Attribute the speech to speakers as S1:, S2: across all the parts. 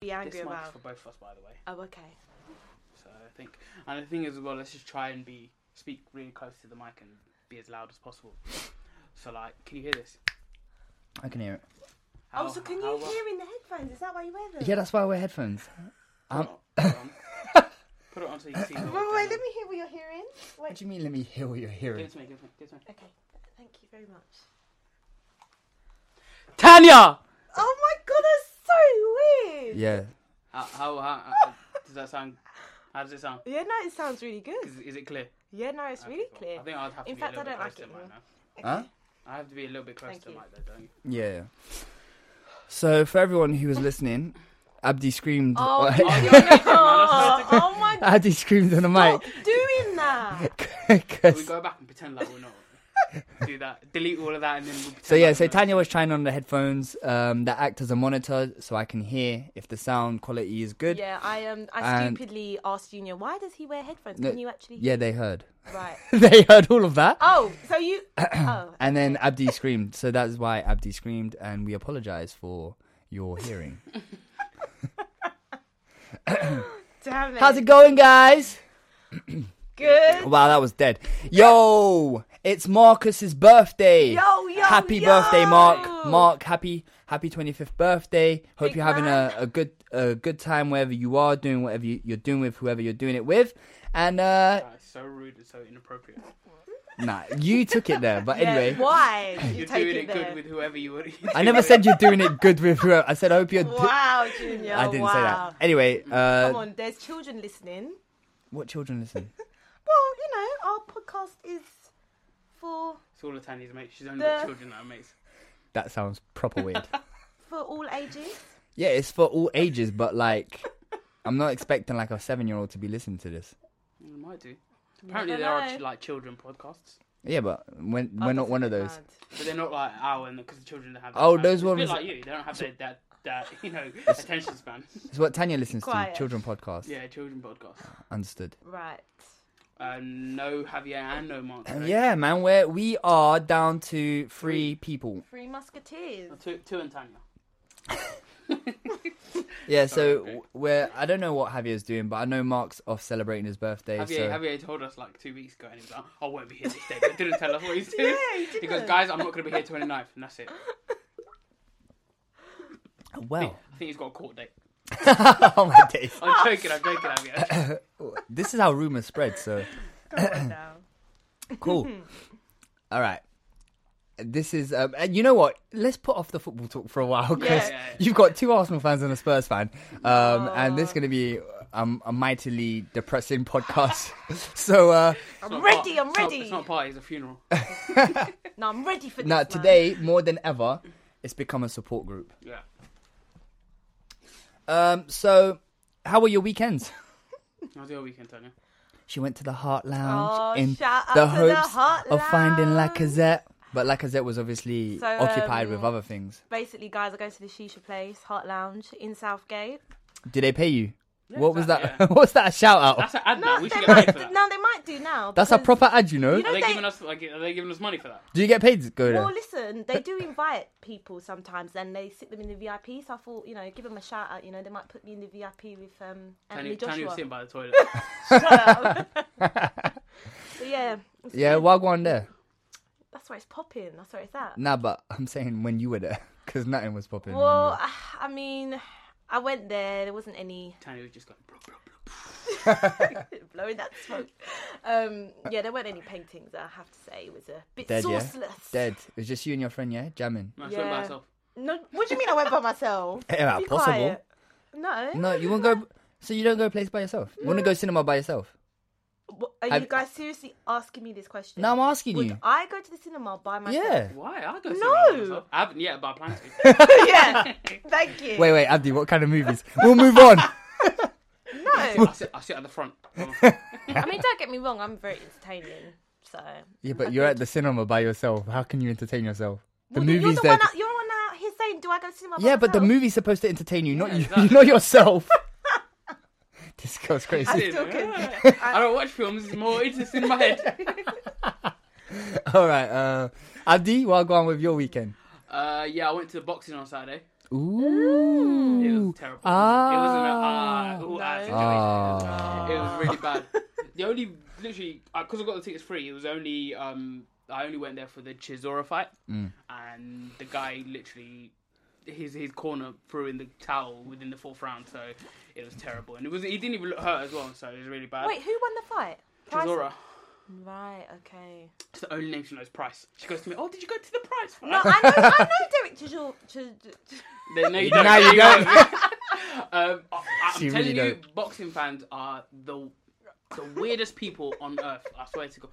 S1: be angry
S2: This month
S1: about.
S2: for both of us, by the way.
S1: Oh, okay.
S2: So I think, and the thing is, as well, let's just try and be speak really close to the mic and be as loud as possible. So like, can you hear this?
S3: I can hear it.
S2: How,
S1: oh, so can you
S2: how-
S1: hear in the headphones? Is that why you wear them?
S3: Yeah, that's why I wear headphones. Um,
S2: Put it on. Put it on so you can see. the-
S1: Oh, Wait, wait, let me hear what you're hearing.
S3: what do you mean? Let me hear what you're
S2: Give
S3: hearing.
S2: it to me. Give it to me. Give it to me.
S1: Okay, thank you very much.
S2: Tanya.
S1: Oh my god, that's so weird.
S3: Yeah.
S2: How how, how, uh, does that sound? How does it sound?
S1: Yeah, no, it sounds really good.
S2: Is, is it clear?
S1: Yeah, no, it's really
S2: Cool.
S1: clear.
S2: I think I'd have to
S1: In
S2: be
S1: fact,
S2: a
S1: I
S2: little
S1: don't
S2: bit
S1: like
S2: closer
S1: it.
S2: to the mic
S1: more.
S2: now.
S3: Huh?
S2: I have to be a little bit closer
S1: Thank
S2: to the
S1: you.
S2: mic, though, don't you?
S3: Yeah. So for everyone who was listening, Abdi screamed.
S1: Oh,
S2: Oh,
S1: oh my god,
S3: Abdi screamed on the mic.
S1: stop doing that.
S3: 'Cause-
S2: Can we go back and pretend like we're not. Do that. Delete all of that, and then we'll pretend
S3: so yeah,
S2: like
S3: so
S2: we're not.
S3: Tanya was trying on the headphones um, that act as a monitor, so I can hear if the sound quality is good.
S1: Yeah, I um, I
S3: And-
S1: stupidly asked Junior, why does he wear headphones?
S3: No,
S1: Can you actually?
S3: Yeah, they heard.
S1: Right.
S3: they heard all of that.
S1: Oh, so you. oh.
S3: And then Abdi screamed. So that's why Abdi screamed, and we apologise for your hearing.
S1: Damn it.
S3: How's it going, guys?
S1: good?
S3: Wow, that was dead. Yo, it's Marcus's birthday.
S1: Yo, yo,
S3: happy
S1: yo.
S3: birthday, Mark. Mark, happy happy 25th birthday. Hope
S1: Big
S3: you're having
S1: man.
S3: a, a good a good time wherever you are doing whatever you, you're doing with whoever you're doing it with. And uh
S2: That is so rude and so inappropriate.
S3: nah, you took it there. But anyway,
S1: Why? did You
S2: You're
S1: take
S2: doing
S1: it
S2: it
S1: there.
S2: good with whoever you were.
S3: I never said you're doing it good with whoever. I said I hope you're. do-
S1: Wow, Junior.
S3: I didn't
S1: wow.
S3: say that. Anyway,
S1: Come
S3: uh
S1: on, there's children listening.
S3: what children listen?
S1: Well, you know, our podcast is for
S2: It's all of Tanya's mates. She's only got
S1: The-
S2: children that are mates.
S3: That sounds proper weird.
S1: for all ages.
S3: yeah, it's for all ages, but like I'm not expecting like a 7-year-old to be listening to this.
S2: They might do. Apparently,
S1: never
S2: there are
S1: know.
S2: like children podcasts,
S3: Yeah, but when, we're not one of those.
S2: but they're not like our and because the children don't have.
S3: Oh,
S2: that-
S3: those
S2: it's a bit
S3: ones-
S2: like you. They don't have their that that you know attention span.
S3: It's what Tanya listens
S1: Quiet.
S3: to, children podcast.
S2: Yeah, children podcasts.
S3: Understood.
S1: Right.
S2: Um, no Javier and no Mark. today.
S3: Yeah, man, we're, we are down to three people.
S1: Three Musketeers.
S2: two, two and Tanya.
S3: Yeah, so we're, I don't know what Javier's doing, but I know Mark's off celebrating his birthday.
S2: Javier,
S3: so
S2: Javier told us like two weeks ago, and he was like, "I won't be here this day." But didn't tell us what he's doing.
S1: Yeah, he
S2: goes,
S1: didn't.
S2: "Guys, I'm not going to be here 29th," and that's it.
S3: Well,
S2: I think he's got a court date.
S3: oh my days.
S1: Ah.
S2: I'm joking. I'm joking. Javier.
S3: This is how rumors spread, so
S1: now.
S3: cool. All right. This is, um, and you know what? Let's put off the football talk for a while because
S2: Yeah.
S3: you've got two Arsenal fans and a Spurs fan, um, and this is going to be um, a mightily depressing podcast. so, uh,
S1: I'm ready, I'm
S2: It's not-
S1: ready.
S2: It's not a party. It's a funeral.
S1: No, I'm ready for this.
S3: Now
S1: man.
S3: today, more than ever, it's become a support group.
S2: Yeah.
S3: Um, so how were your weekends?
S2: How's your weekend, Tanya?
S3: She went to the Heart Lounge
S1: Oh,
S3: in
S1: shout out
S3: the
S1: to the
S3: hopes
S1: Heart
S3: of finding
S1: Lounge.
S3: Lacazette, but Lacazette was obviously
S1: So,
S3: occupied
S1: um,
S3: with other things.
S1: Basically, guys, I go to the Shisha place, Heart Lounge in Southgate.
S3: Did they pay you? what was that?
S2: exactly,
S3: What was that a shout out?
S2: That's
S3: That's,
S2: an ad now. We
S1: they
S2: should get
S1: might do,
S2: paid for that.
S1: now they might do now.
S3: a
S1: because-
S3: proper ad, you know.
S1: You know
S2: Are they
S1: they-
S2: giving us like are they giving us money for that?
S3: Do you get paid to go there?
S1: Well, listen, they do invite people sometimes, and they sit them in the VIP. So I thought, you know, give them a shout out. You know, they might put me in the VIP with um, Anthony
S2: Tony, Tony
S1: Joshua.
S2: was sitting by the toilet.
S1: But yeah, it's-
S3: Yeah, why go on there?
S1: that's where it's popping. That's where it's at.
S3: Nah, but I'm saying when you were there, because nothing was popping. when you were
S1: Well, I- I mean, I went there. There wasn't any
S2: Tony was just going. "Bro, bro, bro."
S1: blowing that smoke. Um, yeah, there weren't any paintings. I have to say, it was a bit
S3: dead, yeah.
S1: sourceless.
S3: Dead. It was just you and your friend, yeah, jamming.
S2: No, I just went by
S1: Yeah.
S2: myself.
S1: No, what do you mean I went by myself?
S3: Yeah,
S1: Be
S3: possible.
S1: quiet. No.
S3: No, you won't go. So you don't go place by yourself. You want to go cinema by yourself?
S1: What- Are
S3: I've-
S1: you guys seriously asking me this question?
S3: No, I'm asking
S1: Would
S3: you.
S1: I go to the cinema by myself?
S3: Yeah.
S2: Why? I go. sit
S1: No.
S2: by myself. I haven't yet, but I plan to.
S1: yeah. Thank you.
S3: Wait, wait, Abdi, what kind of movies? We'll move on.
S1: No.
S2: I sit, I sit at the front.
S1: I mean, don't get me wrong. I'm very entertaining. So.
S3: Yeah, but you're at the cinema by yourself. How can you entertain yourself? The
S1: Well, you're
S3: movie's
S1: the
S3: there.
S1: one. Out, you're the one out here saying, "Do I go to cinema?" by
S3: Yeah, but the
S1: myself?"
S3: movie's supposed to entertain you, not
S2: Yeah,
S3: you,
S2: exactly.
S3: not yourself. this girl's crazy.
S1: Still good.
S2: I don't watch films. It's more. It's just in my head.
S3: All right, uh, Abdi, well, go on with your weekend.
S2: Uh, yeah, I went to the boxing on Saturday.
S3: Ooh.
S2: It was terrible. It was an ah, ooh, ah
S3: Ah.
S2: situation. It was really bad. The only literally because I got the tickets free, it was only um I only went there for the Chisora fight,
S3: Mm.
S2: and the guy literally his his corner threw in the towel within the fourth round, so it was terrible. And it was he didn't even look hurt as well, so it was really bad.
S1: Wait, who won the fight? Price?
S2: Chisora,
S1: Right. Okay.
S2: it's the only name she knows. Price. She goes to me. Oh, did you go to the Price?
S1: No, I know. I know Derek Chisor.
S2: They- no, you don't.
S3: Now you don't.
S2: Um, I, I'm
S3: She
S2: telling
S3: really
S2: you,
S3: don't.
S2: boxing fans are the the weirdest people on earth. I swear to God.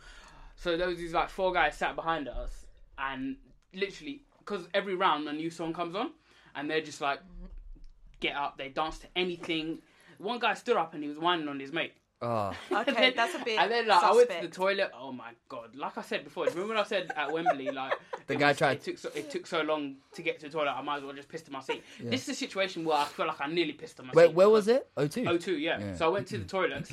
S2: So there was these like four guys sat behind us, and literally, because every round a new song comes on, and they're just like, get up. They dance to anything. One guy stood up and he was whining on his mate.
S3: Oh,
S1: Okay,
S2: And then-
S1: that's a bit.
S2: And then like, I went
S1: suspect.
S2: to the toilet. Oh my god! Like I said before, remember when I said at Wembley, like the
S3: guy tried-
S2: It took so, it took so long to get to the toilet. I might as well just pissed in my seat. This is a situation where I feel like I nearly pissed on my
S3: wait,
S2: seat.
S3: where was it? O two.
S2: O two, yeah. So I went to the toilet,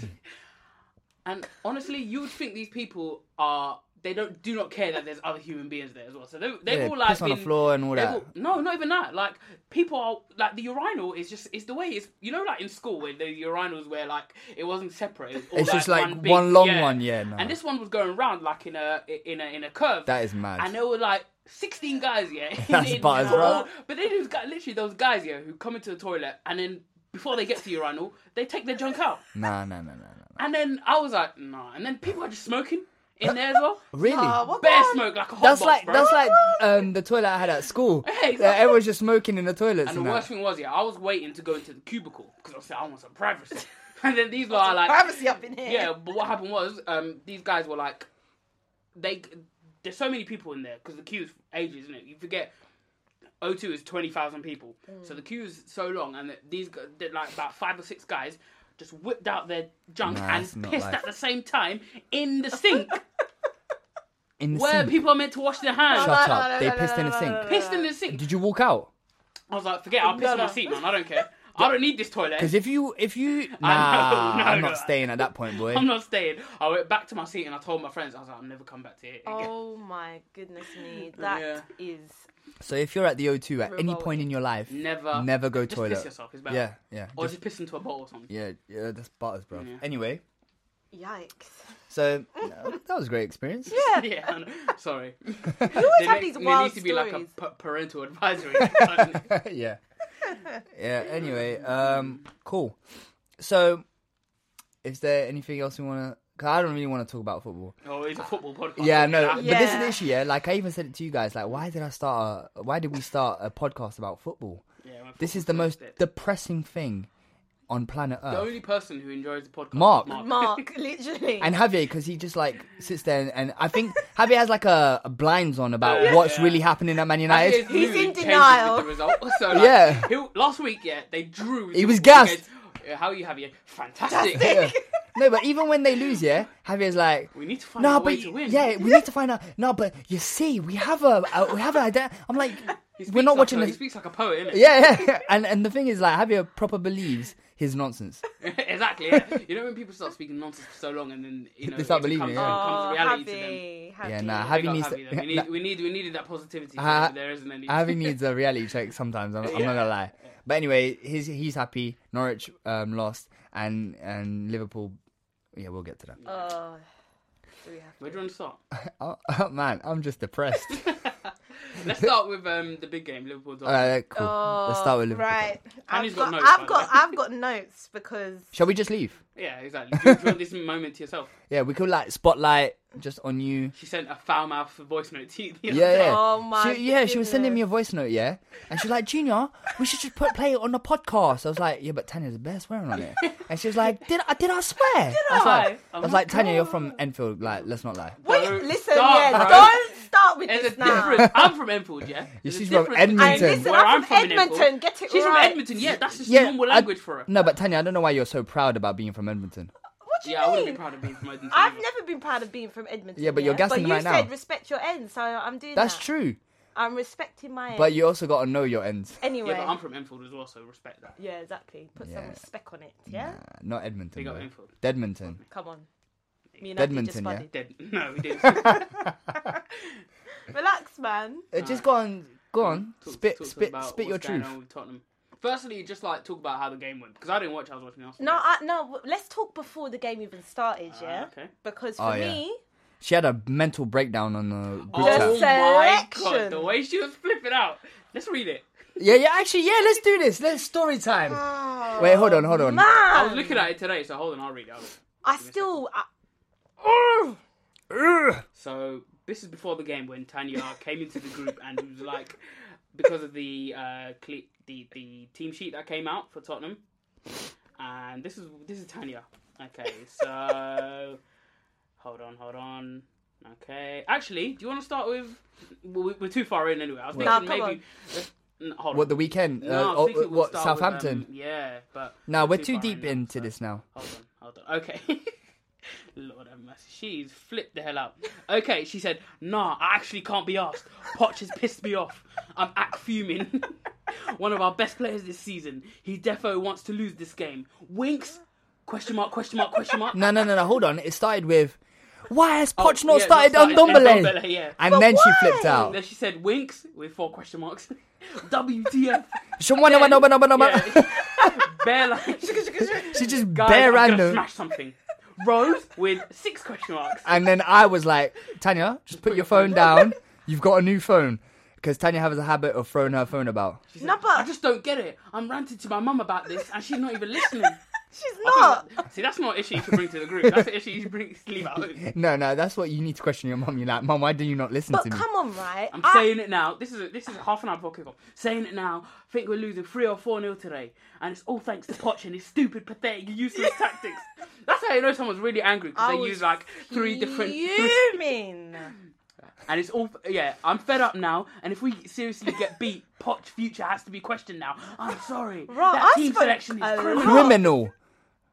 S2: and honestly, you would think these people are. They don't do not care that there's other human beings there as well. So they, they've
S3: Yeah,
S2: all like
S3: piss on the
S2: been-
S3: floor and all
S2: they've
S3: that.
S2: no, not even that. Like people are like the urinal is just it's the way it's you know like in school where the urinals were like it wasn't separate. It was all,
S3: It's just, like,
S2: big-
S3: one long one, yeah, no.
S2: And this one was going round like in a in a in a curve.
S3: That is mad.
S2: And there were like. 16 guys, yeah. in-
S3: That's
S2: in-
S3: bad as well.
S2: But then there's guy- literally those guys, yeah, who come into the toilet and then before they get to the urinal, they take their junk out.
S3: Nah, nah, nah, nah, nah.
S2: And then I was like, nah. And then people are just smoking in there as well.
S3: Really?
S2: Bear smoke like a hot
S3: that's
S2: box,
S3: like
S2: bro.
S3: that's like um the toilet I had at school.
S2: exactly.
S3: Yeah, everyone's just smoking in the toilets
S2: And
S3: and,
S2: the
S3: that.
S2: worst thing was, yeah, I was waiting to go into the cubicle because I said I want some privacy. and then these were like privacy up in here. Yeah, but what happened was, um, these guys were like, they there's so many people in there because the queue's ages, isn't it? You forget. O2 is twenty thousand people, so the queue is so long, and that these gu- that, like about five or six guys just whipped out their junk
S3: Nah, that's
S2: and
S3: not
S2: pissed
S3: life.
S2: at the same time in the sink
S3: in the
S2: where
S3: sink.
S2: people are meant to wash their hands.
S3: Shut up. They pissed in the sink.
S2: Pissed in the sink.
S3: Did you walk out?
S2: I was like, forget, it, I'll piss in my seat, man. I don't care. I don't need this toilet.
S3: Because if you if you nah,
S2: no,
S3: I'm
S2: no.
S3: not staying at that point, boy.
S2: I'm not staying. I went back to my seat and I told my friends, I was like, I'll never come back to here again.
S1: Oh my goodness me! That is.
S3: So if you're at the O2 at any point in your life,
S2: Never.
S3: never go
S2: just
S3: toilet.
S2: piss yourself, it's better.
S3: Yeah, yeah,
S2: Or
S3: just-
S2: just piss into a bottle or something.
S3: yeah, yeah. That's butters, bro. Anyway,
S1: Yikes!
S3: so no, that was a great experience.
S2: Yeah. I know. Sorry. You always
S1: have these wild
S2: needs to be like a
S1: stories.
S2: p- parental advisory.
S3: yeah. Yeah. Anyway, um, cool. So, is there anything else we want to? Cause I don't really want to talk about football.
S2: oh, it's a football podcast.
S3: Yeah, no. But this is
S1: Yeah.
S3: the issue. Yeah, like I even said it to you guys. Like, why did I start? A, why did we start a podcast about football?
S2: Yeah, my
S3: This is
S2: football's
S3: the most
S2: dead.
S3: depressing thing on planet Earth.
S2: The only person who enjoys the podcast
S3: Mark.
S2: is Mark.
S1: Mark, literally.
S3: and Javier because he just like sits there and, and I think Javier has like a, a blinds on about what's really happening at Man
S2: His
S3: United.
S2: mood
S1: in
S2: changes with
S1: denial.
S2: The result. So, like,
S3: Yeah.
S2: he'll- last week, yeah, they drew.
S3: He was
S2: Liverpool
S3: gassed.
S2: against- How you have you? Fantastic.
S3: Yeah. No, but even when they lose, yeah, Javier's like,
S2: We need to find
S3: no,
S2: a way
S3: but
S2: to win.
S3: yeah, we need to find out. No, but you see, we have a, a we have an idea. I'm like,
S2: He
S3: We're not
S2: speaks
S3: watching
S2: like,
S3: this-
S2: He speaks like a poet, innit?
S3: Yeah, yeah, yeah. And and the thing is, like, Javier proper believes his nonsense.
S2: exactly. Yeah. You know when people start speaking nonsense for so long and then you know
S3: They start
S2: it becomes-
S3: believing, yeah.
S2: becomes
S1: Oh,
S2: reality to them.
S1: happy, happy.
S3: Yeah, nah,
S2: Big
S3: Javi
S2: up
S3: needs.
S2: Javi, though. we, need, we need we needed that positivity. so
S3: Ha-
S2: there isn't any.
S3: Javi needs a reality check sometimes. I'm, I'm not gonna lie. But anyway, he's he's happy. Norwich um, lost, and and Liverpool. Yeah, we'll get to that.
S1: Oh, do we have
S2: Where do you want to start?
S3: Oh, man, I'm just depressed.
S2: Let's start with um, the big game, Liverpool.
S3: All
S2: Dortmund.
S3: right, cool. Let's start with Liverpool.
S1: Oh, Right.
S2: Annie's
S1: I've got,
S2: got notes, by
S1: I've
S2: the
S1: got,
S2: way.
S1: I've got notes because
S3: Shall we just leave?
S2: yeah, exactly. Do you, do you want this moment to yourself?
S3: Yeah, we could like spotlight just on you.
S2: She sent a foul mouth voice note to you. the other
S3: Yeah,
S2: day.
S3: yeah.
S1: Oh my
S3: She, yeah, she was sending me a voice note. Yeah, and she's like, "Junior, we should just put play it on the podcast." I was like, "Yeah, but Tanya's the best swearing on it." And she was like, "Did I? Did I swear?" Did I? was like,
S2: Oh
S3: I was
S2: my
S3: like "Tanya, you're from Enfield. Like, let's not lie."
S1: Wait,
S2: Don't
S1: listen,
S2: start,
S1: yeah,
S2: bro.
S1: don't start with
S2: There's a
S1: this now.
S2: difference. I'm from Enfield, yeah. There's a
S3: She's from
S2: difference between
S1: I
S3: Edmonton.
S1: listen,
S2: where
S1: I'm from
S2: from in Enfield.
S1: Edmonton. Get it
S2: She's
S1: right.
S2: from Edmonton, yeah. That's just
S3: Yeah,
S2: normal
S3: I-
S2: language for her.
S3: No, but Tanya, I don't know why you're so proud about being from Edmonton.
S1: What do you
S2: yeah, I
S1: mean?
S2: wouldn't be proud of being from Edmonton.
S1: I've
S2: either.
S1: never been proud of being from Edmonton.
S3: Yeah, but you're gassing
S1: you
S3: right now.
S1: said respect your end, so I'm doing
S3: That's
S1: that.
S3: true.
S1: I'm respecting my end.
S3: But you also got to know your ends,
S1: anyway.
S2: Yeah, but I'm from Enfield as well, so respect that.
S1: Yeah, exactly. Put some
S3: Yeah.
S1: respect on it. Yeah,
S3: not Edmonton.
S2: Big up
S3: though.
S2: Enfield.
S3: Dedmonton.
S1: come on. Me and
S3: Edmonton,
S1: Andy just
S3: yeah.
S1: buddied.
S2: Dead. No, we didn't. Talk-
S1: Relax, man.
S3: Uh, just go on, go on,
S2: talk
S3: spit,
S2: to us
S3: spit,
S2: about
S3: spit your
S2: what's going
S3: truth.
S2: on with Tottenham. Firstly, just like talk about how the game went because I didn't watch. I was watching Arsenal.
S1: No, I, no. Let's talk before the game even started. Yeah,
S2: Ah, okay.
S1: because for
S3: Oh, yeah.
S1: me,
S3: She had a mental breakdown on the group
S1: Just
S3: chat.
S2: Oh my god,
S1: selection.
S2: the way she was flipping out. Let's read it.
S3: Yeah, yeah, actually, yeah, let's do this. Let's story time. Wait, hold on, hold on.
S2: I
S1: man,
S2: was looking at it today, so hold on, I'll read it. I'll read it.
S1: I still. uh, I,
S2: So this is before the game when Tanya came into the group and was like, because of the uh, cle the the team sheet that came out for Tottenham, and this is this is Tanya. Okay, so hold on, hold on. Okay, actually, do you want to start with? we- We're too far in anyway. I was thinking
S1: Nah, come
S2: maybe.
S1: on.
S2: let's- n- hold
S3: What
S2: on.
S3: the weekend?
S2: No, I
S3: uh,
S2: was
S3: oh,
S2: thinking we'll
S3: what
S2: start with, um,
S3: Southampton?
S2: yeah, but
S3: Nah, we're
S2: far
S3: too deep
S2: in now,
S3: into
S2: so-
S3: this now.
S2: Hold on, hold on. Okay. Lord have mercy. She's flipped the hell out. Okay, she said, Nah, I actually can't be asked. Poch has pissed me off. I'm act fuming. One of our best players this season. He defo wants to lose this game. Winks? Question mark, question mark, question mark.
S3: No, no, no, no. Hold on. It started with, why has Poch
S2: Oh, yeah,
S3: not
S2: not
S3: started on
S2: started on
S3: Dombele?
S2: Ndombele, yeah.
S3: And then she flipped out.
S2: Then she said, Winks? With four question marks. WTF?
S3: Shawano, wano, wano, wano, wano.
S2: Yeah. Bare like.
S3: She just
S2: Guys,
S3: bare
S2: I'm gonna
S3: random.
S2: smash something. Rose with six question marks.
S3: And then I was like, Tanya, just put your phone down. You've got a new phone. Because Tanya has a habit of throwing her phone about.
S1: no,
S2: I
S1: but
S2: just don't get it. I'm ranting to my mum about this, and she's not even listening.
S1: she's
S2: I
S1: not.
S2: think that- see, that's not an issue you should bring to the group. That's an issue you should bring leave out.
S3: No, no, that's what you need to question your mum. You're like, mum, why do you not listen
S1: But
S3: to me?
S1: come on, right?
S2: I'm
S1: I-
S2: saying it now. This is a, this is a half an hour before kickoff. Saying it now. I think we're losing three or four nil today, and it's all thanks to Poch and his stupid, pathetic, useless tactics. That's how you know someone's really angry because
S1: I
S2: they
S1: was
S2: use like three different.
S1: Fuming.
S2: And it's all yeah. I'm fed up now. And if we seriously get beat, Poch future has to be questioned now. I'm sorry.
S1: Right,
S2: that
S1: I
S2: team
S1: spoke
S2: selection
S1: a
S2: is criminal.
S1: lot.
S3: criminal,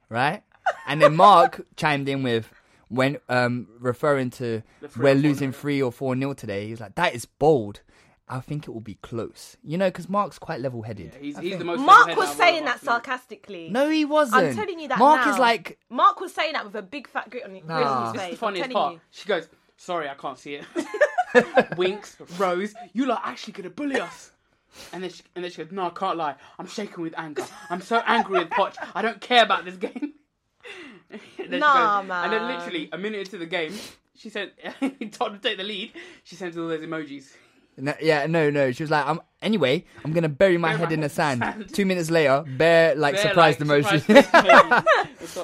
S3: right? And then Mark chimed in with when um referring to
S2: three
S3: we're
S2: or four
S3: losing
S2: nil.
S3: three or four nil today. He was like, "That is bold. I think it will be close." You know, because Mark's quite level-headed.
S2: He's, he's the most.
S1: Mark
S2: level-headed
S1: was
S2: I've
S1: saying
S2: ever
S1: that
S2: watched.
S1: sarcastically.
S3: No, he wasn't.
S1: I'm telling you that
S3: Mark
S1: now.
S3: is like,
S1: Mark was saying that with a big fat grit on his, grin on his
S2: This is
S1: face.
S2: the funniest
S1: I'm
S2: part.
S1: telling
S2: She goes, "Sorry, I can't see it." Winks, Rose, you lot are actually gonna bully us. And then, she, and then she goes, "No, I can't lie. I'm shaking with anger. I'm so angry with Poch. I don't care about this game." And then she
S1: Nah,
S2: goes- And then
S1: man.
S2: literally a minute into the game, she said, "Tottenham take the lead." She sends all those emojis.
S3: no- yeah, no, no. She was like, "I'm anyway. I'm gonna bury my
S2: Bury
S3: head
S2: my
S3: in the
S2: head in
S3: sand."
S2: the sand.
S3: Two minutes later, bare like
S2: They're
S3: surprised
S2: like,
S3: emoji.
S2: surprised emoji. The Tottenham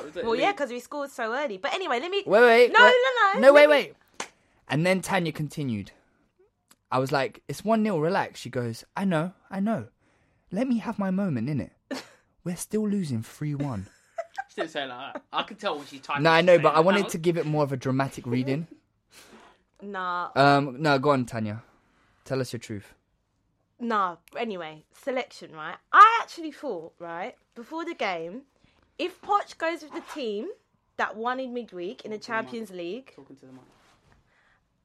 S2: take the
S1: you. Well, yeah,
S2: lead.
S1: because we scored so early. But anyway, let me.
S3: Wait, wait.
S1: No,
S3: wait.
S1: no, no.
S3: No, wait,
S1: let me-
S3: wait. And then Tanya continued. I was like, it's 1 0, relax. She goes, I know, I know. Let me have my moment, innit? We're still losing 3 1.
S2: She didn't say it like that. I could tell when she typed.
S3: No, I know, but I wanted to give it more of a dramatic reading.
S1: Nah,
S3: Um, No, go on, Tanya. Tell us your truth.
S1: nah. Anyway, selection, right? I actually thought, right, before the game, if Poch goes with the team that won in midweek in the Champions League,
S2: Talking to the mic.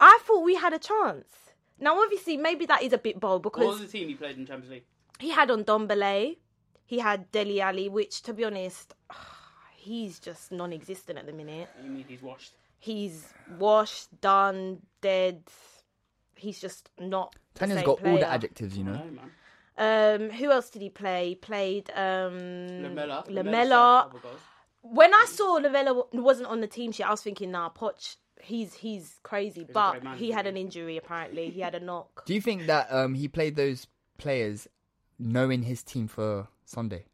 S1: I thought we had a chance Now, obviously, maybe that is a bit bold
S2: What
S1: because
S2: was the team he played in Champions League?
S1: he had on Dombele, he had Deli Ali, which, to be honest, he's just non-existent at the minute.
S2: You mean he's washed?
S1: He's washed, done, dead. He's just not. the
S3: Tanya's
S1: same
S3: got all the
S1: player.
S3: adjectives, you know.
S2: No man.
S1: Um, who else did he play? He played um,
S2: Mm. Lamella.
S1: Lamella.
S2: scored a couple goals.
S1: When I saw Lamella w- wasn't on the team sheet, I was thinking, nah, Poch, he's he's crazy. but
S2: great man,
S1: he had
S2: isn't
S1: an injury apparently. He had a knock.
S3: Do you think that um, he played those players knowing his team for Sunday?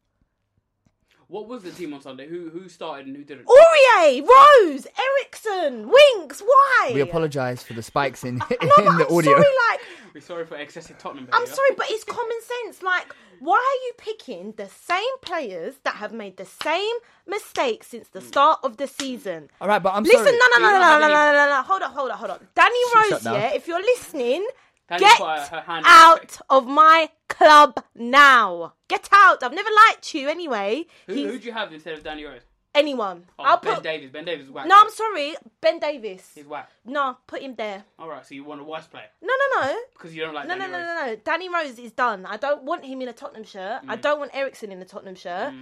S2: What was the team on Sunday? Who who started and who didn't?
S1: Oh! Aurier, Rose, Ericsson, Winks. Why?
S3: We apologise for the spikes in,
S1: I know,
S3: in
S1: but
S3: the
S1: I'm
S3: audio.
S1: sorry, like
S2: We're sorry for excessive Tottenham.
S1: I'm
S2: behaviour.
S1: sorry, but it's common sense. Like, why are you picking the same players that have made the same mistakes since
S2: Hmm.
S1: the start of the season?
S3: All right, but I'm
S1: Listen,
S3: sorry.
S1: no, no, no,
S2: You
S1: no, no,
S2: don't
S1: no,
S2: have
S1: no,
S2: any-
S1: no, no. Hold up, hold up, hold up. Danny Rose,
S3: down.
S1: yeah, if you're listening,
S2: Danny
S1: get
S2: put her- her hand on her
S1: out of my club now. Get out. I've never liked you anyway.
S2: Who who do you have instead of Danny Rose?
S1: Anyone.
S2: Oh,
S1: I'll
S2: ben
S1: put.
S2: Davies. Ben Davies is whack.
S1: No, I'm sorry. Ben Davis.
S2: He's whack.
S1: No, put him there.
S2: All right, so you want a worse player
S1: No, no, no.
S2: because you don't like
S1: No, no,
S2: Danny
S1: no,
S2: Rose. Mm.
S1: no, no. Danny Rose is done. I don't want him in a Tottenham shirt. I don't want Ericsson in a Tottenham shirt.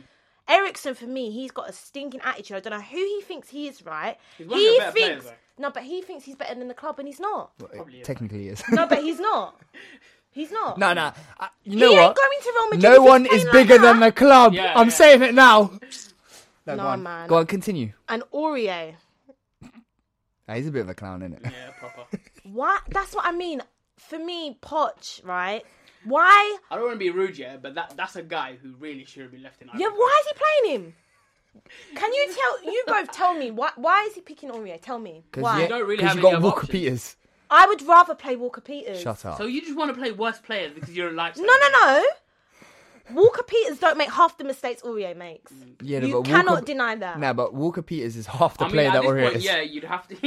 S1: Ericsson, for me, he's got a stinking attitude. I don't know who he thinks he is, right?
S2: He's one of
S1: he
S2: your better players,
S1: thinks. no, but he thinks he's better than the club, and he's not.
S3: It technically is.
S1: No, but he's not. He's not.
S3: no, no. I- You know
S1: he
S3: what?
S1: ain't going to Real Madrid. if
S3: no
S1: he's
S3: one is
S1: playing like
S3: bigger than the
S1: that.
S3: club.
S2: Yeah,
S3: I'm
S2: yeah.
S3: saying it now. No,
S1: Nah,
S3: go on.
S1: man.
S3: Go on, continue.
S1: And Aurier.
S3: Ah, he's a bit of a clown, isn't it?
S2: Yeah, proper.
S1: Why? That's what I mean. For me, Poch, right? Why?
S2: I don't want to be rude yet, but that that's a guy who really should have been left in.
S1: Yeah,
S2: Ireland.
S1: why is he playing him? Can you tell? You both tell me why? Why is he picking Aurier? Tell me why.
S3: you,
S2: don't really
S3: cause
S2: have
S3: you
S2: any
S3: got
S2: other
S3: Walker
S2: options.
S3: Peters.
S1: I would rather play Walker Peters.
S3: Shut up.
S2: So you just want to play worse players because you're a life.
S1: No, no, no. Walker Peters don't make half the mistakes Aurier makes.
S3: yeah,
S1: you
S3: but
S1: cannot
S3: Walker-
S1: deny that.
S3: Nah, but Walker Peters is half the
S2: I mean,
S3: player
S2: at
S3: that
S2: this
S3: Aurier
S2: point,
S3: is.
S2: yeah, you'd have to.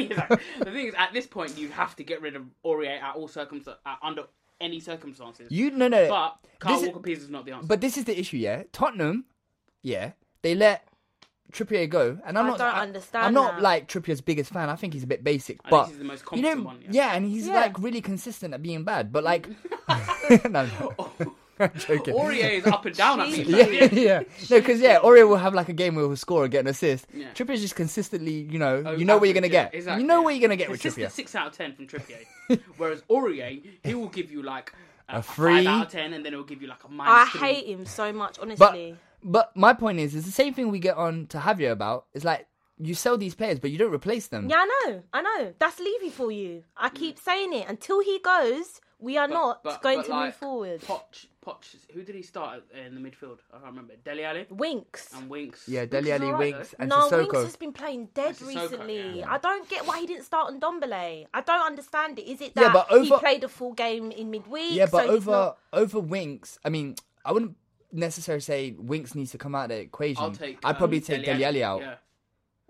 S2: the thing is, at this point, you'd have to get rid of Aurier at all circumstances, under any circumstances.
S3: You no no.
S2: but Carl
S3: this is-
S2: Walker Peters is not the answer.
S3: But this is the issue, yeah. Tottenham, yeah, they let Trippier go, and I'm
S1: I
S3: not.
S1: don't understand
S3: I'm not
S1: that.
S3: like Trippier's biggest fan. I think he's a bit basic,
S2: I think
S3: but
S2: he's the most
S3: you
S2: competent
S3: know,
S2: one, yeah.
S3: yeah. and he's
S1: Yeah.
S3: like really consistent at being bad. But like, no, no, I'm joking.
S2: Oh. Aurier is up and down. I mean,
S3: yeah, yeah, no, because yeah, Aurier will have like a game where he'll score and get an assist.
S2: Yeah. Oh,
S3: Trippier's just consistently, you know, you know what you're gonna
S2: average,
S3: get.
S2: yeah, exactly,
S3: You know
S2: yeah.
S3: what you're gonna get with
S2: Consistent
S3: Trippier.
S2: six out of ten from Trippier, whereas Aurier, he will give you like a,
S3: three.
S2: five out of ten, and then he'll give you like a minus.
S1: I
S2: three.
S1: hate him so much,
S3: But
S1: honestly.
S3: but my point is, it's the same thing we get on to Javier about. It's like you sell these players, but you don't replace them.
S1: yeah, I know. I know. That's Levy for you. I keep saying it. Until he goes, we are not
S2: But-
S1: going
S2: but,
S1: to
S2: like,
S1: move forward.
S2: Poch, Poch, who did he start at- in the midfield? I can't remember. Deli Ali
S1: Winks.
S2: and Winks.
S3: Yeah, Deli
S2: Winks is
S3: Ali,
S2: alright, though.
S3: Winks, and
S1: no,
S3: Sissoko.
S1: Winks has been playing dead
S2: Sissoko,
S1: recently.
S2: yeah.
S1: I don't get why he didn't start on Dombele. I don't understand it. Is it that
S3: Yeah, but
S1: he
S3: over-
S1: played a full game in midweek?
S3: Yeah, but
S1: so he's
S3: over
S1: not-
S3: over Winks, I mean, I wouldn't necessarily say Winks needs to come out of the equation.
S2: I'll take.
S3: I'd probably
S2: um,
S3: take
S2: Dele
S3: Deli Ali out.
S2: Yeah.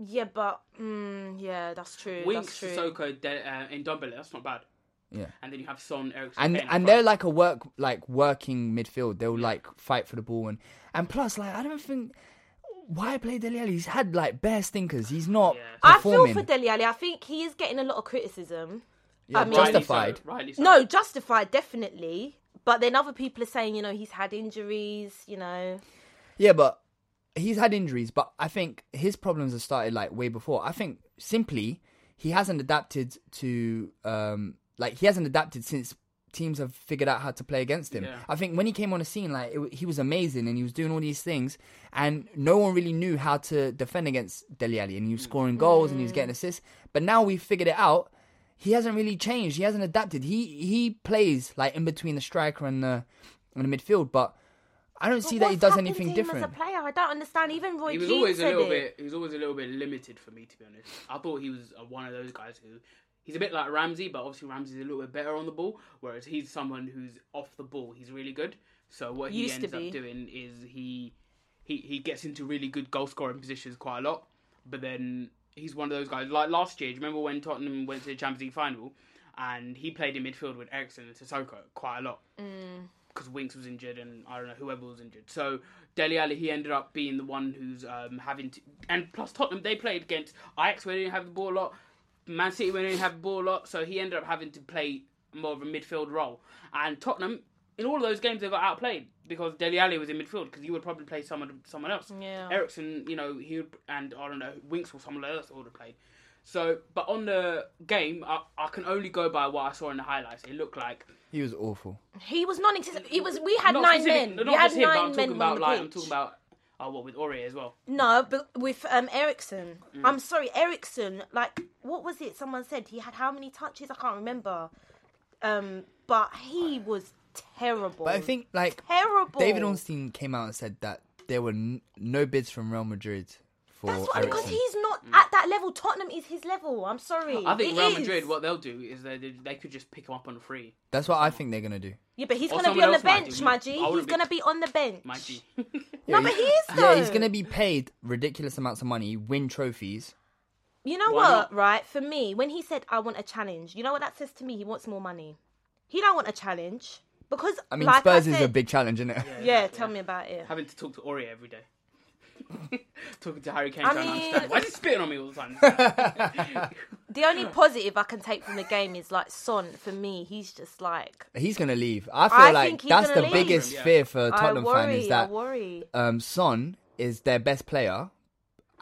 S1: Yeah, but mm, yeah, that's true. that's
S2: Winks,
S1: true.
S2: Sissoko, De- uh, and Dombele. That's not bad.
S3: Yeah.
S2: And then you have Son, Ericsson,
S3: And
S2: Kane up
S3: and
S2: front.
S3: they're like a work like working midfield. They'll like fight for the ball and and plus like I don't think why play Deli Ali? He's had like bare stinkers. He's not
S1: I feel
S3: performing.
S1: for Deli Ali. I think he is getting a lot of criticism.
S3: Yeah,
S1: I mean-
S2: Rightly so,
S3: justified.
S2: rightly so.
S1: No, justified, definitely. But then other people are saying, you know, he's had injuries, you know.
S3: Yeah, but he's had injuries, but I think his problems have started like way before. I think simply he hasn't adapted to um like he hasn't adapted since teams have figured out how to play against him.
S2: Yeah.
S3: I think when he came on the scene like it, w- he was amazing and he was doing all these things and no one really knew how to defend against Deli Ali and he was scoring goals and he was getting assists. But now we've figured it out. He hasn't really changed. He hasn't adapted. He he plays like in between the striker and the and the midfield, but I don't see that
S1: But
S3: he
S1: what's
S3: does
S1: happened
S3: anything
S1: to him
S3: different.
S1: As a player, I don't understand. Even Roy
S2: He was
S1: Keane
S2: always a
S1: said
S2: little
S1: it.
S2: bit. He was always a little bit limited for me, to be honest. I thought he was uh, one of those guys who. He's a bit like Ramsey, but obviously Ramsey's a little bit better on the ball. Whereas he's someone who's off the ball. He's really good. So what he
S1: Used to
S2: ends
S1: be.
S2: up doing is he he he gets into really good goal scoring positions quite a lot. But then he's one of those guys. Like last year, do you remember when Tottenham went to the Champions League final and he played in midfield with Ericsson and Sissoko quite a lot because Winks was injured and I don't know whoever was injured. So Deli Ali he ended up being the one who's um, having to, and plus Tottenham they played against Ajax where they didn't have the ball a lot, Man City where they didn't have the ball a lot, so he ended up having to play more of a midfield role. And Tottenham, in all of those games, they got outplayed because Deli Ali was in midfield because he would probably play someone someone else.
S1: Yeah.
S2: Ericsson, you know, he would, and I don't know, Winks or someone else would have played. So, but on the game, I, I can only go by what I saw in the highlights. It looked like
S3: He was awful.
S1: He was non-existent. It was. We had
S2: not
S1: nine
S2: specific-
S1: men.
S2: Not
S1: we had
S2: just him,
S1: nine
S2: but I'm
S1: men
S2: talking about
S1: on the
S2: like I'm
S1: pitch.
S2: talking about oh, what with Ori as well.
S1: No, but with um Ericsson.
S2: Mm.
S1: I'm sorry, Ericsson, like what was it someone said he had how many touches? I can't remember. Um but he was terrible.
S3: But I think like
S1: terrible.
S3: David Ornstein came out and said that there were n- no bids from Real Madrid for
S1: That's what because
S3: Eriksen.
S1: he's not at that level. Tottenham is his level. I'm sorry.
S2: Mm. I think
S1: It
S2: Real
S1: is.
S2: Madrid, what they'll do is they they could just pick him up on a free.
S3: That's what I think they're gonna do.
S1: Yeah, but he's
S2: Or
S1: going to be
S2: someone
S1: on the
S2: else might
S1: bench,
S2: do. I
S1: Maji.
S2: wouldn't
S1: He's
S2: be-
S1: going to be on the bench.
S2: My G.
S1: No, but he is though.
S3: Yeah, he's gonna be paid ridiculous amounts of money, win trophies.
S1: You know
S2: Why
S1: what,
S2: not?
S1: right? For me, when he said I want a challenge, you know what that says to me? He wants more money. He don't want a challenge because
S3: I mean,
S1: like
S3: Spurs
S1: said,
S3: is a big challenge, isn't it?
S1: Yeah, tell me about it.
S2: Having to talk to Ori every day. Talking to Harry Kane,
S1: I
S2: trying to
S1: mean-
S2: understand. Why is he spitting on me all the time?
S1: The only positive I can take from the game is like Son. For me, he's just like
S3: He's gonna leave. I feel
S1: I
S3: like
S1: think he's
S3: that's
S1: gonna
S3: the
S1: leave.
S3: biggest
S2: Yeah.
S3: fear for a
S1: I
S3: Tottenham fan
S1: worry.
S3: is that
S1: I worry.
S3: um, Son is their best player,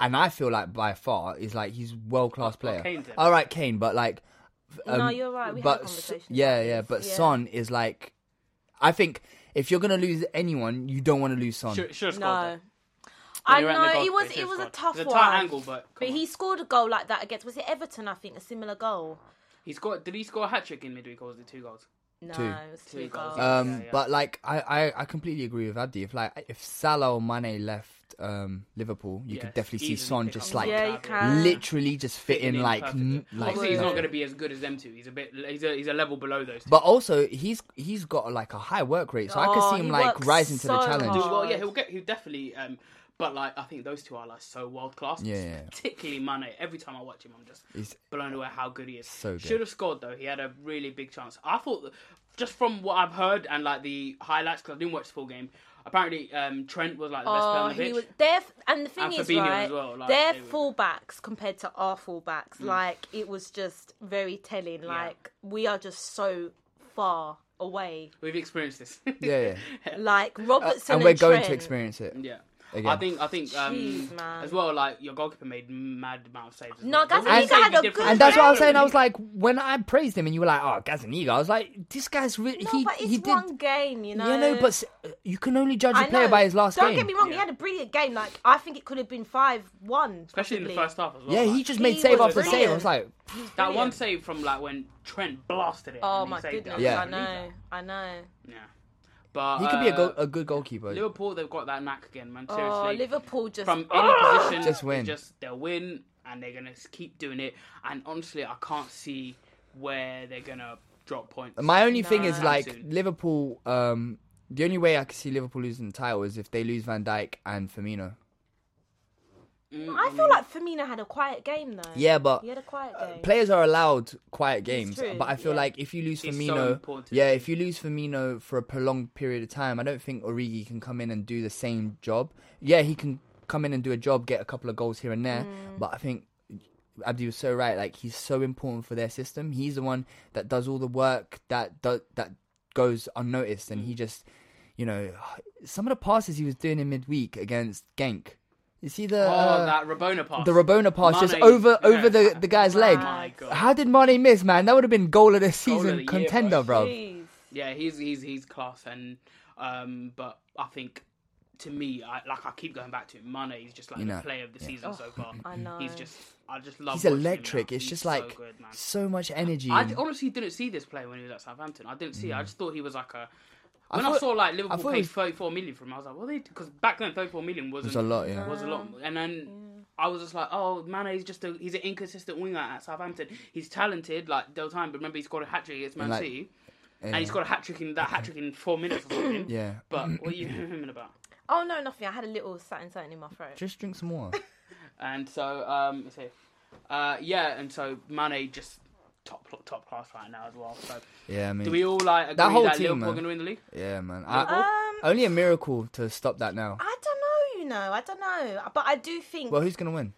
S3: and I feel like by far is like he's world class player.
S2: Kane's it.
S3: All right, Kane, but like, f-
S1: No, you're right, we had a
S3: um, but
S1: conversation
S3: S-
S1: about
S3: yeah, yeah,
S1: this,
S3: but
S1: yeah.
S3: Son is like, I think if you're gonna lose anyone, you don't want to lose Son.
S2: Should, should have scored
S1: No,
S2: no.
S1: I know it was it was a tough
S2: it's
S1: one.
S2: A tight angle, but,
S1: But he
S2: he's
S1: scored a goal like that against was it Everton? I think a similar goal.
S2: he scored. Did he score a hat trick in midweek or was it two goals?
S1: No,
S3: Two.
S1: it was two,
S2: Two goals.
S1: goals.
S3: Um,
S2: Yeah, yeah.
S3: but like I, I, I completely agree with Abdi. If like if Salah or Mane left um Liverpool, you
S2: Yeah,
S3: could definitely see
S2: easily
S3: Son
S2: pick
S3: just
S2: up.
S3: like
S1: yeah, you
S2: Lit-
S1: can.
S3: literally just fit in
S2: Fitting
S3: like
S2: perfectly.
S3: n- like.
S2: obviously he's
S3: nothing.
S2: not going to be as good as them two. He's a bit. He's a, he's a level below those two.
S3: But also he's he's got like a high work rate, so I could
S1: Oh,
S3: see him
S1: he
S3: like
S1: works
S3: rising to the
S1: so
S3: challenge.
S1: hard.
S2: well, yeah, he'll get. He'll definitely. Um, but like, I think those two are like so world class.
S3: Yeah, yeah, yeah.
S2: Particularly Mane. Every time I watch him, I'm just
S3: He's-
S2: blown away how good he is.
S3: So good.
S2: Should have scored though. He had a really big chance. I thought, that- just from what I've heard and like the highlights, because I didn't watch the full game. Apparently, um, Trent was like the best player
S1: Oh,
S2: on the
S1: he
S2: pitch.
S1: was their and the thing
S2: And
S1: is,
S2: Fabinho
S1: right?
S2: as well, like, Mm.
S1: their
S2: they were-
S1: fullbacks compared to our fullbacks, like it was just very telling. Like we are just so far away.
S2: We've experienced this.
S3: Yeah, yeah.
S1: Like Robertson,
S3: Uh, and we're going to
S1: Trent.
S3: experience it.
S2: Yeah. I
S3: Again.
S2: think I think um,
S1: Jeez, man.
S2: as well like your goalkeeper made mad amount of saves. as
S1: No,
S2: well.
S1: Gazzaniga
S2: Every save
S1: had
S2: is
S1: a
S2: different.
S1: good
S3: And that's what I was saying. I was like, when I praised him, and you were like, "Oh, Gazaniga," I was like, "This guy's really
S1: No,
S3: he
S1: but it's
S3: he did."
S1: one game, you know.
S3: Yeah, no, but s- uh, you can only judge
S1: I
S3: a player
S1: know.
S3: by his last
S1: Don't
S3: game.
S1: get me wrong; he
S2: Yeah.
S1: had a brilliant game. Like I think it could have been five-one,
S2: especially in the first half as well.
S3: Yeah,
S2: like,
S3: he just made
S1: He
S3: save
S1: was
S3: after save. I was like,
S2: that one save from like when Trent blasted it.
S1: Oh
S2: and he
S1: my
S2: saved it.
S1: goodness!
S3: Yeah.
S1: I know, I know.
S2: Yeah, but
S3: he could be a, go-
S2: uh,
S3: a good goalkeeper.
S2: Liverpool, they've got that knack again, man. Seriously,
S1: Oh, Liverpool just Ah!
S2: from any position,
S3: Just win.
S2: they Just they'll win, and they're gonna s- keep doing it. And honestly, I can't see where they're gonna drop points. Oh,
S3: My only thing is
S2: Nah.
S3: like
S2: Soon.
S3: Liverpool. Um, the only way I could see Liverpool losing the title is if they lose Van Dijk and Firmino.
S1: I feel like Firmino had a quiet game though.
S3: Yeah, Uh, but
S1: he had a quiet game.
S3: players are allowed quiet games,
S1: true,
S3: but I feel
S1: yeah.
S3: like if you lose
S2: It's so
S3: Firmino,
S2: important to
S3: yeah,
S2: the
S3: if you lose Firmino for a prolonged period of time, I don't think Origi can come in and do the same job. Yeah, he can come in and do a job, get a couple of goals here and there,
S1: Mm.
S3: but I think Abdi was so right. Like he's so important for their system. He's the one that does all the work that do- that goes unnoticed, and
S1: Mm.
S3: he just, you know, some of the passes he was doing in midweek against Genk. You see the
S2: oh
S3: uh,
S2: that Rabona pass,
S3: the Rabona pass just
S2: Mane,
S3: over
S2: yeah.
S3: over the, the guy's leg.
S2: My God.
S3: How did Mane miss, man? That would have been goal of the
S2: Goal of
S3: season
S2: the year,
S3: contender,
S2: bro.
S3: bro.
S1: Jeez.
S2: Yeah, he's he's he's class, and um, but I think to me, I like I keep going back to him. Mane is just like
S3: You know,
S2: the player of the season so far.
S1: Oh, I know.
S2: He's just I just love.
S3: He's
S2: watching him now.
S3: electric. It's
S2: He's
S3: just
S2: so
S3: like so,
S2: good, man.
S3: much energy.
S2: I
S3: and-
S2: d- honestly didn't see this player when he was at Southampton. I didn't see. it. I just thought he was like a. When I,
S3: thought-
S2: saw like
S3: Mm. I
S2: Liverpool
S3: thought it
S2: paid
S3: was-
S2: 34 million for him, I was like, "What?" Because back then, 34 million wasn't
S3: was a lot, yeah.
S2: was a lot. And then I was just like, "Oh, Mane is just a he's an inconsistent winger at Southampton. He's talented, like Del Time, but remember he scored a hat trick against Man
S3: like,
S2: City, and he scored a hat trick in that hat trick in four minutes or something.
S3: Yeah.
S2: But what are you humming about?
S1: Oh no, nothing. I had a little something, something in my throat.
S3: Just drink some water.
S2: And so, um, let's see. Uh, yeah, and so Mane just top top class right now as well. So
S3: yeah, I mean,
S2: do we all like agree
S3: That
S2: that,
S3: whole team,
S2: Liverpool are
S3: man.
S2: going to win the league?
S3: yeah, man. I,
S1: Um,
S3: only a miracle to stop that now.
S1: I don't know, you know. I don't know, Uh, but I do think.
S3: Well, who's gonna win?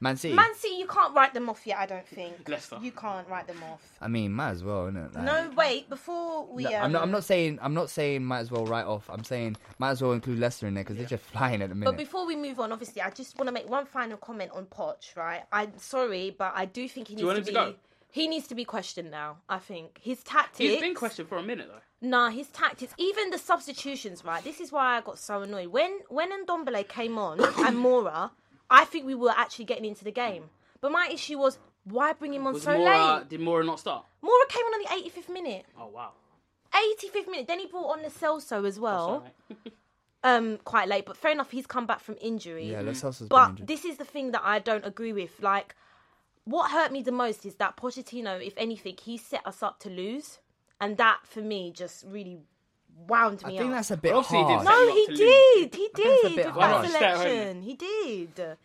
S3: Man City.
S1: Man City, you can't write them off yet. I don't think.
S2: Leicester.
S1: You can't write them off.
S3: I mean, might as well, innit? Like,
S1: No, wait. Before we, um,
S3: Uh, I'm not. I'm not saying. I'm not saying. Might as well write off. I'm saying might as well include Leicester in there because they're just flying at the minute.
S1: But before we move on, obviously, I just want to make one final comment on Poch, right? I'm sorry, but I do think he needs
S2: you
S1: to be.
S2: want him to go?
S1: He needs to be questioned now. I think his tactics.
S2: He's been questioned for a minute though.
S1: Nah, his tactics, even the substitutions, right? This is why I got so annoyed. When when Ndombele came on and Mora, I think we were actually getting into the game. But my issue was why bring him on
S2: Was
S1: so
S2: Mora,
S1: late?
S2: Did Mora not start?
S1: Mora came on on the 85th minute.
S2: Oh wow.
S1: 85th minute. Then he brought on the Celso as well.
S2: Sorry.
S1: Um, quite late, but fair enough. He's come back from injury.
S3: yeah, Los Celso's been
S1: But
S3: injured.
S1: this is the thing that I don't agree with. Like, what hurt me the most is that Pochettino, if anything, he set us up to lose, and that for me just really wound
S3: I
S1: me
S3: think
S1: up.
S3: that's a bit
S2: obviously he did
S3: hard.
S2: say-
S1: no,
S2: Not
S1: he
S2: to lose.
S1: did. He
S3: think it's a
S1: did
S3: bit harsh.
S1: with that
S2: Alright, stay at home.
S1: selection. He did.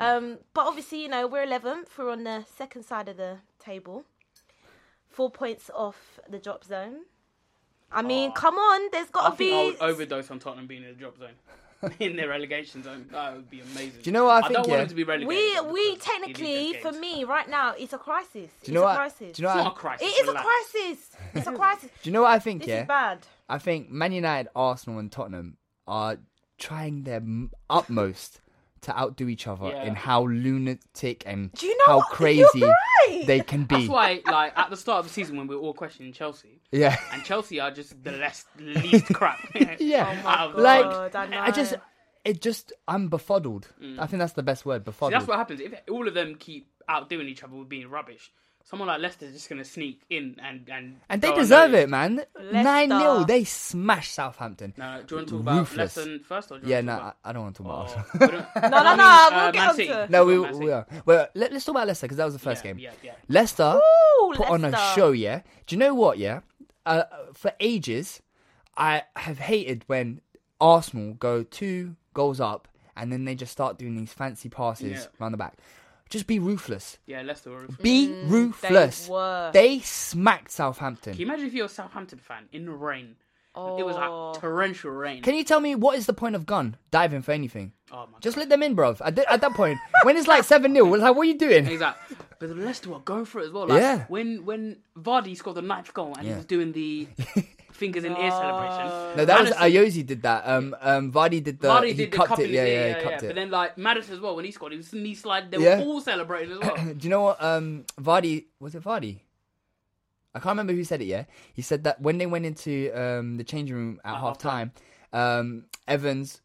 S1: Um, but obviously, you know, we're 11th. We're on the second side of the table, four points off the drop zone. I mean, come on. There's
S2: I
S1: got to
S2: think I
S1: be.
S2: would overdose on Tottenham being in the drop zone, in their relegation zone. That would be amazing. Do
S3: you know what I
S2: I don't
S3: think,
S2: want
S3: yeah?
S2: them to be relegated.
S1: we
S2: because
S1: we
S2: he
S1: technically,
S2: did
S1: for
S2: games.
S1: me, right now, it's a crisis.
S3: do you know
S1: it's
S3: what?
S1: a crisis.
S3: Do you know
S2: It's
S3: what?
S2: not a crisis.
S1: It is a
S2: relax. Oh,
S1: crisis. It's a crisis.
S3: Do you know what I think?
S1: This
S3: yeah,
S1: is bad.
S3: I think Man United, Arsenal, and Tottenham are trying their m- utmost to outdo each other
S2: Yeah.
S3: in how lunatic and
S1: Do you know
S3: how
S1: what?
S3: crazy
S1: You're right.
S3: they can be.
S2: That's why, like at the start of the season when we were all questioning Chelsea,
S3: yeah.
S2: and Chelsea are just the less least crap.
S3: Yeah.
S2: my Out of the
S3: like
S1: God, I
S3: Oh I, just
S1: know.
S3: it just I'm befuddled. I think that's the best word, befuddled.
S2: Mm. that's what happens if all of them keep outdoing each other with being rubbish. Someone like Leicester's just gonna sneak in and and
S3: and they
S2: go
S3: deserve
S2: unnoticed.
S3: it, man. Nine 0 They smashed Southampton.
S2: No, do you want to talk about
S3: Ruthless.
S2: Leicester first? Or do you
S3: yeah,
S2: want
S3: no,
S2: to
S3: I,
S2: talk
S3: I don't want to talk about. Arsenal.
S2: about- Oh, we don't-
S1: No, no, no.
S2: uh,
S1: we'll
S2: Man
S1: get on
S2: City.
S1: to.
S3: No, we,
S2: Man City.
S3: we are. Well, let, us talk about Leicester because that was the first
S2: Yeah,
S3: game.
S2: yeah, yeah.
S3: Leicester
S1: Ooh,
S3: put on a
S1: Leicester.
S3: show. Yeah. Do you know what? Yeah. Uh, for ages, I have hated when Arsenal go two goals up and then they just start doing these fancy passes
S2: Yeah.
S3: round the back. Just be ruthless.
S2: Yeah, Leicester. Were ruthless.
S3: Be ruthless.
S1: were.
S3: They smacked Southampton.
S2: Can you imagine if you're a Southampton fan in the rain? It was
S3: Oh.
S2: like torrential rain.
S3: Can you tell me what is the point of gun diving for anything?
S2: Oh my
S3: Just let them in, bruv. At, th- at that point, when it's like 7 0, like, what are you doing?
S2: He's like, but the Leicester were going for it as well. Like,
S3: Yeah.
S2: When when Vardy scored the ninth goal and he
S3: Yeah.
S2: was doing the fingers in ear celebration.
S3: No, that was
S2: Madison-
S3: Ayozi did that. Um, um, Vardy did the.
S2: Vardy
S3: he
S2: did the
S3: cupped
S2: cup
S3: it.
S2: in his
S3: yeah,
S2: ear,
S3: yeah,
S2: yeah,
S3: he cupped it.
S2: yeah. But then like Madison as well when he scored, he was knee slide. They
S3: Yeah.
S2: were all celebrating as well.
S3: Do you know what? Um, Vardy was it Vardy? I can't remember who said it. Yeah, he said that when they went into um, the changing room at half time, um, Evans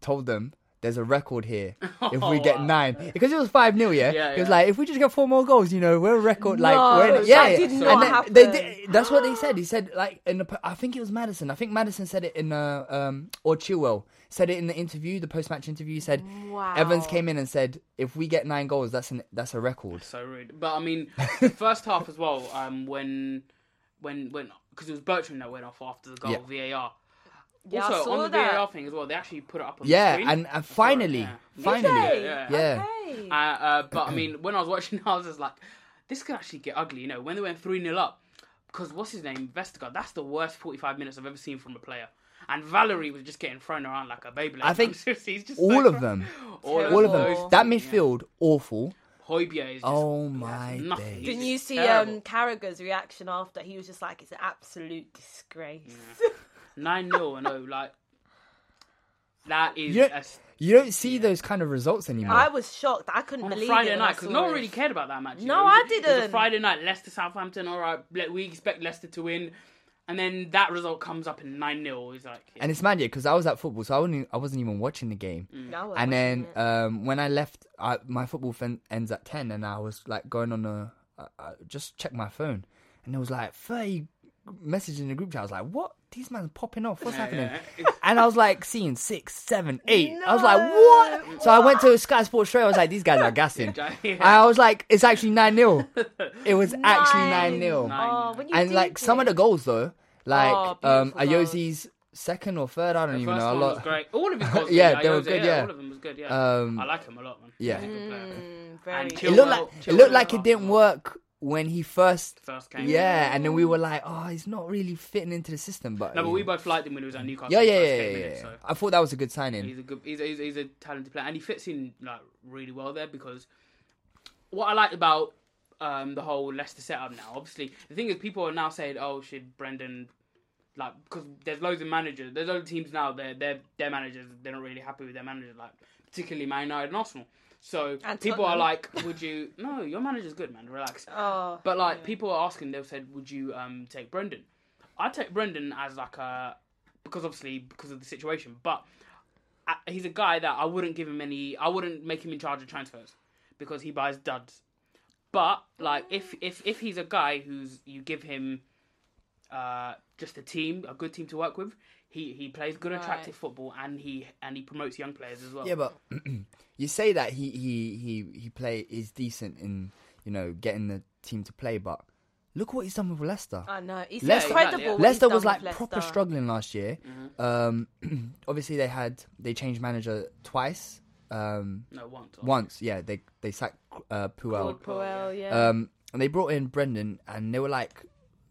S3: told them. There's a record here. If we get nine, because it was five 0 yeah?
S2: Yeah,
S3: It was
S2: yeah.
S3: like if we just get four more goals, you know, we're a record. Like,
S1: No,
S3: we're in-
S1: Oh, that
S3: yeah, yeah.
S1: did
S3: And
S1: not
S3: then
S1: happen.
S3: they did- that's what they said. He said like in the, I think it was Madison. I think Madison said it in uh, um or Chilwell said it in the interview, the post match interview. He said Evans
S1: Wow.
S3: came in and said, "If we get nine goals, that's an that's a record."
S2: so rude. But I mean, the first half as well. Um, when when when because it was Bertrand that went off after the goal VAR.
S1: Yeah, I
S2: also
S1: saw
S2: on the
S1: that.
S2: VAR thing as well, they actually put it up on
S3: Yeah,
S2: the screen.
S3: and,
S2: I
S3: and
S2: saw it,
S3: finally,
S2: yeah.
S3: finally,
S1: Did they?
S2: Yeah.
S3: yeah.
S1: Okay.
S2: Uh, uh, but I mean, when I was watching, I was just like, this could actually get ugly. You know, when they went 3 0 up, because what's his name? Vestergaard, that's the worst 45 minutes I've ever seen from a player. And Valerie was just getting thrown around like a baby.
S3: I think
S2: He's just
S3: all
S2: so-
S3: of them,
S2: All
S3: all of them.
S2: those-
S3: That midfield, awful.
S2: Hoybier is just.
S3: Oh my
S2: nothing.
S3: days.
S2: He's
S1: Didn't you
S2: just
S1: see
S2: terrible.
S1: um, Carragher's reaction after? He was just like, "It's an absolute disgrace."
S2: 9 0, I know, oh, like. That is.
S3: You
S2: a
S3: don't,
S2: s-
S3: you don't see those kind of results anymore.
S1: I was shocked. I couldn't
S2: Mm. on a
S1: believe
S2: Friday
S1: it. when I
S2: night, because
S1: saw
S2: no one
S1: it.
S2: really cared about that match. you
S1: No,
S2: know. It was-
S1: I
S2: It was a
S1: didn't.
S2: Friday night, Leicester Southampton, alright, we expect Leicester to win. And then that result comes up in 9 0. He's like, yeah.
S3: and it's mad, yeah, because I was at football, so I wasn't, I wasn't even watching the game.
S2: Mm.
S1: No, I wasn't
S3: and then
S1: watching it.
S3: um, when I left, I, my football fin- ends at 10, and I was like going on a. I, I just checked my phone, and there was like 30 messages in the group chat. I was like, what? These man's popping off. What's happening? And I was like seeing six, seven, eight. I was like, what? So I went to Sky Sports Trail. I was like, these guys are gassing.
S2: Yeah.
S3: I was like, it's actually 9 0. It was actually 9
S1: Nine.
S3: 0
S1: Oh, when you
S3: and like
S1: did
S3: some of
S1: it.
S3: the goals though, like
S1: Oh,
S3: um
S1: beautiful goals.
S3: Ayosi's second or third, I don't even
S2: First
S3: know. A
S2: one
S3: lot.
S2: was great. All of his goals.
S3: Yeah,
S2: were
S3: they were
S2: Jose,
S3: good, yeah.
S2: all of them was good. Yeah,
S3: Um,
S2: I like him a lot, man.
S3: yeah.
S2: He's a good player.
S1: Mm, Very.
S2: And
S3: It
S2: Chilwell-
S3: looked like it
S2: Chilwell
S3: looked like it
S2: after
S3: didn't
S2: that
S3: work when he first.
S2: First came.
S3: Yeah, and then we
S1: Mm.
S3: were like, oh, he's not really fitting into the system, but
S2: No, but we both liked him when he was at Newcastle.
S3: yeah, yeah,
S2: first
S3: yeah, yeah.
S2: came in
S3: yeah.
S2: it, so.
S3: I thought that was a good signing.
S2: He's a good. He's a, he's, a, he's a talented player, and he fits in like really well there because what I like about um, the whole Leicester setup now, obviously, the thing is, people are now saying, "Oh, should Brendan like because there's loads of managers, there's loads of teams now. Their their their managers, they're not really happy with their managers, like particularly Man United and Arsenal. So
S1: And
S2: people are
S1: Tottenham.
S2: like, "Would you? No, your manager's good, man. Relax."
S1: Oh,
S2: But like people are asking, they've said, "Would you um take Brendan?" I take Brendan as like a because obviously because of the situation, but I, he's a guy that I wouldn't give him any. I wouldn't make him in charge of transfers because he buys duds. But like if if if he's a guy who's you give him uh just a team, a good team to work with. He, he plays good, attractive football, and he and he promotes young players as well.
S3: Yeah, but you say that he he he he play is decent in you know getting the team to play, but look what he's done with Leicester.
S1: I know. It's
S3: Leicester-
S1: incredible.
S2: Yeah.
S1: what he's
S3: Leicester
S1: done
S3: was like
S1: with Leicester. Mm-hmm.
S3: proper struggling last year. Um, obviously, they had they changed manager twice. Um,
S2: no, once. or-
S3: once, yeah, they they sacked uh, Puel.
S1: Well, yeah.
S3: Um, and they brought in Brendan, and they were like,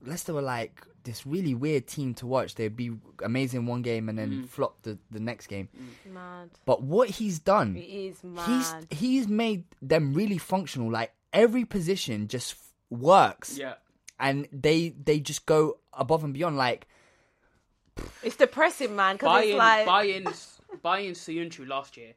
S3: Leicester were like this really weird team to watch. They'd be amazing one game and then
S1: Mm.
S3: flop the, the next game.
S1: Mad.
S3: But what he's done,
S1: It Mm. is
S3: Uh, he's
S1: mad.
S3: he's made them really functional. Like every position just f- works,
S2: Yeah.
S3: and they they just go above and beyond. Like
S1: It's depressing, man. Because
S2: buying
S1: it's like
S2: buying buying Suyunchu last year,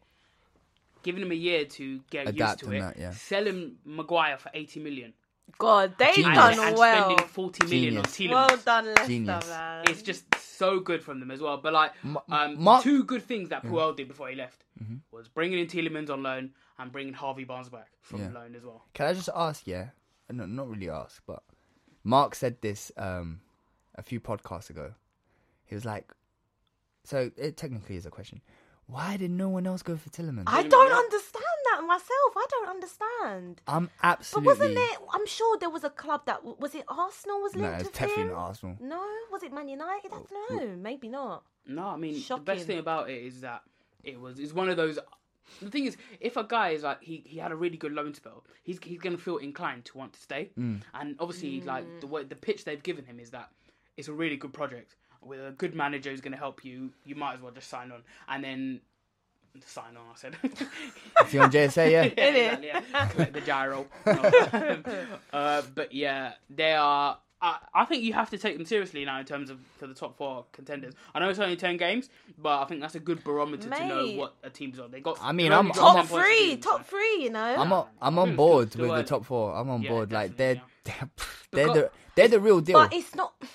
S2: giving him a year to get
S3: Adapt
S2: used
S3: and
S2: to it.
S3: that, yeah.
S2: Selling Maguire for eighty million
S1: God, they've
S3: Genius.
S1: done
S2: and
S1: well.
S2: spending forty million
S3: Genius.
S2: on
S1: Well
S2: Tielemans.
S1: done, Leicester,
S3: Genius.
S1: man.
S2: It's just so good from them as well. But like, um,
S3: Mark-
S2: two good things that Puel did before he left was bringing in Tielemans on loan and bringing Harvey Barnes back from
S3: Yeah.
S2: loan as well.
S3: Can I just ask? Yeah, Uh, no, not really ask, but Mark said this um, a few podcasts ago. He was like, "So it technically is a question. Why did no one else go for Tillerman?
S1: I don't understand that myself. I don't understand.
S3: am
S1: But
S3: absolutely.
S1: wasn't it? I'm sure there was a club that was it. Arsenal was
S3: No,
S1: linked
S3: it's
S1: with
S3: definitely
S1: him?
S3: not Arsenal.
S1: No, was it Man United? I don't know. Maybe not.
S2: No, I mean the
S1: Shocking.
S2: best thing about it is that it was it's one of those. The thing is, if a guy is like he, he had a really good loan spell, he's he's gonna feel inclined to want to stay. And obviously, like the way, the pitch they've given him is that it's a really good project with a good manager who's gonna help you. You might as well just sign on, and then sign on. I said.
S3: If you're on JSA, yeah.
S2: Yeah, exactly, yeah. Collect the gyro. No. uh, but yeah, they are. I, I think you have to take them seriously now in terms of for the top four contenders. I know it's only ten games, but I think that's a good barometer to know
S1: Mate.
S2: what a team's on. They got.
S3: I mean,
S2: they've
S3: I'm-
S2: only got
S3: I'm
S2: one
S1: Top
S3: on-
S2: point to
S1: three,
S2: do,
S1: top
S2: so-
S1: three. You know.
S3: I'm on, I'm
S2: Still-
S3: on board
S2: still
S3: with the
S2: early.
S3: top four. I'm on
S2: Yeah,
S3: board. Like they're
S2: definitely,
S3: they're they're the they're the real deal.
S1: But it's not.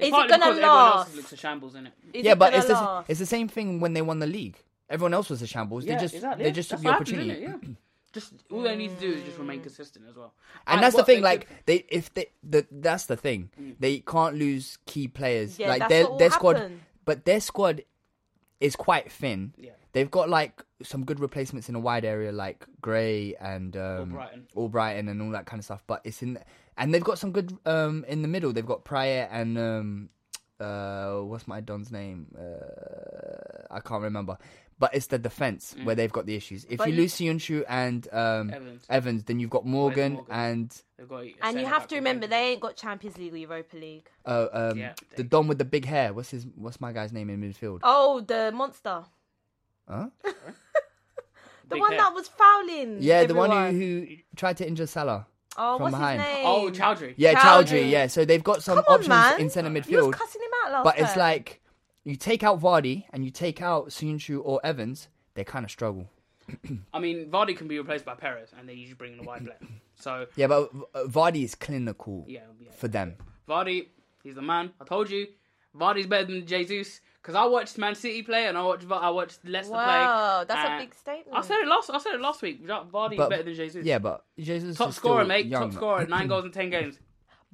S1: Is
S2: Partly
S1: it gonna
S2: because everyone else
S1: last?
S2: looks a shambles in it.
S1: Is
S3: yeah,
S1: it
S3: but
S1: gonna
S3: it's the, s-
S1: last?
S3: it's the same thing when they won the league. Everyone else was a shambles. they just they just took the opportunity.
S2: yeah. Just all they need to do is just remain consistent as well.
S3: and that's the
S2: what
S3: thing.
S2: they
S3: Like
S2: could-
S3: they, if they, the, that's the thing. They can't lose key players.
S1: Mm. Yeah,
S3: like
S1: that's
S3: their
S1: what will
S3: their squad,
S1: happen.
S3: but their squad is quite thin.
S2: Yeah.
S3: They've got like some good replacements in a wide area, like Gray and um,
S2: Albrighton.
S3: Albrighton and all that kind of stuff. But it's in, and they've got some good um in the middle. They've got Pryor and um, uh, what's my Don's name? Uh, I can't remember. But it's the defense where they've got the issues. If you
S1: Mm. you-
S3: lose Siunshu and um,
S2: Evans.
S3: Evans, then you've got Morgan,
S2: Morgan?
S3: and
S2: They've got a
S1: And you
S2: centre-back
S1: have to
S2: with
S1: remember
S2: Benjamin.
S1: they ain't got Champions League or Europa League.
S3: uh, um,
S2: Yeah,
S3: the
S2: they-
S3: Don with the big hair. What's his? What's my guy's name in midfield?
S1: Oh, the monster,
S3: Huh?
S1: the
S2: Big
S1: one
S2: hair.
S1: that was fouling.
S3: Yeah, the
S1: everyone.
S3: one who, who tried to injure Salah.
S1: Oh,
S3: from
S1: what's
S3: behind.
S1: his name?
S2: Oh, Chowdhury.
S3: Yeah,
S1: Chowdhury.
S3: Chowdhury. Yeah, so they've got some
S1: Come on,
S3: options
S1: man.
S3: in centre
S1: You was
S3: midfield,
S1: cussing him out last
S3: but it's
S1: time.
S3: like you take out Vardy and you take out Sunchu or Evans, they kind of struggle.
S2: I mean, Vardy can be replaced by Perez, and they usually bring in a wide player. So
S3: Yeah, but uh, Vardy is clinical
S2: Yeah, yeah.
S3: for them.
S2: Vardy, he's the man. I told you, Vardy's better than Jesus. Because I watched Man City play and I watched Va- I watched Leicester play.
S1: Wow, that's a
S2: and
S1: big statement.
S2: I said it last. I said it last week. Ja- Vardy's
S3: But
S2: better than Jesus.
S3: yeah, but Jesus
S2: top
S3: is
S2: scorer,
S3: still
S2: mate.
S3: young.
S2: Top scorer, nine goals in ten games.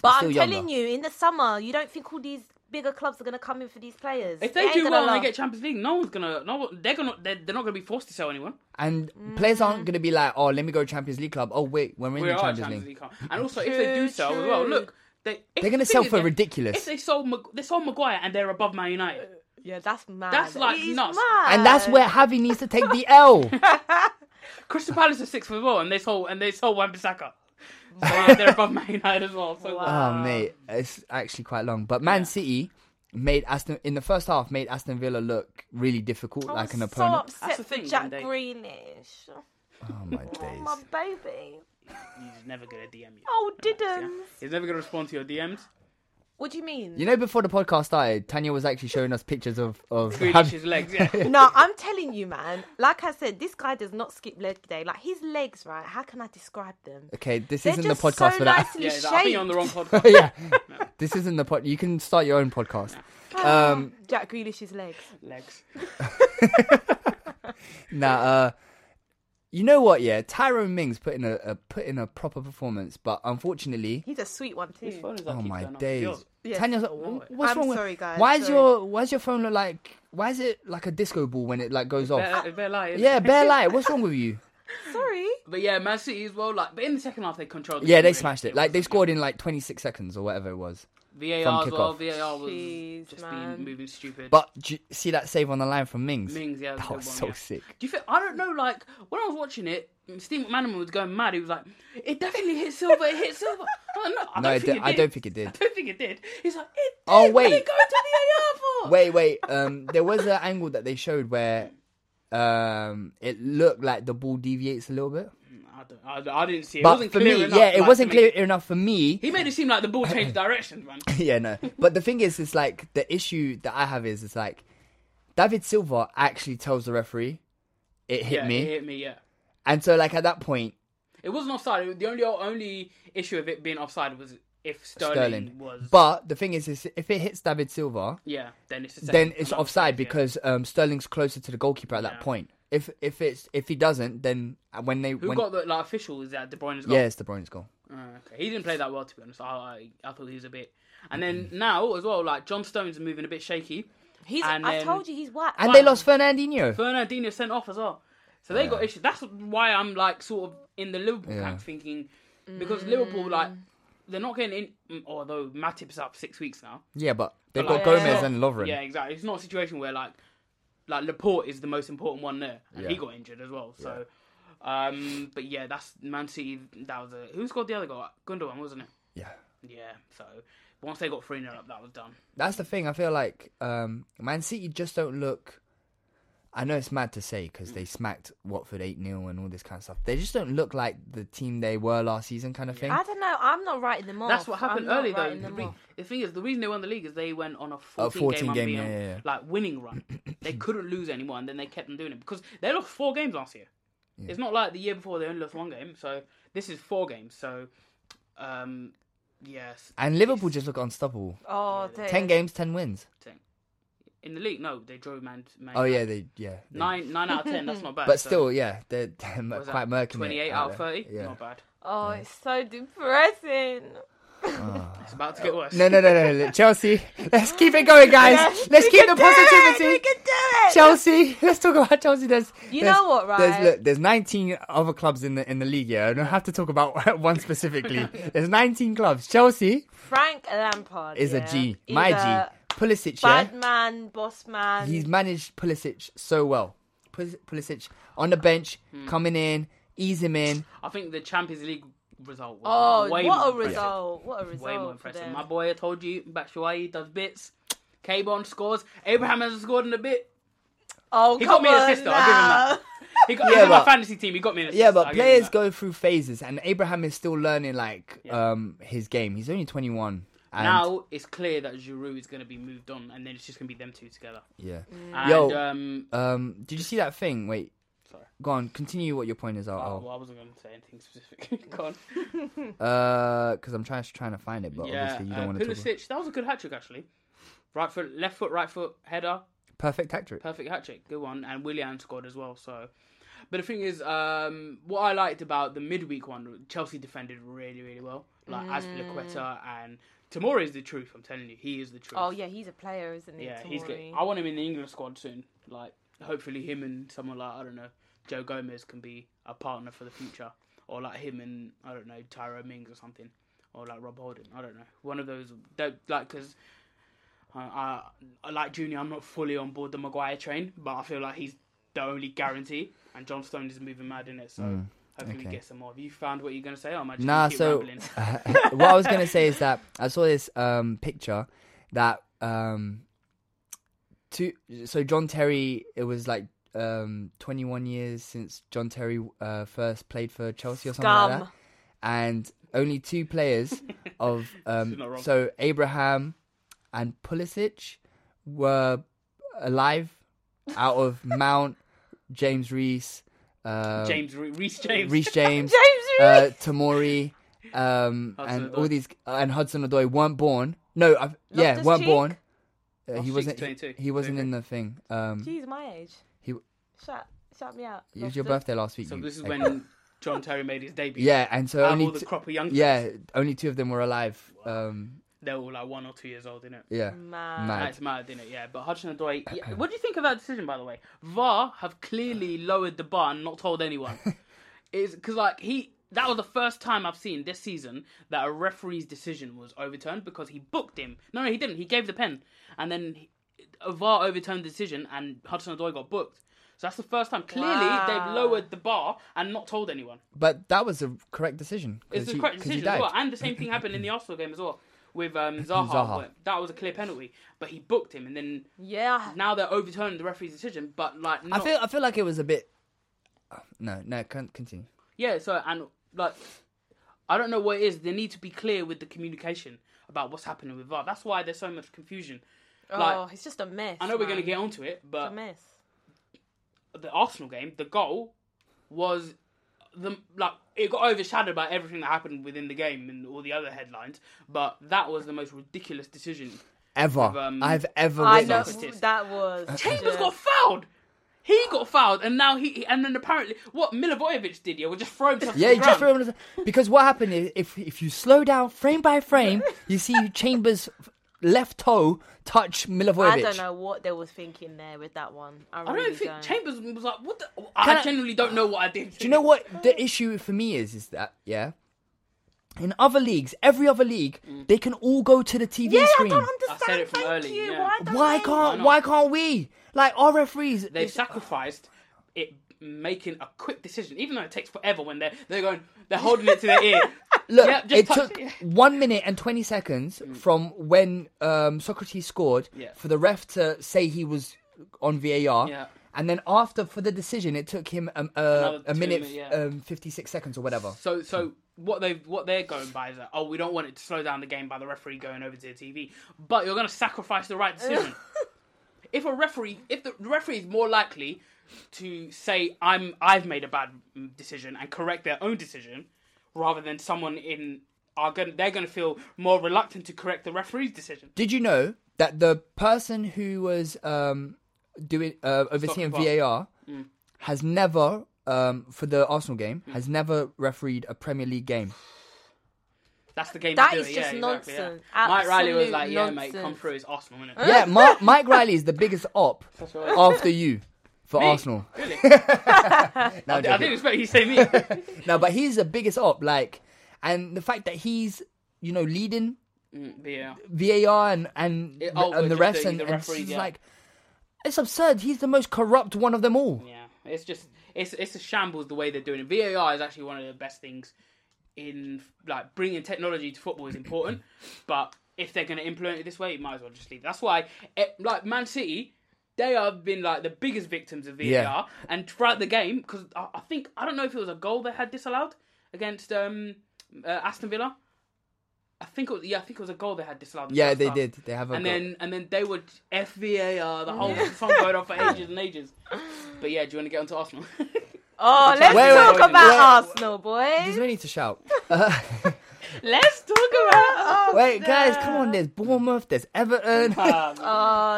S1: But
S3: still
S1: I'm
S3: younger.
S1: telling you, in the summer, you don't think all these bigger clubs are going to come in for these players.
S2: If they
S1: ain't
S2: do
S1: gonna
S2: well and
S1: last.
S2: they get Champions League, no one's gonna. No, one- they're gonna. They're, they're not gonna be forced to sell anyone.
S3: And players aren't going to be like, oh, let me go Champions League club. Oh, wait, when we're in
S2: We
S3: the
S2: are
S3: Champions,
S2: Champions
S3: League.
S2: League. club. And also, if they do
S1: True,
S2: sell as well,
S1: true.
S2: look, they if-
S3: They're gonna
S2: the thing
S3: sell
S2: is,
S3: for
S2: if-
S3: ridiculous.
S2: If they sold, Mag- they sold Maguire and they're above Man United.
S1: yeah, that's mad.
S2: That's like
S1: It is
S2: nuts.
S1: mad.
S3: And that's where Javi needs to take the L.
S2: Crystal Palace are sixth as well, and they sold and they sold Wan Bissaka. So they're above Man United as well. So
S3: Oh mate, it's actually quite long. But Man City made Aston in the first half made Aston Villa look really difficult,
S1: I'm
S3: like an
S1: so
S3: opponent.
S1: upset
S2: That's the
S1: for
S2: thing,
S1: Jack
S2: they-
S1: Greenish.
S3: Oh my days!
S1: My baby.
S2: um, he's never gonna DM you.
S1: Oh,
S2: Yeah?
S1: didn't.
S2: He's never gonna respond to your DMs.
S1: What do you mean?
S3: You know, before the podcast started, Tanya was actually showing us pictures of of
S2: Grealish's legs. Yeah.
S1: no, I'm telling you, man. Like I said, this guy does not skip leg day. Like his legs, right? How can I describe them?
S3: Okay, this
S1: They're
S3: isn't the
S1: just
S3: podcast
S1: so
S3: for that. Oh,
S1: nicely
S2: yeah, he's like, I think you're on the
S1: shaped.
S2: wrong podcast.
S3: yeah, this isn't the pod. You can start your own podcast. Um,
S1: Jack Grealish's legs.
S2: legs.
S3: Now, uh, you know what? Yeah, Tyrone Mings put in a, a put in a proper performance, but unfortunately,
S1: He's a sweet one too.
S2: Phone is like
S3: oh
S2: keep
S3: my
S2: going off.
S3: days.
S2: Yours. oh
S1: Yes.
S3: Tanya's like, "Wh- what's
S1: I'm
S3: wrong with?
S1: sorry, guys,
S3: why is
S1: sorry.
S3: your why's your phone look like? Why is it like a disco ball when it like goes off?
S2: Bear, bear lie, isn't
S3: Oh. yeah,
S2: it?
S3: bare light. What's wrong with you?
S1: Sorry.
S2: But yeah, Man City as well. Like, but in the second half they controlled. the
S3: Yeah,
S2: game,
S3: they
S2: really.
S3: smashed it.
S2: was-
S3: Like they scored in like 26 seconds or whatever it was.
S2: VAR
S3: from
S2: as well.
S3: kickoff.
S2: VAR was
S1: Jeez,
S2: just
S1: man.
S2: being moving stupid.
S3: But do you see that save on the line from Mings?
S2: Mings, yeah,
S3: that
S2: good
S3: was
S2: one,
S3: so
S2: yeah.
S3: sick.
S2: Do you think I don't know? Like when I was watching it, Steve McManaman was going mad. He was like, "It definitely hit silver. It hit silver." Oh, no, I
S3: No,
S2: don't
S3: it
S2: think
S3: di-
S2: it
S3: I
S2: did.
S3: don't think it did.
S2: I don't think it did. He's like, "It did.
S3: Oh,
S2: What are you
S3: wait.
S2: going to the AR for?"
S3: Wait, wait. Um, there was an angle that they showed where um it looked like the ball deviates a little bit.
S2: I, don't, I, I didn't see it. it
S3: But
S2: wasn't
S3: for
S2: clear
S3: me,
S2: enough,
S3: yeah, it
S2: like,
S3: wasn't
S2: to make-
S3: clear enough for me.
S2: He made it seem like the ball changed directions, man.
S3: yeah, no. But the thing is, it's like the issue that I have is, it's like David Silva actually tells the referee it hit
S2: yeah,
S3: me,
S2: It hit me. Yeah.
S3: and so like at that point,
S2: It wasn't offside. The only only issue of it being offside was if Sterling,
S3: Sterling.
S2: was.
S3: But the thing is, is if it hits David Silva,
S2: yeah, then it's a
S3: then
S2: second-
S3: it's
S2: another
S3: offside
S2: second, yeah.
S3: because um, Sterling's closer to the goalkeeper at that
S2: Yeah.
S3: point. If if it's if he doesn't, then when they
S2: who
S3: when
S2: got the like official is that De Bruyne's got.
S3: yeah, it's De Bruyne's goal.
S2: Uh, okay. He didn't play that well, to be honest. I, I, I thought he was a bit. And then
S3: Mm.
S2: now as well, like John Stones moving a bit shaky.
S1: He's.
S2: And
S1: I
S2: then-
S1: told you he's white.
S3: And they lost Fernandinho.
S2: Fernandinho sent off as well, so they got issues. That's why I'm like sort of in the Liverpool
S3: Yeah.
S2: camp thinking because Liverpool like they're not getting in. mm, Although Matip's up six weeks now.
S3: yeah, but they've
S2: But,
S3: got
S2: like,
S3: Gomez
S2: it's not-
S3: and Lovren.
S2: Yeah, exactly. It's not a situation where like like Laporte is the most important one there, and he
S3: Yeah.
S2: got injured as well. So, um, but yeah, that's Man City. That was a who scored the other goal? Gundogan, wasn't it?
S3: yeah.
S2: Yeah. So once they got three 0 up, that was done.
S3: That's the thing. I feel like um, Man City just don't look. I know it's mad to say because they smacked Watford 8 0 and all this kind of stuff. They just don't look like the team they were last season, kind of thing.
S1: I don't know. I'm not writing them off.
S2: That's what happened
S1: I'm not
S2: early though.
S1: writing
S2: The,
S1: them
S2: re-
S1: off.
S2: the thing is, the reason they won the league is they went on a 14,
S3: A 14
S2: game,
S3: game,
S2: unbeaten,
S3: yeah, yeah, yeah.
S2: like winning run. they couldn't lose anyone, and then they kept on doing it because they lost four games last year. It's not like the year before they only lost one game. So this is four games. So, um, yes,
S3: And Liverpool just look unstoppable.
S1: Oh, they-
S3: 10 games, 10 wins.
S2: in the league, no, they drove Man. Man
S3: Oh, yeah,
S2: United.
S3: they, yeah. they-
S2: nine nine out of ten. That's not bad.
S3: But
S2: so-
S3: still, yeah, they're, they're
S2: what was that,
S3: quite murky. mate,
S2: Twenty-eight
S3: out
S2: out of
S3: there.
S2: thirty.
S3: Yeah.
S2: Not bad.
S1: Oh, it's so depressing.
S2: It's about to get worse.
S3: Uh, No, no, no, no, no. Chelsea, let's keep it going, guys. let's
S1: We
S3: keep the
S1: can do it! We
S3: positivity.
S1: can do it.
S3: Chelsea, let's talk about Chelsea. There's,
S1: You
S3: there's-
S1: know what,
S3: There's
S1: right?
S3: look, there's 19 other clubs in the in the league. Yeah, I don't have to talk about one specifically. there's 19 clubs. Chelsea
S1: Frank Lampard
S3: is
S1: yeah,
S3: a G,
S1: is
S3: my
S1: a
S3: G. Pulisic, yeah,
S1: Bad man, boss man.
S3: he's managed Pulisic so well. Pul- Pulisic on the bench,
S1: Hmm.
S3: coming in, ease him in.
S2: I think the Champions League result.
S1: oh,
S2: Was way
S1: what
S2: more
S1: a
S2: impressive.
S1: result! What a result!
S2: Way more
S1: for
S2: impressive.
S1: them.
S2: My boy, I told you, Batshuayi does bits. K-Bon scores. Abraham hasn't scored in a bit.
S1: Oh,
S2: He
S1: come
S2: got me an
S1: on
S2: assist, though.
S1: now.
S2: I'll give him that. He got,
S3: Yeah,
S2: he's on my
S3: but-
S2: fantasy team. He got me an assist.
S3: Yeah,
S2: I'll
S3: but
S2: give him
S3: players
S2: that.
S3: go through phases, and Abraham is still learning like um his game. He's only 21. And,
S2: Now it's clear that Giroud is going to be moved on, and then it's just going to be them two together.
S3: yeah.
S2: And,
S3: Yo.
S2: um,
S3: Um, did you see that thing? Wait,
S2: Sorry.
S3: go on. Continue what your point is.
S2: oh, well,
S3: I'll
S2: I wasn't going to say anything specific. go on.
S3: because uh, I'm trying trying to find it, but
S2: Yeah,
S3: obviously you don't
S2: uh,
S3: want to talk. About...
S2: Pulisic. That was a good hat trick actually. Right foot, left foot, right foot, header,
S3: Perfect tactic.
S2: perfect hat trick. Good one. And Willian scored as well. So, but the thing is, um, what I liked about the midweek one, Chelsea defended really, really well. Like Azpilicueta and Tamori is the truth. I'm telling you, he is the truth.
S1: Mm. Oh yeah, he's a player, isn't he?
S2: Yeah, he's good.
S1: Tomori?
S2: I want him in the England squad soon. Like, hopefully, him and someone like I don't know, Joe Gomez can be a partner for the future, or like him and I don't know, Tyro Mings or something, or like Rob Holding. I don't know. One of those. Don't like because. I, I like Junior. I'm not fully on board the Maguire train, but I feel like he's the only guarantee. And John Stone is moving mad in it, so hopefully we
S3: Mm, okay.
S2: get some more. Have you found what you're gonna say? Oh, am I just
S3: Nah,
S2: gonna keep
S3: so um,
S2: rambling?
S3: what I was gonna say is that I saw this um, picture that um, two. So John Terry, it was like um, 21 years since John Terry uh, first played for Chelsea or something like
S1: Scum.
S3: that. and only two players of
S2: not
S3: um,
S2: wrong.
S3: so Abraham and Pulisic were alive out of Mount James Reese, uh,
S2: James Re- Reese James.
S3: Reese James,
S1: James
S3: uh, Tamori, um, and
S2: Hudson-Odoi.
S3: all these and Hudson Odoi weren't born. No, I, yeah,
S1: his
S3: weren't
S1: cheek?
S3: born. Uh, he
S2: cheek's
S3: wasn't. He,
S2: 22,
S3: he wasn't in the thing. Um,
S1: Jeez, my age.
S3: he it
S1: Shout, shout me out.
S3: was your
S1: Loftus.
S3: birthday last week.
S2: So
S3: you
S2: this is
S3: egg.
S2: when John Terry made his debut.
S3: Yeah, and so
S2: Out of
S3: only
S2: all the
S3: t-
S2: crop of young
S3: yeah, only two of them were alive. Um,
S2: They were all like one or two years old, innit?
S3: yeah, Uh-uh.
S1: Man.
S3: mad.
S2: That's mad, innit? Yeah. But Hudson Odoi. Yeah. What do you think of that decision, by the way? VAR have clearly
S3: Uh.
S2: lowered the bar and not told anyone. Is because like he. That was the first time I've seen this season that a referee's decision was overturned because he booked him. No, no, he didn't. He gave the pen, and then he, a VAR overturned the decision, and Hudson Odoi got booked. So that's the first time. Clearly, they've lowered the bar and not told anyone.
S3: But that was a correct decision. 'cause
S2: It's the
S3: he-
S2: correct
S3: 'cause he
S2: decision as well.
S3: dived.
S2: And the same thing happened in the Arsenal game as well with um, Zaha.
S3: Zaha.
S2: where That was a clear penalty, but he booked him, and then
S1: Yeah.
S2: now they're overturning the referee's decision. But like,
S3: I
S2: not,
S3: feel I feel like it was a bit. uh, No, no, con- continue.
S2: yeah. So and like, I don't know what it is. They need to be clear with the communication about what's happening with VAR. That's why there's so much confusion. Like,
S1: oh, it's just a mess.
S2: I know we're
S1: man.
S2: gonna get onto it,
S1: It's
S2: but
S1: a mess.
S2: the Arsenal game, the goal was the like it got overshadowed by everything that happened within the game and all the other headlines. But that was the most ridiculous decision
S3: Ever
S2: um,
S3: I've ever
S1: I know
S3: witnessed.
S2: Socrates.
S1: that was.
S2: Chambers got fouled. He got fouled, and now he and then apparently what Milivojevic did, yeah, was just throw himself.
S3: Yeah,
S2: to
S3: you
S2: the
S3: just
S2: ground.
S3: remember because what happened is if if you slow down frame by frame, you see Chambers' left toe touch Milivojevic.
S1: I don't know what they was thinking there with that one. I,
S2: I
S1: really
S2: don't think Chambers was like, "What? The? I
S3: Can I-
S2: genuinely don't know what I did."
S3: Do you know what the issue for me is? Is that yeah? In other leagues, every other league,
S2: Mm.
S3: they can all go to the TV
S1: Yeah, I
S3: screen.
S1: don't understand.
S2: I said it from
S1: Thank
S2: early,
S1: you.
S2: yeah.
S1: Why, don't
S3: Why
S1: they?
S3: can't
S2: not?
S3: why can't we? Like our referees,
S2: They've
S3: it's-
S2: sacrificed it, making a quick decision, even though it takes forever. When they're they're going, they're holding it to their ear.
S3: Look,
S2: Yep, just
S3: it
S2: touch
S3: took
S2: it. Mm.
S3: one minute and twenty seconds from when um, Socrates scored
S2: Yeah.
S3: for the ref to say he was on VAR,
S2: Yeah.
S3: and then after for the decision, it took him um, uh,
S2: Another
S3: a
S2: two
S3: minute,
S2: minute, yeah.
S3: um, fifty six seconds or whatever.
S2: So so what they what they're going by is that oh we don't want it to slow down the game by the referee going over to the TV, but you're going to sacrifice the right decision. if a referee if the referee is more likely to say I'm I've made a bad mm, decision and correct their own decision rather than someone in are going they're going to feel more reluctant to correct the referee's decision.
S3: Did you know that the person who was um, doing uh, overseeing
S2: Soccer
S3: VAR
S2: Mm.
S3: has never, um, for the Arsenal game, has never refereed a Premier League game?
S2: That's the game.
S1: That
S2: to do
S1: is
S2: it,
S1: just
S2: yeah, exactly, yeah.
S1: nonsense.
S2: Mike Riley was
S1: Absolute
S2: like, yeah, mate, come
S1: nonsense.
S2: through. It's Arsenal, innit?
S3: Yeah, Mark, Mike Riley is the biggest op after you for
S2: Me?
S3: Arsenal.
S2: Really?
S3: No, I'm
S2: I
S3: joking.
S2: didn't expect you to say me.
S3: no, but he's the biggest op. Like, and the fact that he's you know leading
S2: But yeah.
S3: VAR and and
S2: It-
S3: the-
S2: oh,
S3: and the
S2: just
S3: refs
S2: the-
S3: and,
S2: the
S3: and
S2: referees,
S3: it's
S2: yeah.
S3: like it's absurd. He's the most corrupt one of them all.
S2: Yeah, it's just it's it's a shambles the way they're doing it. VAR is actually one of the best things in like bringing technology to football is important, but if they're going to implement it this way, you might as well just leave. That's why it, like Man City. They have been like the biggest victims of VAR,
S3: Yeah.
S2: and throughout the game, because I, I think I don't know if it was a goal they had disallowed against um, uh, Aston Villa. I think it was, yeah, I think it was a goal they had disallowed. in the
S3: Yeah,
S2: first
S3: they
S2: half.
S3: did. They have a
S2: and
S3: goal.
S2: then and then they would FVAR the whole song going on for ages and ages. But yeah, do you want to get onto Arsenal?
S1: Oh, let's
S3: Wait, wait,
S1: talk
S3: wait, wait.
S1: about
S3: Wait.
S1: Arsenal,
S3: There's
S1: boys.
S3: no need to shout.
S2: Let's talk about.
S3: Wait, guys, come on. There's Bournemouth. There's Everton.
S2: Come on.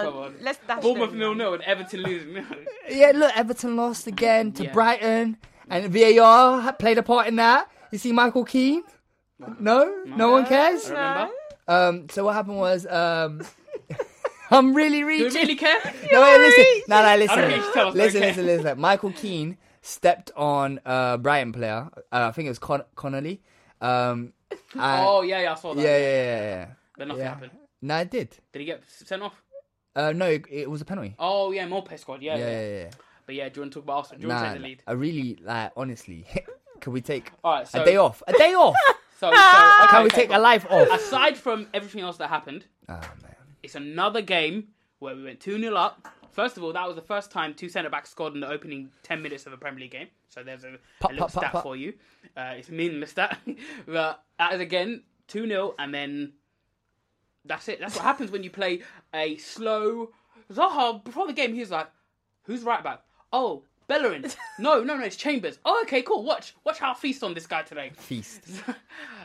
S1: Oh, Let's dash
S2: Oh, Bournemouth
S1: them,
S2: nil
S1: man.
S2: nil and Everton losing. No.
S3: yeah, look, Everton lost again to
S2: Yeah.
S3: Brighton, and VAR ha- played a part in that. You see, Michael Keane. No, no one cares.
S2: Remember?
S3: Um, so what happened was, um, I'm really
S2: Do we
S3: reaching.
S2: really care?
S3: No, wait, listen. No, no,
S2: I
S3: listen.
S2: don't need to tell us,
S3: Listen,
S2: okay.
S3: listen, listen. Michael Keane stepped on uh, Brighton player. Uh, I think it was Con- Connolly. Um, and-
S2: Oh yeah, yeah, I saw that.
S3: yeah, yeah, yeah, yeah.
S2: But nothing
S3: yeah.
S2: happened.
S3: No, it did.
S2: Did he get sent off?
S3: Uh, no, it, it was a penalty.
S2: Oh yeah, more pay squad. Yeah,
S3: yeah,
S2: yeah,
S3: yeah, yeah.
S2: But yeah, do you want to talk about Arsenal? Do you want to
S3: Nah,
S2: take the lead?
S3: I really like. Honestly, could we take
S2: Alright, so-
S3: a day off? A day off?
S2: So, so okay,
S3: Can we
S2: okay,
S3: take a
S2: cool.
S3: life off? Ah,
S2: Aside from everything else that happened, it's another game where we went two 0 up, First of all, that was the first time two centre backs scored in the opening 10 minutes of a Premier League game. So there's a,
S3: Pop,
S2: a little
S3: pop, pop,
S2: stat
S3: pop.
S2: for you. Uh, it's a meaningless stat. but that is again 2 0, and then that's it. That's what happens when you play a slow. Zaha, before the game, he was like, Who's right back? Oh, Bellerin. No, no, no, it's Chambers. Oh, okay, cool. Watch, watch how I feast on this guy today.
S3: Feast.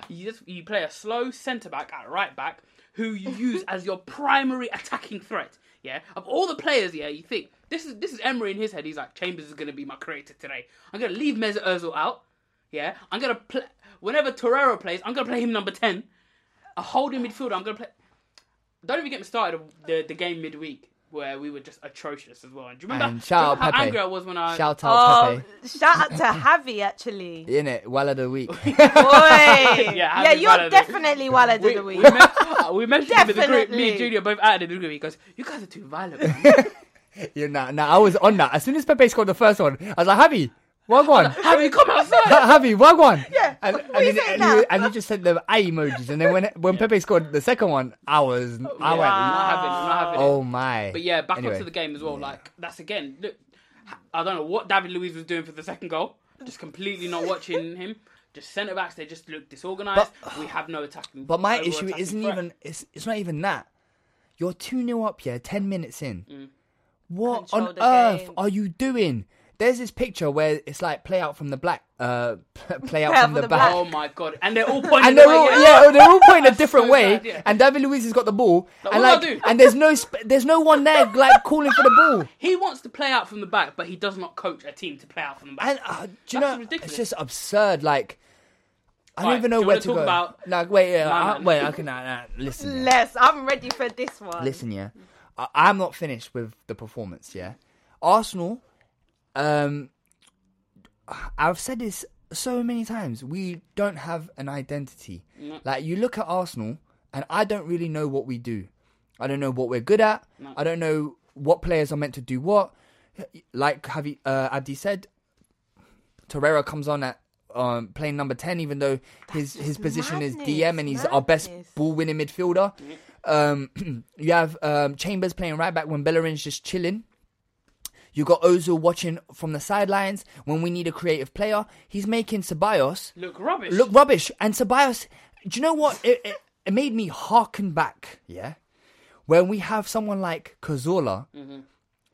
S2: You just you play a slow centre back at right back who you use as your primary attacking threat. Yeah, of all the players, yeah, you think this is this is Emery in his head. He's like Chambers is going to be my creator today. I'm going to leave Mesut Ozil out. Yeah, I'm going to play whenever Torreira plays. I'm going to play him number ten, a holding midfielder. I'm going to play. Don't even get me started on the the game midweek where we were just atrocious as well. And do you remember,
S3: And shout
S2: do you remember
S3: out
S2: how
S3: Pepe.
S2: angry I was when I
S3: Shout out
S1: Oh,
S3: Pepe.
S1: shout out to Javi actually.
S3: In it, well of the week.
S1: Boy, yeah,
S2: Javi's one
S1: you're
S2: of the-
S1: definitely Waller of
S2: we,
S1: the
S2: we,
S1: week.
S2: met, we mentioned him in the group. Me
S1: Definitely.
S2: and Junior both added in the group. He goes, "You guys are too violent." man."
S3: yeah, nah, nah, I was on that. As soon as Pepe scored the first one, I was like, Javi, Wagwan.
S2: Have you come outside?
S3: Javi, Wagwan.
S1: Yeah,
S3: And,
S1: what
S3: and,
S1: are you
S3: then-
S1: saying
S3: and, you,
S1: now?
S3: and you just sent the eye emojis. And then when when Pepe scored the second one, I was, I went,
S2: Not having, it, not having it.
S3: oh my.
S2: But yeah, back
S3: Anyway.
S2: onto the game as well. Like that's again. Look, I don't know what David Luiz was doing for the second goal. Just completely not watching him. Just centre backs. They just look disorganised. We have no attacking.
S3: But my
S2: overall
S3: issue
S2: attacking
S3: isn't
S2: threat.
S3: even it's, it's not even that. You're 2 0 up here, 10 minutes in.
S2: Mm.
S3: What
S1: Control
S3: on
S1: the
S3: earth
S1: game.
S3: are you doing? There's this picture where it's like play out from the black, uh, p- play out
S1: out
S3: from the, back.
S2: Oh my god! And they're all pointing.
S3: And they're
S2: away,
S3: all,
S2: yeah.
S3: yeah, they're all pointing a
S2: That's
S3: different
S2: so
S3: way.
S2: bad, yeah.
S3: And David Luiz has got the ball, and
S2: what
S3: like,
S2: do I do?
S3: and there's no, sp- there's no one there like calling for the ball.
S2: He wants to play out from the back, but he does not coach a team to play out from the back.
S3: And uh, do you
S2: That's
S3: know,
S2: ridiculous.
S3: it's just absurd. Like, I don't
S2: Right,
S3: even know
S2: do you
S3: where
S2: wanna
S3: to
S2: talk
S3: go.
S2: about
S3: no, wait, yeah,
S2: my
S3: I,
S2: man?
S3: wait, I can, nah, nah, listen. yeah.
S1: Les, I'm ready for this one.
S3: Listen, yeah, I, I'm not finished with the performance. Yeah, Arsenal. Um, I've said this so many times. We don't have an identity. Like you look at Arsenal, and I don't really know what we do. I don't know what we're good at. I don't know what players are meant to do what. Like Javi, uh, Abdi said, Torreira comes on at um, playing number ten, even though his his position
S1: madness,
S3: is DM and he's our best
S1: madness.
S3: ball winning midfielder. Um, you have um, Chambers playing right back when Bellerin's just chilling. You got Ozil watching from the sidelines when we need a creative player. He's making Ceballos
S2: look rubbish.
S3: look rubbish. And Ceballos, do you know what? It, it, it made me harken back, yeah? When we have someone like Cazorla,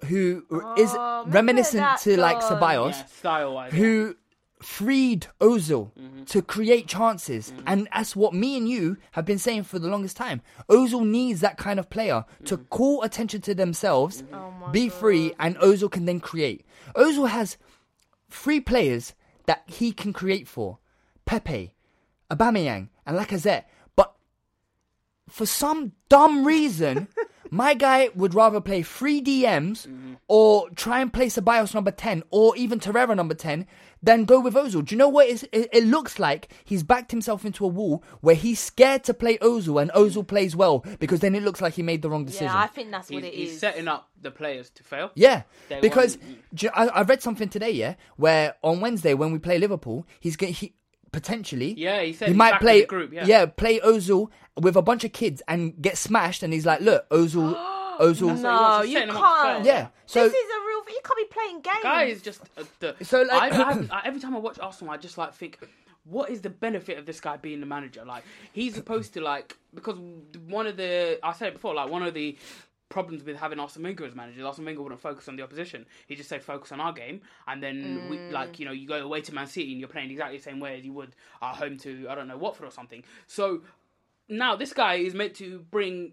S3: who is reminiscent
S1: that
S3: to like
S1: goal?
S3: Ceballos,
S2: yeah, style wise.
S3: who freed Ozil to create chances. And that's what me and you have been saying for the longest time. Ozil needs that kind of player to call attention to themselves, be free, and Ozil can then create. Ozil has three players that he can create for Pepe, Aubameyang, and Lacazette. But for some dumb reason, my guy would rather play three DMs
S1: Mm-hmm.
S3: or try and play Ceballos number 10 or even Torreira number 10 than go with Ozil. Do you know what it's, it, it looks like? He's backed himself into a wall where he's scared to play Ozil and Ozil plays well because then it looks like he made the wrong decision.
S1: Yeah, I think that's
S2: He's,
S1: what it is.
S2: he's setting up the players to fail.
S3: Yeah,
S2: They
S3: because
S2: want-
S3: do you- I, I read something today, yeah, where on Wednesday when we play Liverpool, he's going he potentially
S2: Yeah, he said
S3: he
S2: he's
S3: might
S2: back in
S3: play
S2: the group, yeah.
S3: play Ozil with a bunch of kids and get smashed, and he's like, look, Ozil, Ozil,
S2: he wants
S1: no,
S2: to
S1: you
S2: set them up to fail.
S1: can't.
S3: yeah. So
S1: this is a real. You can't be playing games.
S2: guy is just uh, the.
S3: So, like-
S2: I, I, I, every time I watch Arsenal, I just like think, what is the benefit of this guy being the manager? Like he's supposed to like because one of the I said it before, like one of the problems with having Arsene Wenger as manager, is Arsene Wenger wouldn't focus on the opposition. He just said focus on our game, and then we
S3: Mm.
S2: like you know you go away to Man City and you're playing exactly the same way as you would at home to I don't know Watford or something. So now this guy is meant to bring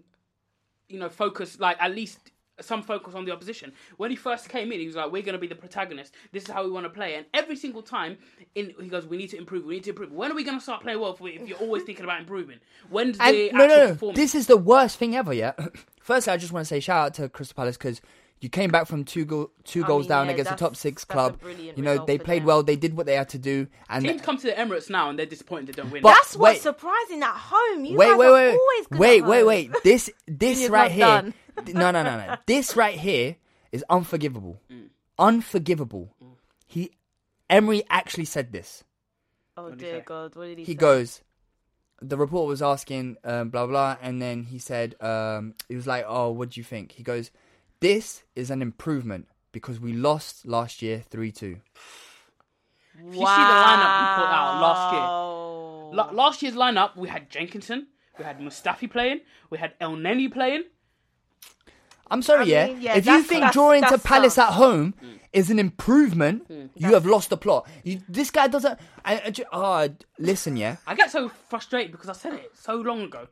S2: you know, focus like at least some focus on the opposition. When he first came in, he was like, "We're going to be the protagonist. This is how we want to play." And every single time, in he goes, "We need to improve. We need to improve." When are we going to start playing well? If, we, if you're always thinking about improvement, when's
S3: and
S2: the
S3: no, no,
S2: actual
S3: no,
S2: performance?
S3: this is the worst thing ever. Yeah. Firstly, I just want to say shout out to Crystal Palace because. You came back from two go- two
S1: I
S3: goals
S1: mean,
S3: down
S1: yeah,
S3: against a
S1: that's-
S3: top six
S1: that's a
S3: club.
S1: brilliant
S3: You know
S1: result
S3: they
S1: for
S3: played
S1: them.
S3: well. They did what they had to do, and
S2: Teams come to the Emirates now and they're disappointed they don't win.
S3: But-
S1: That's what's
S3: Wait.
S1: surprising at home. You
S3: wait,
S1: guys
S3: wait,
S1: are
S3: wait,
S1: always good
S3: wait,
S1: at
S3: wait,
S1: home.
S3: wait. This, this
S1: Junior's
S3: right
S1: not
S3: here.
S1: done.
S3: No, no, no, no. This right here is unforgivable.
S1: Mm.
S3: Unforgivable. He, Emery actually said this.
S1: Oh dear God, what did he?
S3: He
S1: say?
S3: goes. The reporter was asking um, blah blah, and then he said um, he was like, "Oh, what do you think?" He goes, This is an improvement because we lost last year 3 2.
S2: If you see the lineup we put out last year, la- last year's lineup we had Jenkinson, we had Mustafi playing, we had El Neni playing.
S3: I'm sorry,
S1: I
S3: yeah.
S1: mean, yeah,
S3: If you
S1: that's-
S3: think
S1: that's-
S3: drawing to
S1: that's
S3: Palace
S1: tough.
S3: at home
S2: Mm.
S3: is an improvement, you have lost the plot. You, this guy doesn't. I, I, ju- oh, listen, yeah.
S2: I get so frustrated because I said it so long ago.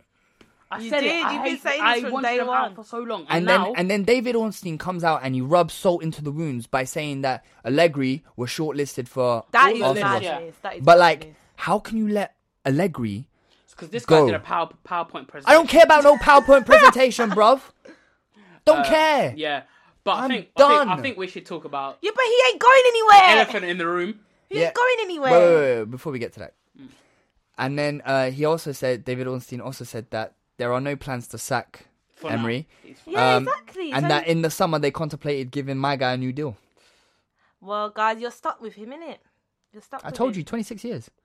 S2: I
S1: You
S2: said
S1: did,
S2: it. I
S1: you've been
S2: hate-
S1: saying
S2: I
S1: this from
S2: wanted
S1: day
S2: them out
S1: one.
S2: for so long,
S3: And
S2: and,
S3: then
S2: now
S3: and then David Ornstein comes out and he rubs salt into the wounds by saying that Allegri was shortlisted for
S1: That
S2: is
S1: is
S3: Arsenal.
S2: bad
S1: bad
S2: Yeah.
S1: news. That is
S3: But like, how can you let Allegri?
S2: because this
S3: go.
S2: guy did a power, PowerPoint presentation.
S3: I don't care about no PowerPoint presentation, bruv. Don't care.
S2: Yeah, but i
S3: I'm
S2: think, I think I
S3: done.
S2: think we should talk about
S1: yeah, but he ain't going
S2: the
S1: anywhere.
S2: elephant in the room.
S1: He
S3: Yeah.
S1: ain't going
S3: Wait,
S1: anywhere.
S3: wait, wait, wait, before we get to that.
S2: Hmm.
S3: And then uh, he also said, David Ornstein also said that there are no plans to sack
S2: For now.
S3: Emery.
S1: Yeah,
S3: Um,
S1: exactly.
S3: And
S1: So-
S3: that in the summer they contemplated giving my guy a new deal.
S1: well, guys, you're stuck with him, innit? You're stuck.
S3: I
S1: with
S3: told
S1: him.
S3: you, 26 years.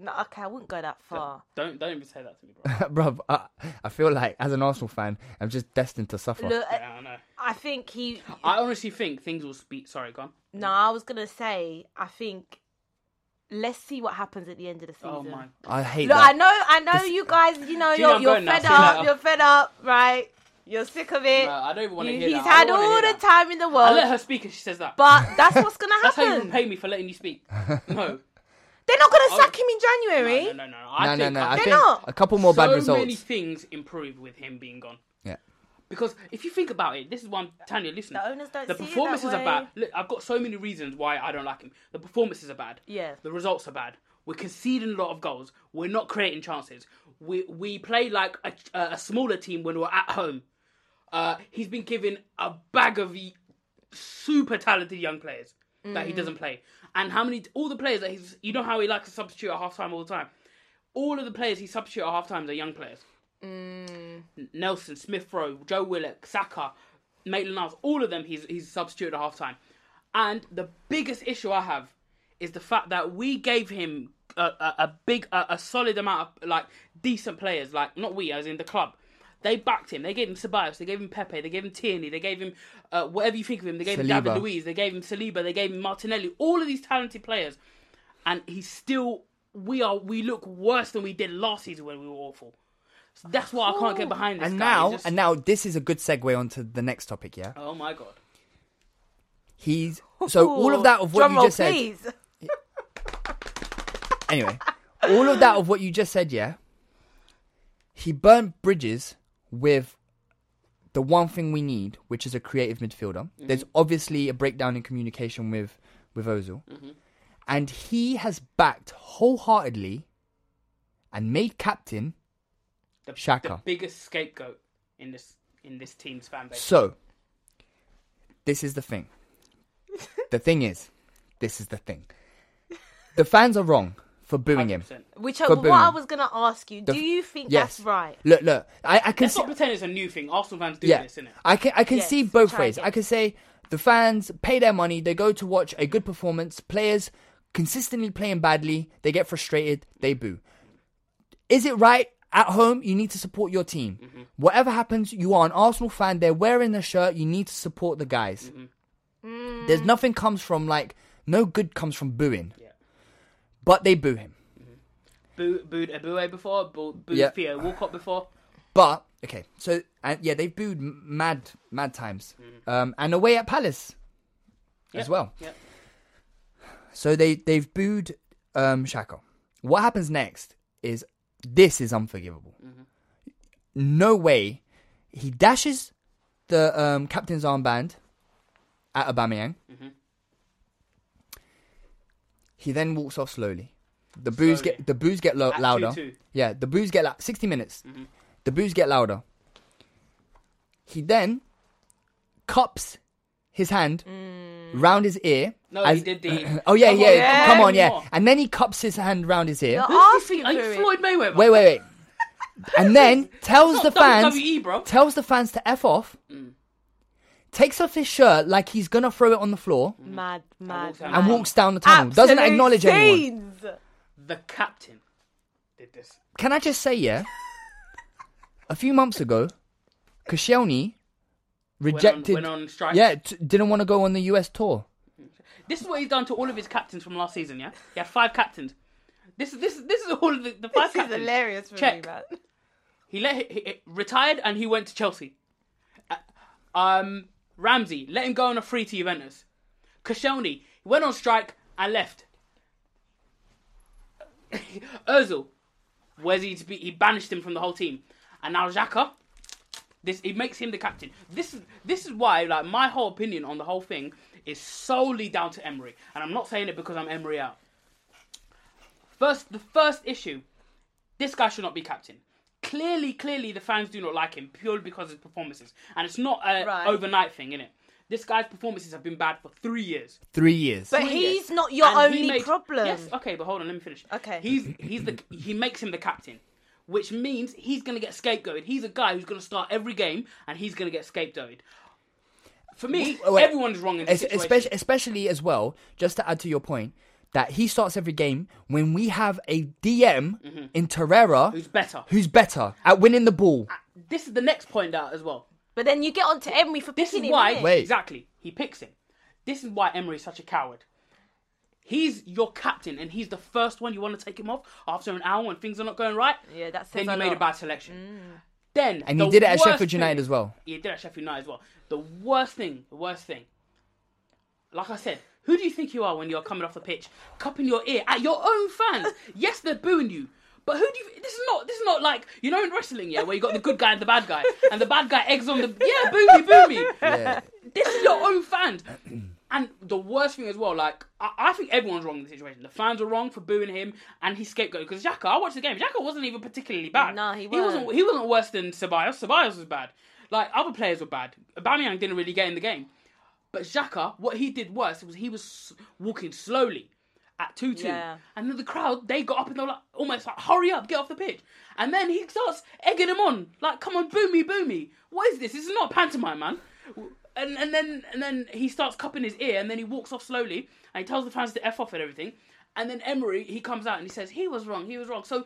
S1: No, okay, I wouldn't go that far.
S2: Don't don't even say that to me, bro.
S3: Bruv, I, I feel like as an Arsenal fan, I'm just destined to suffer.
S1: Look, I-
S2: yeah, I know.
S1: I think he.
S2: I honestly think things will speak. Sorry, go on.
S1: No, I was gonna say. I think. Let's see what happens at the end of the season.
S2: Oh my.
S3: I hate
S1: Look,
S3: that.
S1: I know, I know you guys. You know,
S2: Do you
S1: you're,
S2: know I'm
S1: you're
S2: going now?
S1: fed
S2: See you
S1: up.
S2: later.
S1: You're fed up, right? You're sick of it.
S2: No, I don't even wanna
S1: You-
S2: hear
S1: He's
S2: that. I
S1: had
S2: don't wanna
S1: all
S2: hear
S1: the
S2: that.
S1: time in the
S2: I
S1: world,
S2: let her speak and she says that.
S1: but that's what's gonna
S2: That's how you
S1: happen.
S2: repay me for letting you speak. No.
S1: They're not gonna
S2: Oh.
S1: sack him in
S2: No,
S1: January.
S2: no, no, no. I
S3: no,
S2: think,
S3: no, no. I
S1: They're
S3: think
S1: not.
S3: a couple more
S2: so
S3: bad results.
S2: many things improve with him being gone.
S3: Yeah.
S2: Because if you think about it, this is why I'm telling you, listen.
S1: The owners don't
S2: The
S1: see it that
S2: performances
S1: way.
S2: are bad. Look, I've got so many reasons why I don't like him. The performances are bad.
S1: Yeah.
S2: The results are bad. We're conceding a lot of goals. We're not creating chances. We we play like a, a smaller team when we're at home. Uh, he's been given a bag of y- super talented young players that he doesn't play. And how many all the players that he's you know how he likes to substitute at halftime all the time. All of the players he substitute at halftime are young players. N- Nelson, Smith Rowe, Joe Willock, Saka, Maitland Niles, all of them he's he's substituted at halftime. And the biggest issue I have is the fact that we gave him a, a, a big, a, a solid amount of like decent players, like not we as in the club. They backed him. They gave him Ceballos. They gave him Pepe. They gave him Tierney. They gave him uh, whatever you think of him. They gave him
S3: Saliba.
S2: David Luiz. They gave him Saliba. They gave him Martinelli. All of these talented players, and he's still. We are. We look worse than we did last season when we were awful. So that's why I can't get behind this.
S3: and
S2: guy.
S3: now,
S2: He's just-
S3: and now, this is a good segue onto the next topic. Yeah,
S2: Oh my god.
S3: he's so all of that of what
S1: Drum
S3: you
S1: roll,
S3: just said.
S1: please.
S3: Anyway, all of that of what you just said. Yeah, he burnt bridges with the one thing we need, which is a creative midfielder. There's obviously a breakdown in communication with with Ozil, and he has backed wholeheartedly and made captain
S2: The,
S3: Shaka.
S2: the biggest scapegoat in this in this team's fan base.
S3: So, this is the thing. the thing is, this is the thing. The fans are wrong for booing him.
S2: 100%.
S1: Which
S3: For
S1: I, what
S3: Boone.
S1: I was gonna ask you.
S3: The-
S1: do you think
S3: yes.
S1: that's right?
S3: Look, look. I, I can
S2: Let's
S3: see.
S2: not pretend it's a new thing. Arsenal fans do
S3: Yeah,
S2: this, innit?
S3: I can. I can
S1: Yes,
S3: see both
S1: try
S3: ways.
S1: again.
S3: I can say the fans pay their money. They go to watch a good performance. Players consistently playing badly. They get frustrated. They boo. Is it right? At home, you need to support your team.
S2: Mm-hmm.
S3: Whatever happens, you are an Arsenal fan. They're wearing the shirt. You need to support the guys.
S2: Mm-hmm.
S1: Mm.
S3: There's nothing comes from like no good comes from booing. But they boo him.
S2: Boo, booed Abue before, boo, booed
S3: Yeah.
S2: Theo Walcott before.
S3: But okay, so and yeah, they've booed m- mad mad times.
S2: Mm-hmm.
S3: Um, and away at Palace as well.
S2: Yep.
S3: So they they've booed um Shaka. What happens next is this is unforgivable.
S2: Mm-hmm.
S3: No way. He dashes the um, captain's armband at Aubameyang.
S2: Mm-hmm.
S3: He then walks off slowly. The boos
S2: Slowly.
S3: get the boos get lo-
S2: At Mm-hmm.
S3: louder.
S2: 2-2.
S3: Yeah, the boos get like sixty minutes. The boos get louder. He then cups his hand round his ear.
S2: No, he did the.
S3: Oh yeah,
S2: Come
S3: yeah,
S2: on, yeah,
S3: Come on,
S2: one
S3: yeah.
S2: more.
S3: And then he cups his hand round his ear.
S1: You're
S2: Who's this
S1: asking
S2: thing? Are
S1: for
S2: you
S1: it.
S2: Floyd Mayweather?
S3: Wait, wait, wait. And then tells
S2: It's
S3: the
S2: not
S3: fans,
S2: WWE, bro. Mm.
S3: tells the fans to f off. Takes off his shirt like he's gonna throw it on the floor
S1: Mad, mad,
S2: walks out.
S3: and
S1: mad.
S3: walks down the tunnel. Doesn't
S1: Absolute
S3: acknowledge anyone.
S1: scenes.
S2: The captain did this.
S3: Can I just say, yeah? a few months ago, Koscielny rejected.
S2: went on strike.
S3: Yeah, t- didn't want to go on the US tour.
S2: This is what he's done to all of his captains from last season. Yeah, he had five captains. This is this is this is all of the, the five
S4: This is
S2: captains.
S4: hilarious for me,
S2: Check.
S4: man.
S2: He let he, he- retired and he went to Chelsea. Uh, um, Ramsey let him go on a free to Juventus. Koscielny he went on strike and left. Özil, where's he to be? He banished him from the whole team, and now Xhaka. This it makes him the captain. This is this is why like my whole opinion on the whole thing is solely down to Emery, and I'm not saying it because I'm Emery out. First, the first issue, this guy should not be captain. Clearly, clearly, the fans do not like him purely because of his performances, and it's not a
S4: Right.
S2: overnight thing, innit? This guy's performances have been bad for three years.
S3: Three years.
S1: But he's not your
S2: And he
S1: only
S2: made-
S1: problem.
S2: Yes, okay, but hold on, let me finish.
S1: Okay.
S2: He's he's the he makes him the captain, which means he's gonna get scapegoated. He's a guy who's gonna start every game and he's gonna get scapegoated. For me,
S3: Wait,
S2: everyone's wrong in this
S3: es-
S2: situation.
S3: especially, especially as well, just to add to your point, that he starts every game when we have a DM in Torreira
S2: Mm-hmm. Who's better.
S3: who's better at winning the ball.
S2: This is the next point out as well.
S1: But then you get on to Emery for
S2: This
S1: picking
S2: is
S1: him.
S2: why
S1: innit?
S3: Wait.
S2: exactly he picks him. This is why Emery is such a coward. He's your captain, and he's the first one you want to take him off after an hour when things are not going right.
S4: Yeah, that says
S2: then you
S4: a
S2: made a
S4: lot.
S2: bad selection.
S1: Mm.
S2: Then
S3: And he
S2: the
S3: did it at
S2: worst
S3: Sheffield United
S2: thing-
S3: as well.
S2: He did it at Sheffield United as well. The worst thing, the worst thing. Like I said, who do you think you are when you're coming off the pitch, cupping your ear at your own fans? yes, they're booing you. But who do you? This is not. This is not like you know in wrestling, yeah, where you got the good guy and the bad guy, and the bad guy eggs on the yeah, boo me, boo me. This is your own fans. And the worst thing as well, like I, I think everyone's wrong in the situation. The fans are wrong for booing him, and he scapegoat because Xhaka. I watched the game. Xhaka wasn't even particularly bad.
S1: No, he
S2: He wasn't.
S1: weren't.
S2: He wasn't worse than Ceballos. Ceballos was bad. Like other players were bad. Aubameyang didn't really get in the game. But Xhaka, what he did worse was he was s- walking slowly at 2 2.
S4: Yeah.
S2: And then the crowd, they got up and they were like, almost like, hurry up, get off the pitch. And then he starts egging him on, like, come on, boo me, boo me. What is this? This is not a pantomime, man. And, and then and then he starts cupping his ear and then he walks off slowly and he tells the fans to F off and everything. And then Emery, he comes out and he says, he was wrong, he was wrong. So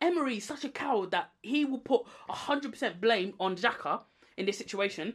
S2: Emery is such a coward that he will put 100% blame on Xhaka in this situation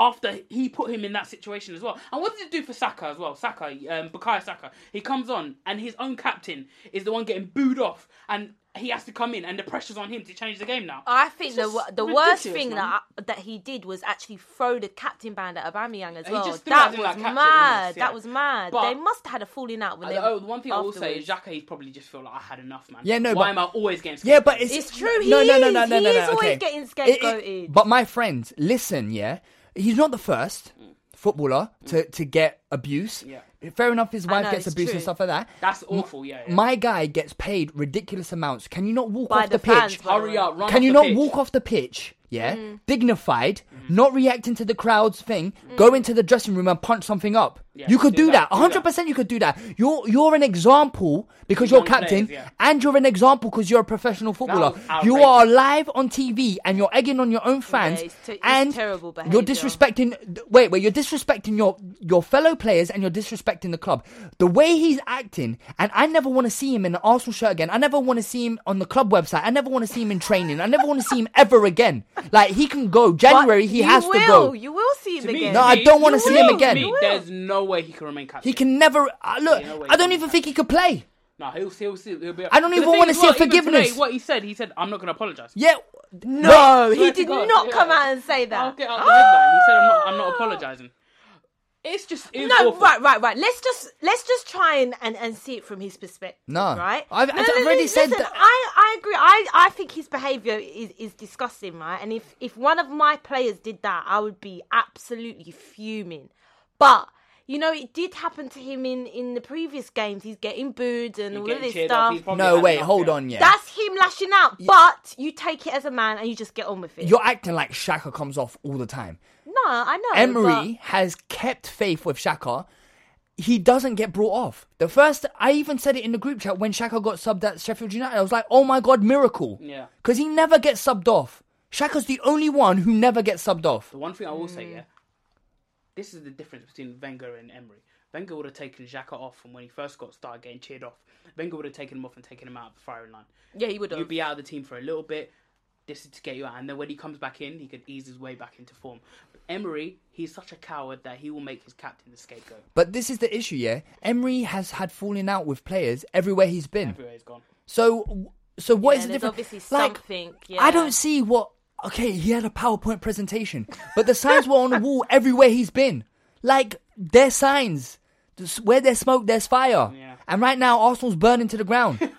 S2: after he put him in that situation as well. And what did it do for Saka as well? Saka, um, Bukayo Saka. He comes on and his own captain is the one getting booed off and he has to come in and the pressure's on him to change the game now.
S1: I think
S2: It's
S1: the
S2: just
S1: wo- the worst
S2: ridiculous,
S1: thing
S2: man.
S1: that I, that he did was actually throw the captain band at Aubameyang as
S2: He
S1: well.
S2: just threw it
S1: that
S2: as in
S1: was
S2: like captain,
S1: mad.
S2: innit? Yeah.
S1: That was mad.
S2: But-
S1: they must have had a falling out with
S2: And
S1: him.
S2: the- oh, the one thing I will say is
S1: afterwards.
S2: Xhaka, he's probably just feel like I had enough, man.
S3: Yeah, no,
S2: Why
S3: but-
S2: am I always getting
S3: Yeah,
S2: scapegoated?
S3: but it's
S1: It's true, he
S3: no, no, no,
S1: is.
S3: no, no,
S1: He
S3: no, no.
S1: is always
S3: okay.
S1: getting
S3: It- it-
S1: scapegoated.
S3: but my friends, listen, yeah, he's not the first footballer to, to get abuse.
S2: Mm. Yeah.
S3: Fair enough, his wife
S1: know,
S3: gets
S1: it's
S3: abuse and
S1: true.
S3: stuff like that.
S2: That's awful, yeah. yeah.
S3: My guy gets paid ridiculous amounts. Can you not walk
S1: By
S3: off the,
S1: the
S3: pitch?
S1: fans, by
S2: Hurry up, run
S3: Can
S2: off
S3: you
S2: the
S3: not
S2: pitch. Mm.
S3: walk off the pitch? Yeah,
S1: Mm.
S3: dignified, not reacting to the crowd's thing. Go into the dressing room and punch something up. you could
S2: do
S3: do that.
S2: that, do that.
S3: hundred percent, you could do that. You're you're an example because you're
S2: young players,
S3: captain,
S2: yeah.
S3: and you're an example because you're a professional footballer.
S2: was
S3: You
S2: outrageous.
S3: are live on TV and you're egging on your own fans,
S1: it's t- it's
S3: and
S1: terrible
S3: you're
S1: behaviour.
S3: disrespecting. Wait, wait, you're disrespecting your your fellow players and you're disrespecting the club. The way he's acting, and I never want to see him in an Arsenal shirt again. I never want to see him on the club website. I never want to see him in training. I never want to see him ever again. Like he can go
S1: But
S3: January. He
S1: you
S3: has
S1: will,
S3: to go.
S1: You will see him
S2: To me-
S1: again.
S3: No, I
S2: me-
S3: don't wanna see him
S2: to
S3: again.
S2: me,
S3: You
S1: will.
S2: there's no way he can remain captain.
S3: He can never uh, look.
S2: Yeah, no way
S3: I don't
S2: he
S3: even think he could play.
S2: No, he'll, he'll, he'll, he'll be.
S3: I don't
S2: But the
S3: even
S2: thing
S3: wanna
S2: is,
S3: see a
S2: well, even today,
S3: forgiveness.
S2: what he said, he said, "I'm not going to apologize."
S3: Yeah.
S1: No, he
S2: Swear to
S1: did
S2: God,
S1: not
S2: yeah.
S1: come out and say
S2: I'll
S1: that.
S2: get out the headline. He said, "I'm not. I'm not apologizing." It's just it's
S1: No,
S2: awful.
S1: right, right, right. Let's just let's just try and, and, and see it from his perspective.
S3: No.
S1: right?
S3: I've- I've already said that-
S1: I, I agree. I, I think his behaviour is, is disgusting, right? And if if one of my players did that, I would be absolutely fuming. But you know, it did happen to him in in the previous games. He's getting booed and
S2: He's
S1: all of
S2: getting
S1: this
S2: cheered up,
S1: stuff.
S2: he's probably
S3: No,
S2: had
S3: wait,
S2: enough,
S3: hold
S2: yeah.
S3: on. Yeah.
S1: That's him lashing out. But you take it as a man and you just get on with it.
S3: You're acting like Shaka comes off all the time.
S1: no, I know.
S3: Emery has kept faith with Shaka. He doesn't get brought off. The first, I even said it in the group chat when Shaka got subbed at Sheffield United. I was like, oh my god, miracle.
S2: Yeah.
S3: Because he never gets subbed off. Shaka's the only one who never gets subbed off.
S2: The one thing I will
S1: Mm.
S2: say, yeah, this is the difference between Wenger and Emery. Wenger would have taken Xhaka off from when he first got started getting cheered off. Wenger would have taken him off and taken him out of the firing line.
S1: But, yeah, he would have.
S2: You'd be out of the team for a little bit. This is to get you out, and then when he comes back in, he could ease his way back into form. Emery, he's such a coward that he will make his captain the scapegoat.
S3: But this is the issue, yeah. Emery has had falling out with players everywhere he's been.
S2: Everywhere he's gone.
S3: So, so what
S1: Yeah,
S3: is the
S1: there's
S3: difference?
S1: obviously something,
S3: I
S1: yeah.
S3: don't see what. Okay, he had a PowerPoint presentation, but the signs were on the wall everywhere he's been. Like their signs, Just where there's smoke, there's fire.
S2: Yeah.
S3: And right now, Arsenal's burning to the ground.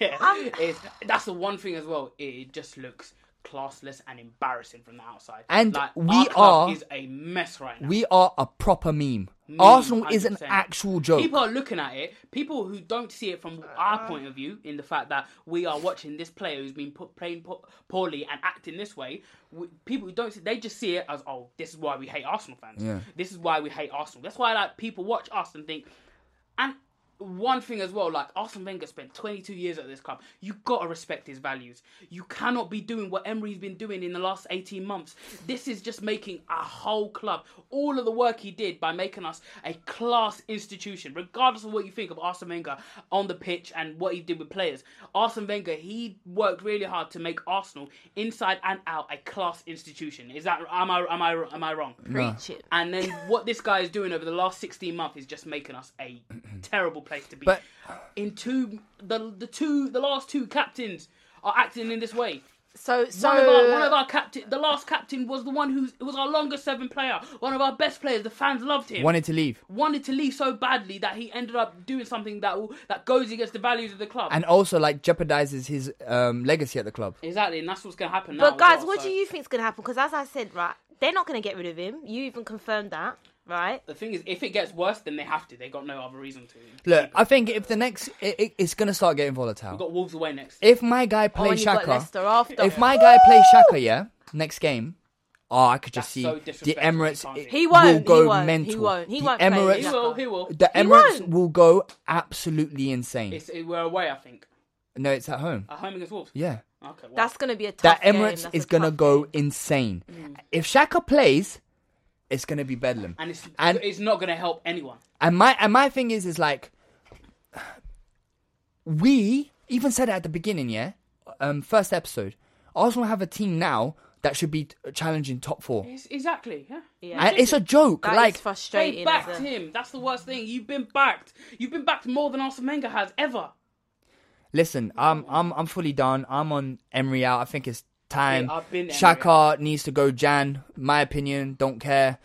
S2: Yeah,
S3: Um,
S2: it's, that's the one thing as well. It, it just looks classless and embarrassing from the outside.
S3: And
S2: like,
S3: we
S2: our club
S3: are-
S2: is a mess right now.
S3: we are a proper meme. Arsenal is an
S2: 100%.
S3: actual joke.
S2: People are looking at it. People who don't see it from our point of view, in the fact that we are watching this player who's been put, playing po- poorly and acting this way. w people who don't see, they just see it as, oh, this is why we hate Arsenal fans.
S3: Yeah.
S2: This is why we hate Arsenal. That's why like people watch us and think. And one thing as well, like Arsene Wenger spent 22 years at this club. You gotta respect his values. You cannot be doing what Emery's been doing in the last 18 months. This is just making a whole club all of the work he did by making us a class institution, regardless of what you think of Arsene Wenger on the pitch and what he did with players. Arsene Wenger, he worked really hard to make Arsenal inside and out a class institution. Is that am I am I am I wrong?
S1: Preach it.
S2: And then what this guy is doing over the last 16 months is just making us a terrible place to be.
S3: But-
S2: in two, the the two, the last two captains are acting in this way.
S1: So, so
S2: one of our, one of
S3: uh,
S2: our captain, the last captain was the one who it was our longest serving player, one of our best players. The fans loved him.
S3: Wanted to leave.
S2: wanted to leave so badly that he ended up doing something that will- that goes against the values of the club.
S3: and also like jeopardizes his um, legacy at the club.
S2: exactly, and that's what's going to happen now.
S1: but
S2: as
S1: guys,
S2: well,
S1: what
S2: so-
S1: do you think's gonna happen? Because as I said, right, they're not gonna get rid of him. You even confirmed that, right?
S2: The thing is, if it gets worse, then they have to. They got no other reason to. We've
S3: Look, I think if the next, it, it, it's gonna start getting volatile.
S2: got Wolves away next.
S3: If my guy
S1: Oh, and
S3: plays
S1: you've got
S3: Shaka,
S1: Leicester after.
S3: if my guy plays Shaka, yeah, next game, oh, I could just
S2: That's
S3: see
S2: so
S3: the
S2: disrespectful,
S3: Emirates.
S2: you can't
S3: it
S2: do
S1: He won't,
S3: Will go
S1: he won't,
S3: mental.
S1: he won't, he
S3: The
S1: won't play
S3: Emirates,
S2: he
S1: Shaka.
S2: will. He will.
S3: the
S1: He
S3: Emirates
S1: won't.
S3: will go absolutely insane.
S2: It's, we're away, I think.
S3: no, it's at home.
S2: At home against Wolves.
S3: Yeah,
S2: Okay. Well,
S1: That's gonna be a tough
S3: that Emirates
S1: game. That's
S3: is
S1: a
S3: gonna
S1: tough
S3: go
S1: game.
S3: insane.
S2: Mm.
S3: If Shaka plays, it's gonna be bedlam.
S2: and it's
S3: and
S2: it's not going to help anyone.
S3: And my and my thing is is like we even said it at the beginning, yeah. Um, first episode, Arsenal have a team now that should be challenging top four.
S2: It's, exactly. Yeah.
S1: Yeah.
S3: And it's a joke.
S1: That is
S3: like
S2: They
S1: frustrating.
S2: backed
S1: isn't it?
S2: him. That's the worst thing. You've been backed. You've been backed more than Arsene Wenger has ever.
S3: Listen, I'm I'm I'm fully done. I'm on Emery out. I think it's time.
S2: Yeah, I've been Emery
S3: Shaka needs to go. Jan, my opinion, don't care.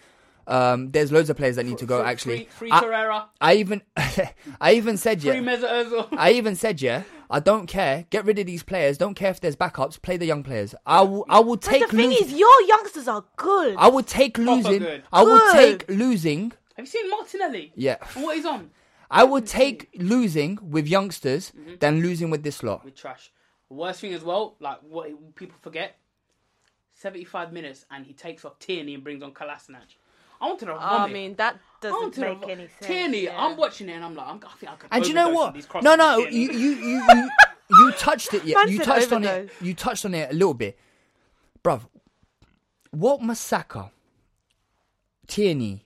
S3: Um, there's loads of players that need to go.
S2: Free-
S3: actually,
S2: free, free
S3: I,
S2: Torreira,
S3: I even I even said yeah.
S2: free Mesut Ozil.
S3: I even said, yeah, I don't care. Get rid of these players. Don't care if there's backups. Play the young players. I will. I will
S1: But
S3: take.
S1: the thing
S3: losing.
S1: is, your youngsters are good.
S3: I would take losing.
S2: good.
S3: I would
S1: Good.
S3: take losing.
S2: Have you seen Martinelli?
S3: Yeah.
S2: And what he's on?
S3: I would take losing with youngsters
S1: Mm-hmm.
S3: than losing with this lot.
S2: With trash. Worst thing as well, like what people forget. Seventy-five minutes, and he takes off Tierney and brings on Kalasinac. I wanted to
S1: I
S2: vomit.
S1: mean, that
S2: I
S1: doesn't
S2: wanted to
S1: make
S2: vo-
S1: any sense.
S2: Tierney,
S1: yeah.
S2: I'm watching it, and I'm like, I'm, I think I could.
S3: And you know
S2: overdose on
S3: what?
S2: these crosses
S3: No,
S2: from
S3: no,
S2: Tierney.
S3: you you you you, you touched it. Yeah,
S1: Man
S3: you
S1: said
S3: touched on it.
S1: overdose.
S3: You touched on it a little bit, bruv. What Masaka, Tierney,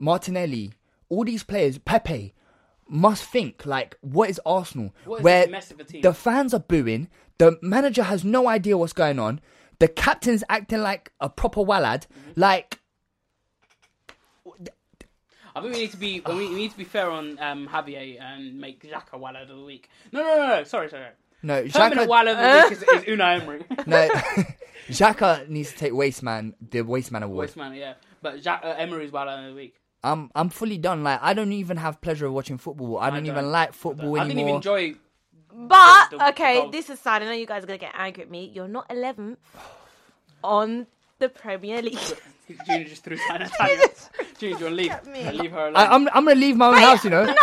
S3: Martinelli, all these players, Pepe, must think like, what is Arsenal?
S2: What is
S3: Where
S2: this mess of a team?
S3: the fans are booing, the manager has no idea what's going on, the captain's acting like a proper wallad, like.
S2: I think we need to be we we need to be fair on um, Javier and make Xhaka Wallad of the week. No, no, no, no. Sorry, sorry.
S3: No,
S2: Permanent
S3: Xhaka,
S2: Wallad of the week is, is Unai Emery.
S3: no, Xhaka needs to take Wasteman, the Wasteman award.
S2: Voice man, yeah. But Xhaka, uh, Emery's Wallad of the week.
S3: I'm I'm fully done. Like I don't even have pleasure of watching football. I don't,
S2: don't.
S3: even like football
S2: I didn't even
S3: anymore.
S2: enjoy.
S1: But
S2: The- the
S1: okay,
S2: goals.
S1: this aside, I know you guys are gonna get angry at me. You're not eleventh on the Premier League.
S2: Junior just threw sign at Tanya. Junior, do you want to leave?
S1: me.
S2: Leave her alone.
S3: I, I'm I'm gonna leave my own house. You know.
S1: no, but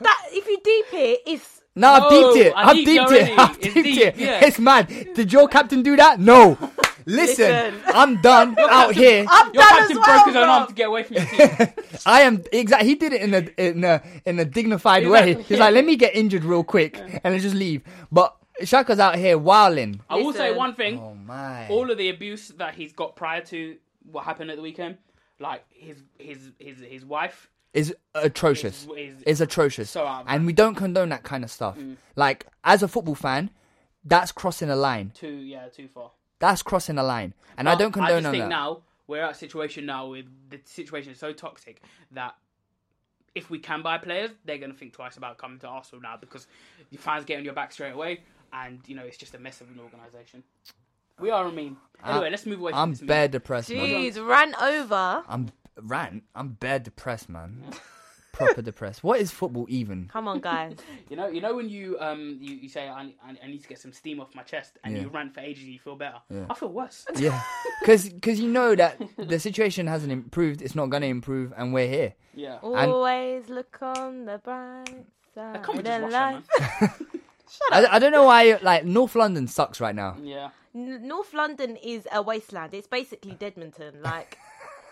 S1: that if you deep it, it's
S3: No, I've
S2: No,
S3: deeped it.
S2: I
S3: I've
S2: deeped
S3: deeped
S2: already.
S3: it. I've
S2: It's
S3: deeped
S2: deep,
S3: it.
S2: yeah.
S3: It's mad. Did your captain do that? No. Listen,
S1: Listen.
S3: I'm done out here.
S1: I'm
S2: Your
S1: done as
S2: captain broke
S1: well.
S2: his own arm to
S1: bro.
S2: get away from your team.
S3: I am exactly. He did it in a in a in a dignified way.
S2: Exactly.
S3: He's like, let me get injured real quick and then just leave. But Shaka's out here wilding.
S2: I will say
S1: Listen.
S2: one thing.
S3: Oh my.
S2: all of the abuse that he's got prior to what happened at the weekend, like his his his his wife.
S3: is atrocious. Is,
S2: Is- is
S3: atrocious.
S2: so Mm. out of
S3: and we don't condone that kind of stuff. Like as a football fan, that's crossing a line.
S2: Too yeah, too far.
S3: That's crossing a line, and I don't
S2: I
S3: condone
S2: just
S3: on
S2: think
S3: that.
S2: now we're at a situation now with the situation is so toxic that if we can buy players, they're going to think twice about coming to Arsenal now because the fans get on your back straight away, and you know it's just a mess of an organisation. We are a meme. Anyway, let's move away. From
S3: I'm
S2: this meme.
S3: bare depressed, man.
S1: Jeez, ran over.
S3: I'm rant. I'm bare depressed, man. Proper depressed. What is football even?
S1: Come on, guys.
S2: You know, you know when you um you, you say I, I, I need to get some steam off my chest, and
S3: Yeah.
S2: you rant for ages, you feel better. I feel worse.
S3: Yeah, because you know that the situation hasn't improved. It's not gonna improve, and we're here.
S2: Yeah.
S1: Oh, Always look on the bright side
S2: Come on, just
S1: of
S2: watch that, man.
S1: life.
S3: I, I don't know why. Like North London sucks right now.
S2: Yeah.
S1: N- North London is a wasteland. It's basically Dedmonton. Like,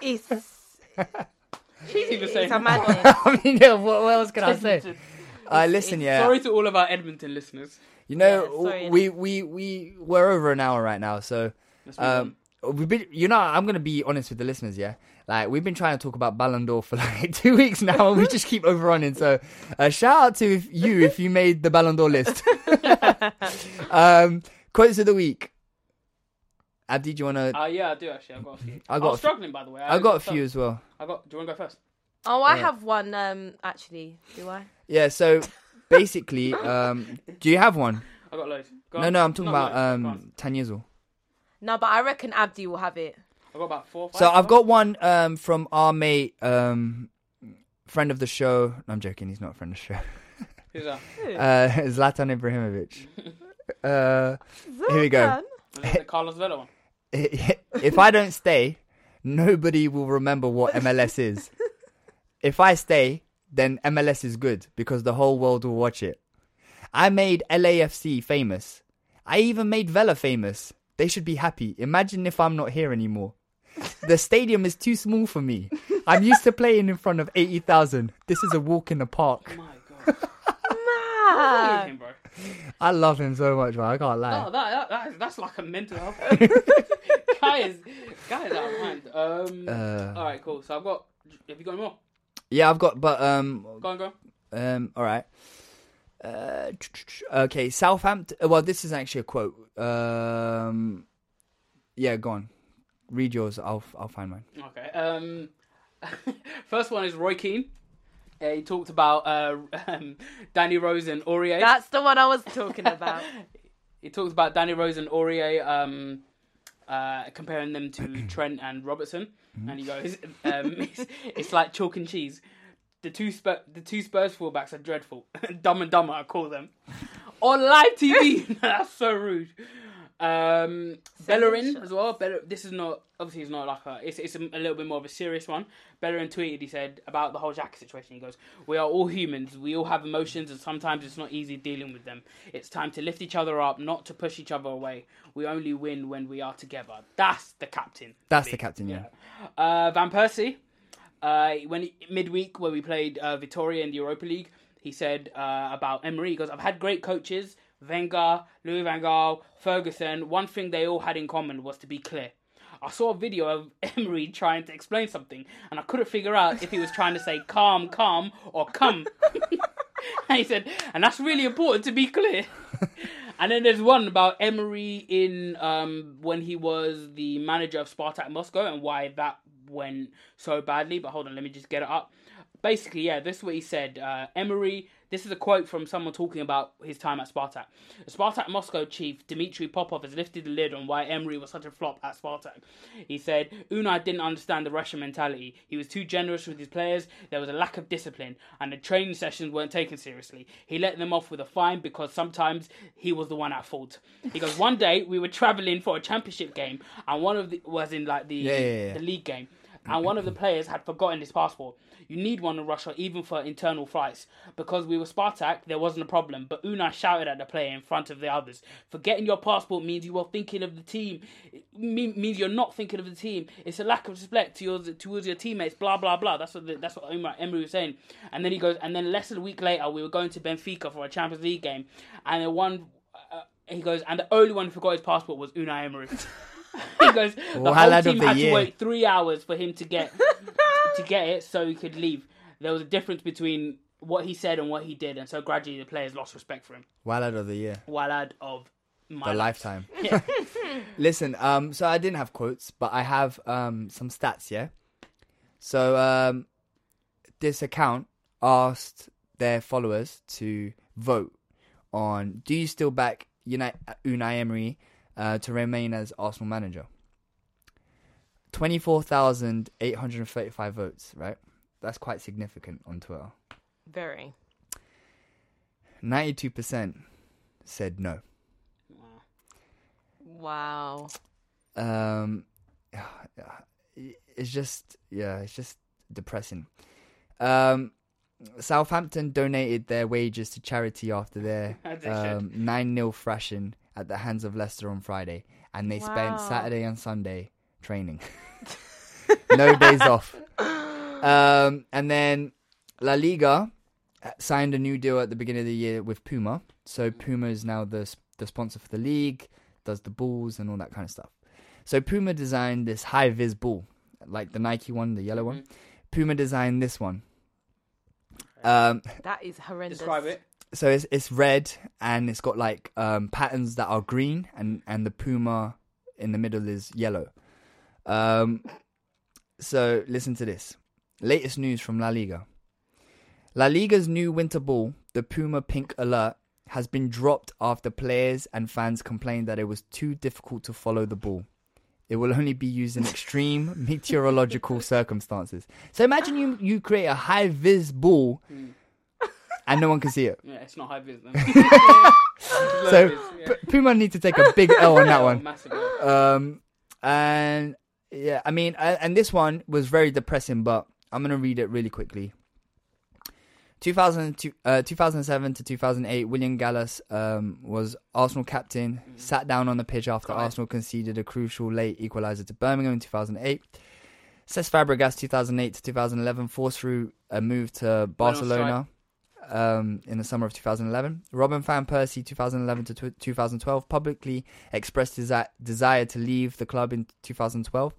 S1: it's
S2: She's even saying.
S1: it's a madness.
S3: I mean, yeah, what, what else can I say? Uh, listen, yeah.
S2: Sorry to all of our Edmonton listeners.
S3: You know,
S1: Yeah, sorry,
S3: we, we we we're over an hour right now, so um, we've been. You know, I'm gonna be honest with the listeners. Yeah, like we've been trying to talk about Ballon d'Or for like two weeks now, and we just keep overrunning. So, uh, shout out to if you if you made the Ballon d'Or list. um, quotes of the week. Abdi, do you wanna?
S2: Uh, yeah, I do actually. I've got a few.
S3: I
S2: I
S3: got
S2: got
S3: a f-
S2: was struggling, by the way.
S3: I got a few as well.
S2: I got. Do you want to go first?
S1: Oh, I have one. Um, actually, do I?
S3: Yeah. So basically, um, do you have one?
S2: I got loads. Go
S3: No,
S2: on.
S3: no, I'm talking
S2: Not
S3: about
S2: loads, go
S3: um,
S2: on.
S3: Tanyezel.
S1: No, but I reckon Abdi will have it.
S2: I got about four.
S3: So
S2: five,
S3: I've
S2: go on.
S3: got one um, from our mate, um, friend of the show. No, I'm joking. He's not a friend of the show.
S2: Who's that?
S3: Uh, Zlatan Ibrahimovic. Uh, here we go.
S2: Was that the Carlos Vela one.
S3: If I don't stay, nobody will remember what MLS is. If I stay, then MLS is good because the whole world will watch it. I made LAFC famous. I even made Vela famous. They should be happy. Imagine if I'm not here anymore. The stadium is too small for me. I'm used to playing in front of 80,000. This is a walk in the park.
S2: Oh My God. Look at
S1: Ah,
S2: him, bro.
S3: I love him so much, man. I can't lie.
S2: Oh, that, that, that is, that's like a mental health. guy is guy is out of hand. Um,
S3: Uh.
S2: all right, cool. So I've got. Have you got any more?
S3: Yeah, I've got, but um,
S2: Go on, go. on.
S3: Um, all right. Uh, tch, tch, tch. okay, Southampton. uh, Well, this is actually a quote. Um, yeah, go on. Read yours. I'll I'll find mine.
S2: Okay. Um, first one is Roy Keane. Uh, he talked about uh, um, Danny Rose and Aurier.
S1: that's the one I was talking about.
S2: he talks about Danny Rose and Aurier, um, uh, comparing them to Trent and Robertson, and he goes, um, it's, "It's like chalk and cheese. The two Spur- the two Spurs fullbacks are dreadful. Dumb and dumber, I call them. On live TV, that's so rude." Um, Bellerin as well. Bell- this is not obviously it's not like a it's it's a, a little bit more of a serious one. Bellerin tweeted he said about the whole Xhaka situation. He goes, "We are all humans. We all have emotions, and sometimes it's not easy dealing with them. It's time to lift each other up, not to push each other away. We only win when we are together. That's the captain.
S3: That's the captain. Yeah.
S2: Uh, Van Persie, uh, when he, midweek when we played uh, Victoria in the Europa League, he said uh, about Emery. He goes, "I've had great coaches: Wenger, Louis Van Gaal, Ferguson. One thing they all had in common was to be clear." I saw a video of Emery trying to explain something, and I couldn't figure out if he was trying to say "calm, calm" or "come." and he said, "And that's really important to be clear." And then there's one about Emery in um, when he was the manager of Spartak Moscow and why that went so badly. But hold on, let me just get it up. Basically, yeah, this is what he said. Uh, Emery, this is a quote from someone talking about his time at Spartak. Spartak Moscow chief Dmitry Popov has lifted the lid on why Emery was such a flop at Spartak. He said, Unai didn't understand the Russian mentality. He was too generous with his players, there was a lack of discipline, and the training sessions weren't taken seriously. He let them off with a fine because sometimes he was the one at fault. He goes, One day we were travelling for a championship game, and one of the was in like the,
S3: yeah, yeah.
S2: the league game. And one of the players had forgotten his passport. You need one in Russia, even for internal flights. Because we were Spartak, there wasn't a problem. But Unai shouted at the player in front of the others. Forgetting your passport means you are thinking of the team. It mean- means you're not thinking of the team. It's a lack of respect to your, towards your teammates. Blah blah blah. That's what the, that's what Omar Emery was saying. And then he goes. And then less than a week later, we were going to Benfica for a Champions League game, and then one. Uh, he goes, and the only one who forgot his passport was Unai Emery. he goes,
S3: Highlight
S2: the whole
S3: of
S2: team
S3: the
S2: had
S3: year.
S2: to wait three hours for him to get to get it so he could leave. There was a difference between what he said and what he did, and so gradually the players lost respect for him.
S3: Wild out of the year.
S2: Wild lad of my
S3: A lifetime. Listen, um, so I didn't have quotes, but I have um some stats. Yeah. So um, this account asked their followers to vote on: Do you still back Unai, Unai Emery uh, to remain as Arsenal manager? Twenty-four thousand eight hundred thirty-five votes. Right, that's quite significant on Twitter.
S1: Very.
S3: Ninety-two percent said no.
S1: Wow.
S3: um it's just yeah it's just depressing um southampton donated their wages to charity after their
S2: As they should.
S3: um, 9-0 thrashing at the hands of leicester on friday and they spent
S1: Wow.
S3: saturday and sunday training no days off um and then la liga uh, signed a new deal at the beginning of the year with Puma. So
S2: Mm.
S3: Puma is now the the sponsor for the league, does the balls and all that kind of stuff. So Puma designed this high vis ball, like the Nike one, the yellow one. Puma designed this one. Um,
S1: That is horrendous.
S2: Describe it.
S3: so it's it's red and it's got like um, patterns that are green and and the puma in the middle is yellow. Um, so listen to this latest news from La Liga. La Liga's new winter ball, the Puma Pink Alert, has been dropped after players and fans complained that it was too difficult to follow the ball. It will only be used in extreme meteorological circumstances. So imagine you you create a high vis ball and no one can see it
S2: Yeah, it's not high business.
S3: so P- Puma need to take a big L on that one.
S2: Massive. L.
S3: Um, and yeah, I mean, uh, and this one was very depressing, but I'm gonna read it really quickly. 2002, uh, 2007 to 2008, William Gallas um, was Arsenal captain. Sat down on the pitch after Arsenal conceded a crucial late equaliser to Birmingham in 2008. Cesc Fabregas, 2008 to 2011, forced through a move to Barcelona um, in the summer of 2011. Robin Van Persie, 2011 to tw 2012, publicly expressed his uh, desire to leave the club in 2012.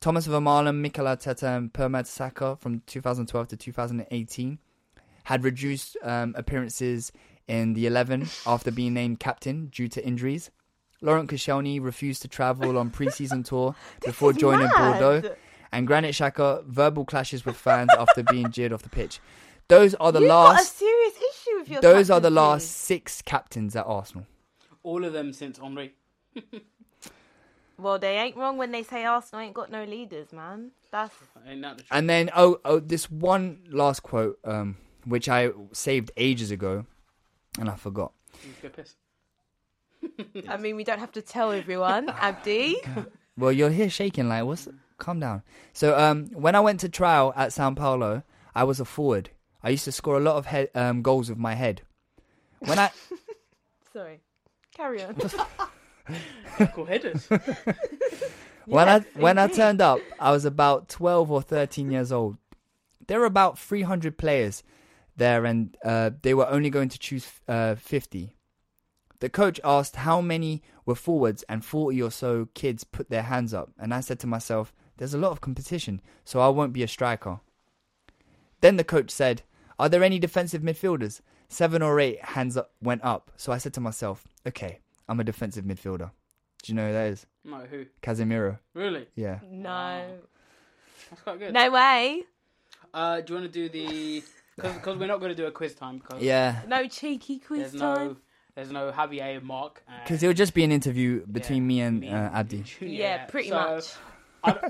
S3: Thomas Vermaelen, Mikel Arteta, and Permat Saka from 2012 to 2018 had reduced um, appearances in the 11 after being named captain due to injuries. Laurent Koscielny refused to travel on pre-season tour before
S1: is
S3: joining
S1: mad.
S3: Bordeaux, and Granit Xhaka verbal clashes with fans after being jeered off the pitch. Those are the
S1: You've got a
S3: last
S1: serious issue with your.
S3: those are the
S1: captaincy.
S3: last six captains at Arsenal.
S2: All of them since Henri.
S1: Well, they ain't wrong when they say Arsenal ain't got no leaders, man. That's
S2: Ain't that the truth?
S3: And then oh oh this one last quote um which I saved ages ago and I forgot.
S2: Let's go piss.
S1: I mean, we don't have to tell everyone, Abdi.
S3: Well you're here shaking like what's calm down. So um when I went to trial at Sao Paulo, I was a forward. I used to score a lot of head, um goals with my head. When I
S1: Sorry. Carry on.
S2: Cool headers.
S3: when I when I turned up, I was about twelve or thirteen years old. There were about three hundred players there, and uh, they were only going to choose uh, fifty. The coach asked how many were forwards, and forty or so kids put their hands up. And I said to myself, "There's a lot of competition, so I won't be a striker." Then the coach said, "Are there any defensive midfielders?" Seven or eight hands up went up. So I said to myself, "Okay, I'm a defensive midfielder." Do you know who that is?
S2: no, who?
S3: Casemiro.
S2: Really?
S3: Yeah.
S1: No.
S2: That's quite good.
S1: Uh, No way.
S2: Uh, do you want to do the? Because we're not going to do a quiz time. Because
S3: Yeah.
S1: No cheeky quiz
S2: There's no.
S1: time.
S2: There's no Javier Mark. and-
S3: Because it would just be an interview between
S2: Yeah,
S3: me and
S2: me
S3: uh, Abdi.
S2: Junior,
S1: Yeah, pretty
S2: So,
S1: much.
S2: I-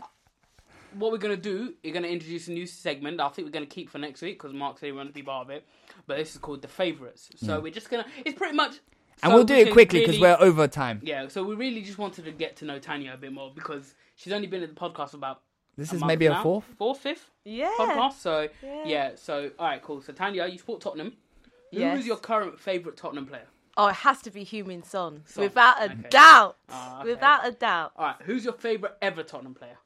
S2: what we're gonna do? We're gonna introduce a new segment. I think we're gonna keep for next week because Mark said he wanted to be part of it. But this is called the favorites. So we're just gonna. It's pretty much.
S3: And
S2: so
S3: we'll do
S2: we
S3: it
S2: can
S3: quickly because
S2: really-
S3: we're over time.
S2: Yeah, so we really just wanted to get to know Tanya a bit more because she's only been at the podcast for about.
S3: This
S2: a
S3: is
S2: month
S3: maybe a
S2: now.
S3: fourth.
S2: fourth, fifth.
S1: Yeah.
S2: Podcast. So yeah.
S1: Yeah.
S2: So all right, cool. So Tanya, you support Tottenham. Who is
S1: Yes.
S2: your current favorite Tottenham player?
S1: Oh, it has to be Human Son.
S2: Son.
S1: Without a
S2: Okay.
S1: doubt.
S2: Ah, okay.
S1: Without a doubt.
S2: All right, who's your favorite ever Tottenham player?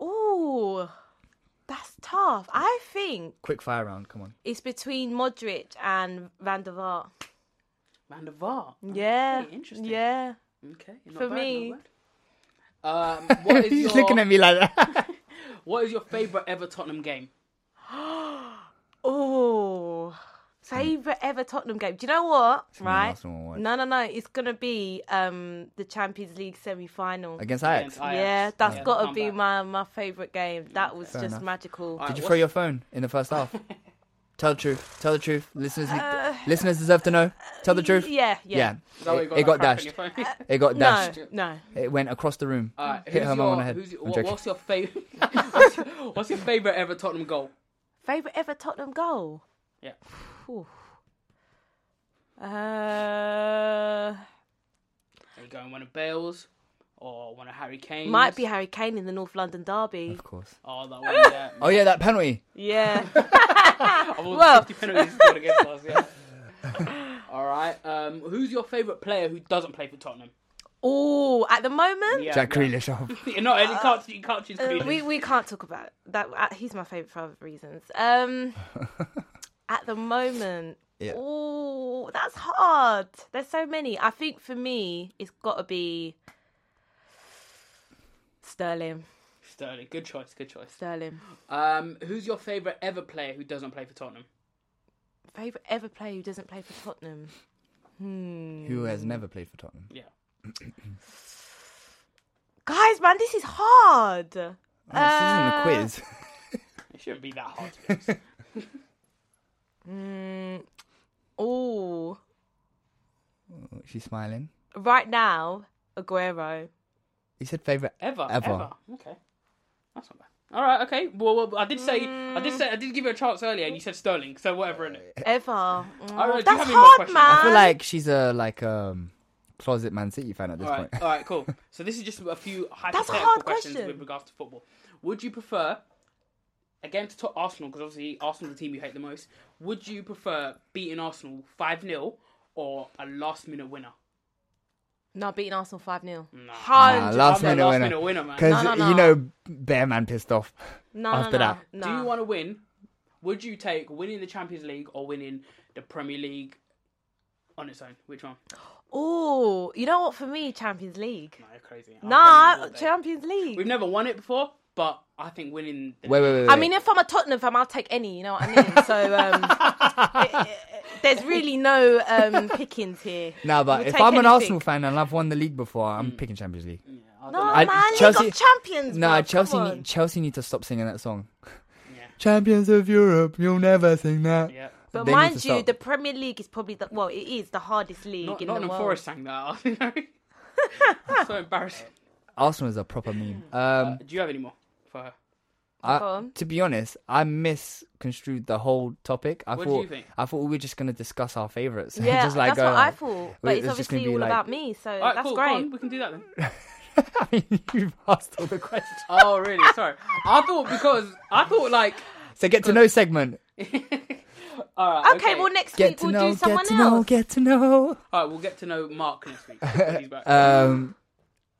S1: Ooh. That's tough. I think
S3: Quick fire round. Come on.
S1: it's between Modric and Van der Vaart.
S2: Van der Vaart.
S1: Yeah.
S2: Oh, interesting.
S1: Yeah.
S2: Okay. Not
S1: For
S2: bad,
S1: me.
S2: not bad. Um, what is
S3: He's
S2: your,
S3: looking at me like that.
S2: What is your favorite ever Tottenham game?
S1: Oh. Favorite ever Tottenham game. Do you know what?
S3: gonna be the
S1: Right?
S3: Hmm. last one we'll watch.
S1: No, no, no. It's gonna be um the Champions League semi final.
S3: against Ajax.
S1: Yeah,
S2: that's
S1: that's gotta be my my favorite game. That was just
S3: enough.
S1: magical.
S3: Did you throw your phone in the first half? Tell the truth. Tell the truth. Listeners, listeners deserve to know. Tell the truth.
S1: Uh, Yeah, yeah.
S3: It, it got dashed. It got
S1: No,
S3: dashed.
S1: no.
S3: It went across the room.
S2: Alright,
S3: Hit
S2: who's
S3: her mum
S2: your-
S3: on the head.
S2: who's your-
S3: I'm
S2: what-
S3: joking.
S2: what's your favorite? what's, your, what's your favorite ever Tottenham goal?
S1: Favorite ever Tottenham goal.
S2: Yeah.
S1: Ooh. Uh,
S2: Are you going one of Bale's or one of Harry Kane's?
S1: might be Harry Kane in the North London derby.
S3: Of course.
S2: Oh, that one. Yeah.
S3: Oh yeah, that penalty.
S1: Yeah.
S2: Of all
S1: Well.
S2: the 50 penalties scored against us. Yeah. All right. Um, who's your favorite player who doesn't play for Tottenham?
S1: oh, at the moment,
S2: Yeah,
S3: Jack
S2: yeah.
S3: Grealish. off.
S2: no, and you can't. You can't choose.
S1: Uh,
S2: Grealish.
S1: we we can't talk about that. Uh, he's my favorite for other reasons. Um, at the moment,
S3: Yeah.
S1: oh, that's hard. There's so many. I think for me, it's got to be Sterling.
S2: Sterling. Good choice. Good choice.
S1: Sterling.
S2: Um, who's your favorite ever player who doesn't play for Tottenham?
S1: Favorite ever player who doesn't play for Tottenham.
S3: Who has never played for Tottenham?
S2: Yeah.
S1: Guys, man, this is hard.
S3: Oh,
S1: Uh,
S3: this isn't a quiz.
S2: It shouldn't be that hard. To be honest.
S1: Oh,
S3: Oh, She's smiling.
S1: right now, Aguero.
S3: He said favorite
S2: Ever,
S3: Ever.
S2: ever. Okay. That's not bad. All right. Okay. Well, well I did say, I
S1: Mm.
S2: did say, I did give you a chance earlier, and you said Sterling. So whatever in
S3: Eh.
S2: it.
S1: Ever. Mm,
S2: right, do you
S1: that's
S2: have any more
S1: hard,
S2: questions?
S1: man.
S3: I feel like she's a like um closet Man City fan at this
S2: All right.
S3: point.
S2: All right. Cool. So this is just a few hypothetical
S1: hard
S2: questions
S1: question.
S2: with regards to football. Would you prefer, again, to talk Arsenal because obviously Arsenal the team you hate the most? Would you prefer beating Arsenal five 0 or a last minute winner?
S1: No, beating Arsenal 5 0.
S3: Nah, last
S1: Hundred.
S2: I'm a
S3: minute
S2: last
S3: winner.
S2: minute winner, man.
S3: Because
S1: No, no,
S3: you
S1: no.
S3: know, Bear Man pissed off.
S1: no,
S3: after
S1: no, no,
S3: that.
S1: No.
S2: Do you want to win? Would you take winning the Champions League or winning the Premier League on its own? Which one?
S1: Oh, you know what? For me, Champions League.
S2: No, you're crazy. I'll tell you
S1: Nah,
S2: what, babe.
S1: Champions League.
S2: We've never won it before, but I think winning. The...
S3: Wait, wait, wait. wait.
S1: I mean, if I'm a Tottenham fan, I'll take any. You know what I mean. So um, it- it- there's really no um, pickings here.
S3: no, but
S1: We'll
S3: if
S1: take
S3: I'm an
S1: anything.
S3: Arsenal fan and I've won the league before, I'm
S2: Mm.
S3: picking Champions League.
S1: no
S3: I-
S1: man,
S3: Chelsea-
S1: League of Champions.
S3: Nah,
S1: bruv, come
S3: Chelsea.
S1: on.
S3: Need, Chelsea need to stop singing that song. Champions of Europe, you'll never sing that.
S2: Yeah.
S1: But
S3: They need
S1: mind
S3: to
S1: you,
S3: stop.
S1: the Premier League is probably the well, it is the hardest league
S2: Not,
S1: in
S2: not
S1: the world.
S2: Forest sang that. so embarrassing.
S3: Arsenal is a proper
S2: Mm.
S3: meme. Um,
S1: Uh,
S2: Do you have any more for her?
S3: I-
S1: Go on.
S3: to be honest, I misconstrued the whole topic. I
S2: What do
S3: thought
S2: you think?
S3: I thought we were just gonna discuss our favorites. and
S1: Yeah,
S3: just like uh,
S1: that's
S3: go
S1: what I
S3: like-
S1: thought.
S3: we-
S1: But it's
S3: just gonna
S1: obviously
S3: be
S1: all
S3: like-
S1: about me, so
S2: All right,
S1: that's
S2: cool. go on,
S1: great.
S2: we can do that then.
S3: I mean, you've asked all the questions.
S2: oh, really? Sorry. I thought because I thought like.
S3: So get to know segment.
S2: All right,
S1: Okay, well next
S3: Get
S1: week
S3: to
S1: we'll
S3: know.
S1: do someone
S3: Get to
S1: else.
S3: know. Get to know.
S2: All right, we'll get to know Mark next week. when he's back.
S3: Um,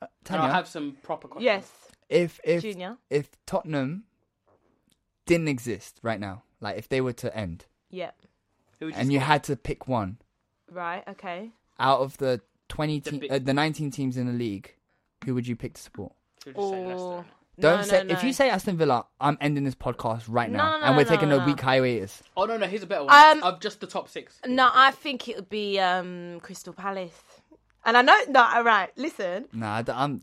S2: and I'll
S3: Tanya,
S2: have some proper questions.
S1: Yes.
S3: if if
S1: Junior.
S3: if Tottenham didn't exist right now, like if they were to end,
S1: Yep.
S2: Who would you
S3: and you had to pick one
S1: Right. Okay.
S3: out of the twenty,
S2: The
S3: te-
S2: big-
S3: uh, the nineteen teams in the league, who would you pick to support?
S2: Should we just say Leicester,
S1: Or-
S2: innit?
S3: Don't
S1: No,
S3: say
S1: no,
S3: if
S1: no.
S3: you say Aston Villa, I'm ending this podcast right now,
S1: No, no,
S3: and we're
S1: no,
S3: taking
S1: no,
S3: a
S1: no.
S3: week hiatus.
S2: Oh no, no, here's a better one.
S1: Um,
S2: of just the top six.
S1: No, I think it would be um, Crystal Palace. And I know, no, all right, listen.
S3: Nah, I d- I'm.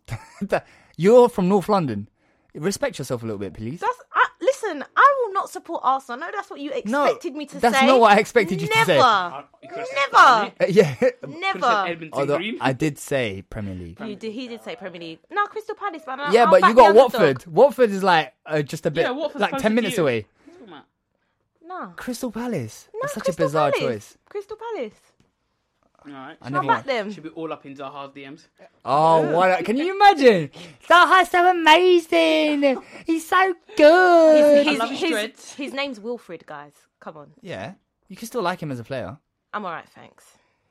S3: you're from North London. Respect yourself a little bit, please.
S1: That's I, listen. I will not support Arsenal. I know that's what you expected me to
S3: that's
S1: say.
S3: not what I expected you to say.
S1: Never,
S2: You could've said
S1: never,
S2: Burnley.
S3: Uh, yeah.
S2: Could've said
S1: never.
S2: Edmonton
S3: Although
S2: Green.
S3: I did say Premier League.
S1: You did, he did say Premier League. No, Crystal Palace, man. I-
S3: Yeah,
S1: I'll
S3: but
S1: back
S3: you
S1: the
S3: got
S1: underdog.
S3: Watford. Watford is like uh, just a bit,
S2: Yeah, Watford's
S3: like
S2: closer
S3: ten
S2: to
S3: minutes
S2: you.
S3: away.
S1: No,
S3: Crystal Palace.
S1: no
S3: That's such
S1: Crystal
S3: a bizarre
S1: Palace.
S3: choice.
S1: Crystal Palace.
S2: All right.
S3: I
S1: I'll
S3: never.
S1: back
S3: want-
S1: them.
S2: Should be all up in Zaha's DMs.
S3: Oh, what? A, can you imagine? Zaha's so amazing. He's so good.
S1: His,
S2: love his
S1: his,
S2: dreads.
S1: his name's Wilfred, guys. Come on,
S3: yeah, you can still like him as a player.
S1: I'm all right, thanks.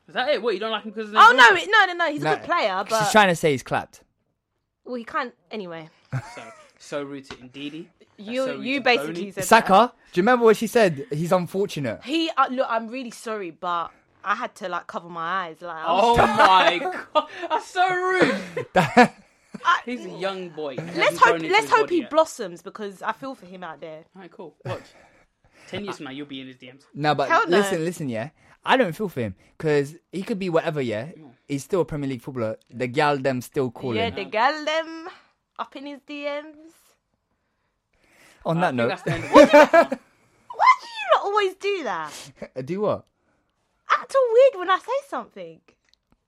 S2: Is that it? What you don't like him because?
S1: Oh no, it, no, no, no. He's a
S3: No,
S1: good player, but
S3: She's trying to say he's clapped.
S1: well, he can't anyway.
S2: So, so rude to Indeedy.
S1: You,
S2: so
S1: you
S2: it's
S1: basically
S2: bony.
S1: said that.
S3: Saka, do you remember what she said? He's unfortunate.
S1: He uh, look, I'm really sorry, but I had to like cover my eyes. Like, I was-
S2: Oh my god, that's so rude. He's a young boy.
S1: let's hope let's hope he blossoms because I feel for him out there.
S2: Alright, cool. Watch. Ten years from now, you'll be in his DMs.
S3: No, but
S1: Hell no.
S3: listen, listen, yeah. I don't feel for him because he could be whatever, yeah. He's still a Premier League footballer. The gal them still calling.
S1: Yeah, the girl them up in his DMs.
S3: On
S2: I
S3: that
S2: think
S3: note,
S2: that's the end of it.
S1: Why do you not always do that?
S3: do what?
S1: Act all weird when I say something.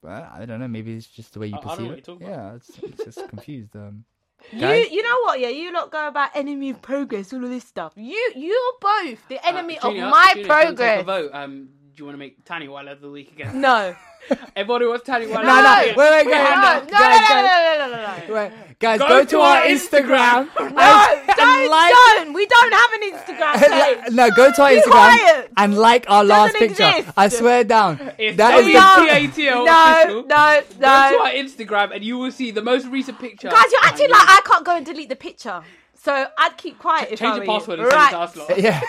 S3: Well, I don't know. Maybe it's just the way you
S2: I- I don't
S3: perceive
S2: know what
S3: it.
S2: you're talking
S3: yeah, it's, it's just confused. Um,
S1: You,
S3: Guys?
S1: you know what? Yeah, you lot go about enemy of progress, all of this stuff. You, you're both the enemy
S2: Uh, Junior,
S1: of my
S2: Junior, can we Take a
S1: progress.
S2: vote. Um, do you want to make Tani Wala of the week again?
S1: No,
S2: Everybody wants Tani Wala.
S3: No, no, wait, wait,
S1: no, no,
S3: guys,
S1: no,
S3: guys,
S1: no,
S3: guys,
S1: no, no, no, no, no.
S3: wait, guys, go, to our Instagram. and-
S1: No,
S3: and
S1: don't,
S3: like-
S1: don't. We don't have an Instagram page.
S3: No, go to our
S1: Be
S3: Instagram
S1: quiet.
S3: and like our last picture.
S1: exist.
S3: I swear down.
S2: It's
S3: That is
S1: not-
S2: WTATL
S1: No,
S2: official.
S1: no,
S2: Go to our
S1: no.
S2: Instagram and you will see the most recent picture.
S1: Guys, you're
S2: Tani
S1: acting
S2: Wala.
S1: like I can't go and delete the picture. So I'd keep quiet if I
S2: Change
S1: were
S2: the
S1: you.
S2: password and send it to
S1: Right,
S2: us lot.
S3: yeah.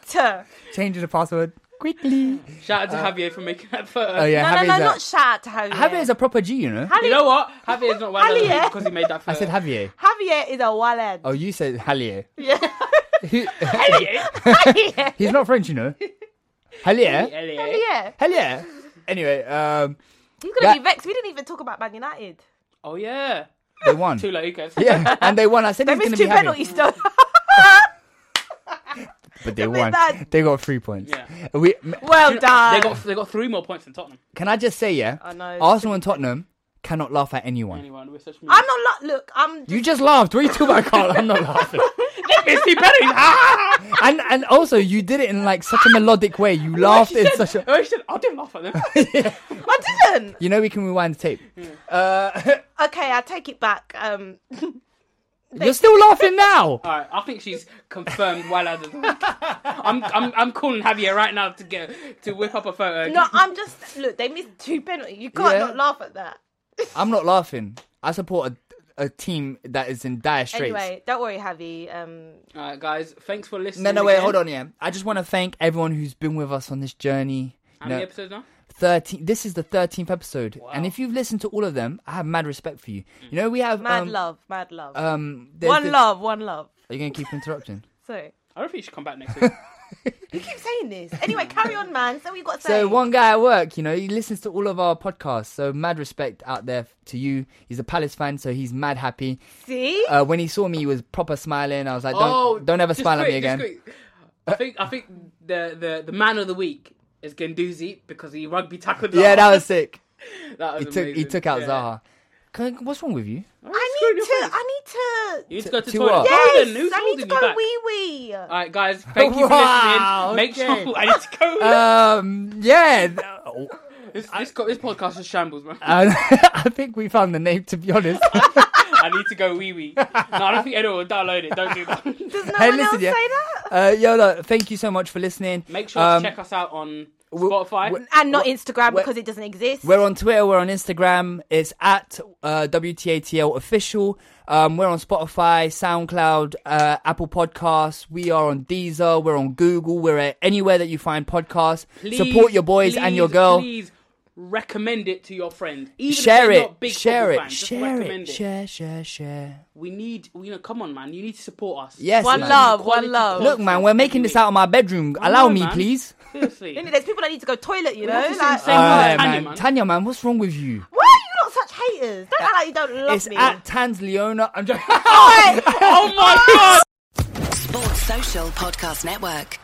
S1: right.
S3: Change the password quickly.
S2: Shout out to Javier for making that photo.
S3: Uh, Oh yeah,
S1: No, no,
S3: Javi's
S1: no,
S3: a-
S1: not shout out to Javier.
S3: Javier is a proper G, you know.
S1: Javier-
S2: You know what? Javier's not well
S1: Javier.
S2: because he made that photo.
S3: I said Javier.
S1: Javier is a wallet.
S3: Oh, you said Javier.
S1: Yeah.
S3: He-
S2: Javier.
S3: He's not French, you know. Javier.
S2: Javier.
S1: yeah.
S3: Javier. Anyway, um,
S1: He's gonna
S3: That-
S1: be vexed. We didn't even talk about Man United.
S2: Oh yeah.
S3: they won.
S2: Too late, guys.
S3: Yeah, and they won. I said
S1: They
S3: he's going
S1: missed
S3: to be
S1: two
S3: happy,
S1: penalties though.
S3: but they
S1: They
S3: won.
S1: missed
S3: They got three points. Uh,
S2: Yeah.
S3: We m-
S1: well done.
S2: They got they got three more points than Tottenham.
S3: can I just say, yeah,
S1: I know, it's
S3: Arsenal and Tottenham cannot laugh at anyone.
S2: Anyone with such
S1: I'm not. Lo- look, I'm.
S3: You just laughed. What are you talking about, Carl? I'm not laughing.
S2: Missy Penny. Ah!
S3: And and also, you did it in like such a melodic way. You laughed
S2: She
S3: in
S2: said,
S3: such a.
S2: oh, she said, I didn't laugh at them.
S1: I didn't.
S3: You know, we can rewind the tape. Uh,
S1: Okay, I take it back. Um,
S3: You're still laughing
S1: Oh,
S3: now.
S2: All right, I think she's confirmed well out of the week. I'm, I'm, I'm calling Javier right now to get to whip up a photo.
S1: no, I'm just. Look, they missed two penalties. You can't
S3: Yeah.
S1: not laugh at that.
S3: I'm not laughing. I support a, a team that is in dire straits.
S1: Anyway, don't worry, Javi. Um,
S2: All right, guys, thanks for listening.
S3: no, no, wait,
S2: again.
S3: hold on. Yeah, I just want to thank everyone who's been with us on this journey.
S2: How
S3: No,
S2: many episodes now?
S3: Thirteen. This is the thirteenth episode, and if you've listened to all of them, I have mad respect for you.
S2: Mm.
S3: You know, we have
S1: mad
S3: um,
S1: love, mad love.
S3: Um, there's
S1: one
S3: the-
S1: love, one love.
S3: Are you gonna keep interrupting?
S1: So
S2: I don't think you should come back next week.
S1: you keep saying this. Anyway, carry on, man. So we got to say.
S3: So one guy at work, you know, he listens to all of our podcasts. So mad respect out there to you. He's a Palace fan, so he's mad happy.
S1: See,
S3: Uh, when he saw me, he was proper smiling. I was like, "Don't, don't ever
S2: Oh, just
S3: smile at
S2: quick,
S3: me
S2: just
S3: again."
S2: quick. I think, I think the, the, the man of the week is Ganduzi because he rugby tackled.
S3: Yeah,
S2: Zaha.
S3: that was sick.
S2: that was
S3: He took he
S2: amazing.
S3: took out
S2: Yeah.
S3: Zaha. Can- what's wrong with you?
S1: I need
S2: your
S1: to.
S2: face.
S1: I need to.
S2: You need to go to
S3: to
S2: the toilet.
S3: what?
S2: Harden,
S1: Yes,
S2: who's
S1: I need
S2: holding
S1: to go
S2: you back?
S1: wee wee.
S2: All right, guys, thank you for
S3: Wow,
S2: listening. Make
S3: okay.
S2: sure I need to go.
S3: Um, yeah, th-
S2: this, this, co- this podcast is shambles, man.
S3: uh, I I think we found the name. To be honest,
S2: I need to go wee wee. No, I don't think anyone will download it. Don't do that.
S1: Does no
S3: Hey,
S1: one
S3: listen,
S1: else
S3: yeah.
S1: say that?
S3: uh, yo, look, thank you so much for listening.
S2: Make sure
S3: Um,
S2: to check us out on
S3: w-
S2: Spotify.
S3: w-
S1: And not Instagram
S3: where-
S1: because it doesn't exist.
S3: We're on Twitter, we're on Instagram. It's at uh, WTATL official. Um, we're on Spotify, SoundCloud, uh, Apple Podcasts. We are on Deezer. We're on Google. We're at anywhere that you find podcasts.
S2: Please,
S3: Support your boys and your
S2: please,
S3: girl.
S2: Please recommend it to your friend. Even if
S3: Share
S2: they're
S3: it.
S2: not big
S3: Share
S2: football
S3: it.
S2: fans, just
S3: Share
S2: recommend
S3: it. Share, share, share.
S2: We need, you know, come on, man. You need to support us.
S3: Yes,
S1: One
S3: man.
S1: love, one
S2: Quality
S1: love.
S2: content
S3: Look, man, we're
S2: every
S3: making this
S2: week.
S3: out of my bedroom.
S2: Oh, I
S3: Allow
S2: know,
S3: me,
S2: man.
S3: please.
S2: Seriously.
S1: Isn't it? There's people that need to go toilet, you know?
S2: have to say the
S1: Like,
S2: same
S1: why
S2: word.
S3: Aye,
S2: Tanya,
S3: man.
S2: man.
S3: Tanya, man, what's wrong with you?
S1: are you not such haters? Don't act like you don't love
S3: it's
S1: me.
S3: at Tans Leona. I'm joking.
S1: Oi!
S2: Oh my god!
S4: Sports Social Podcast Network.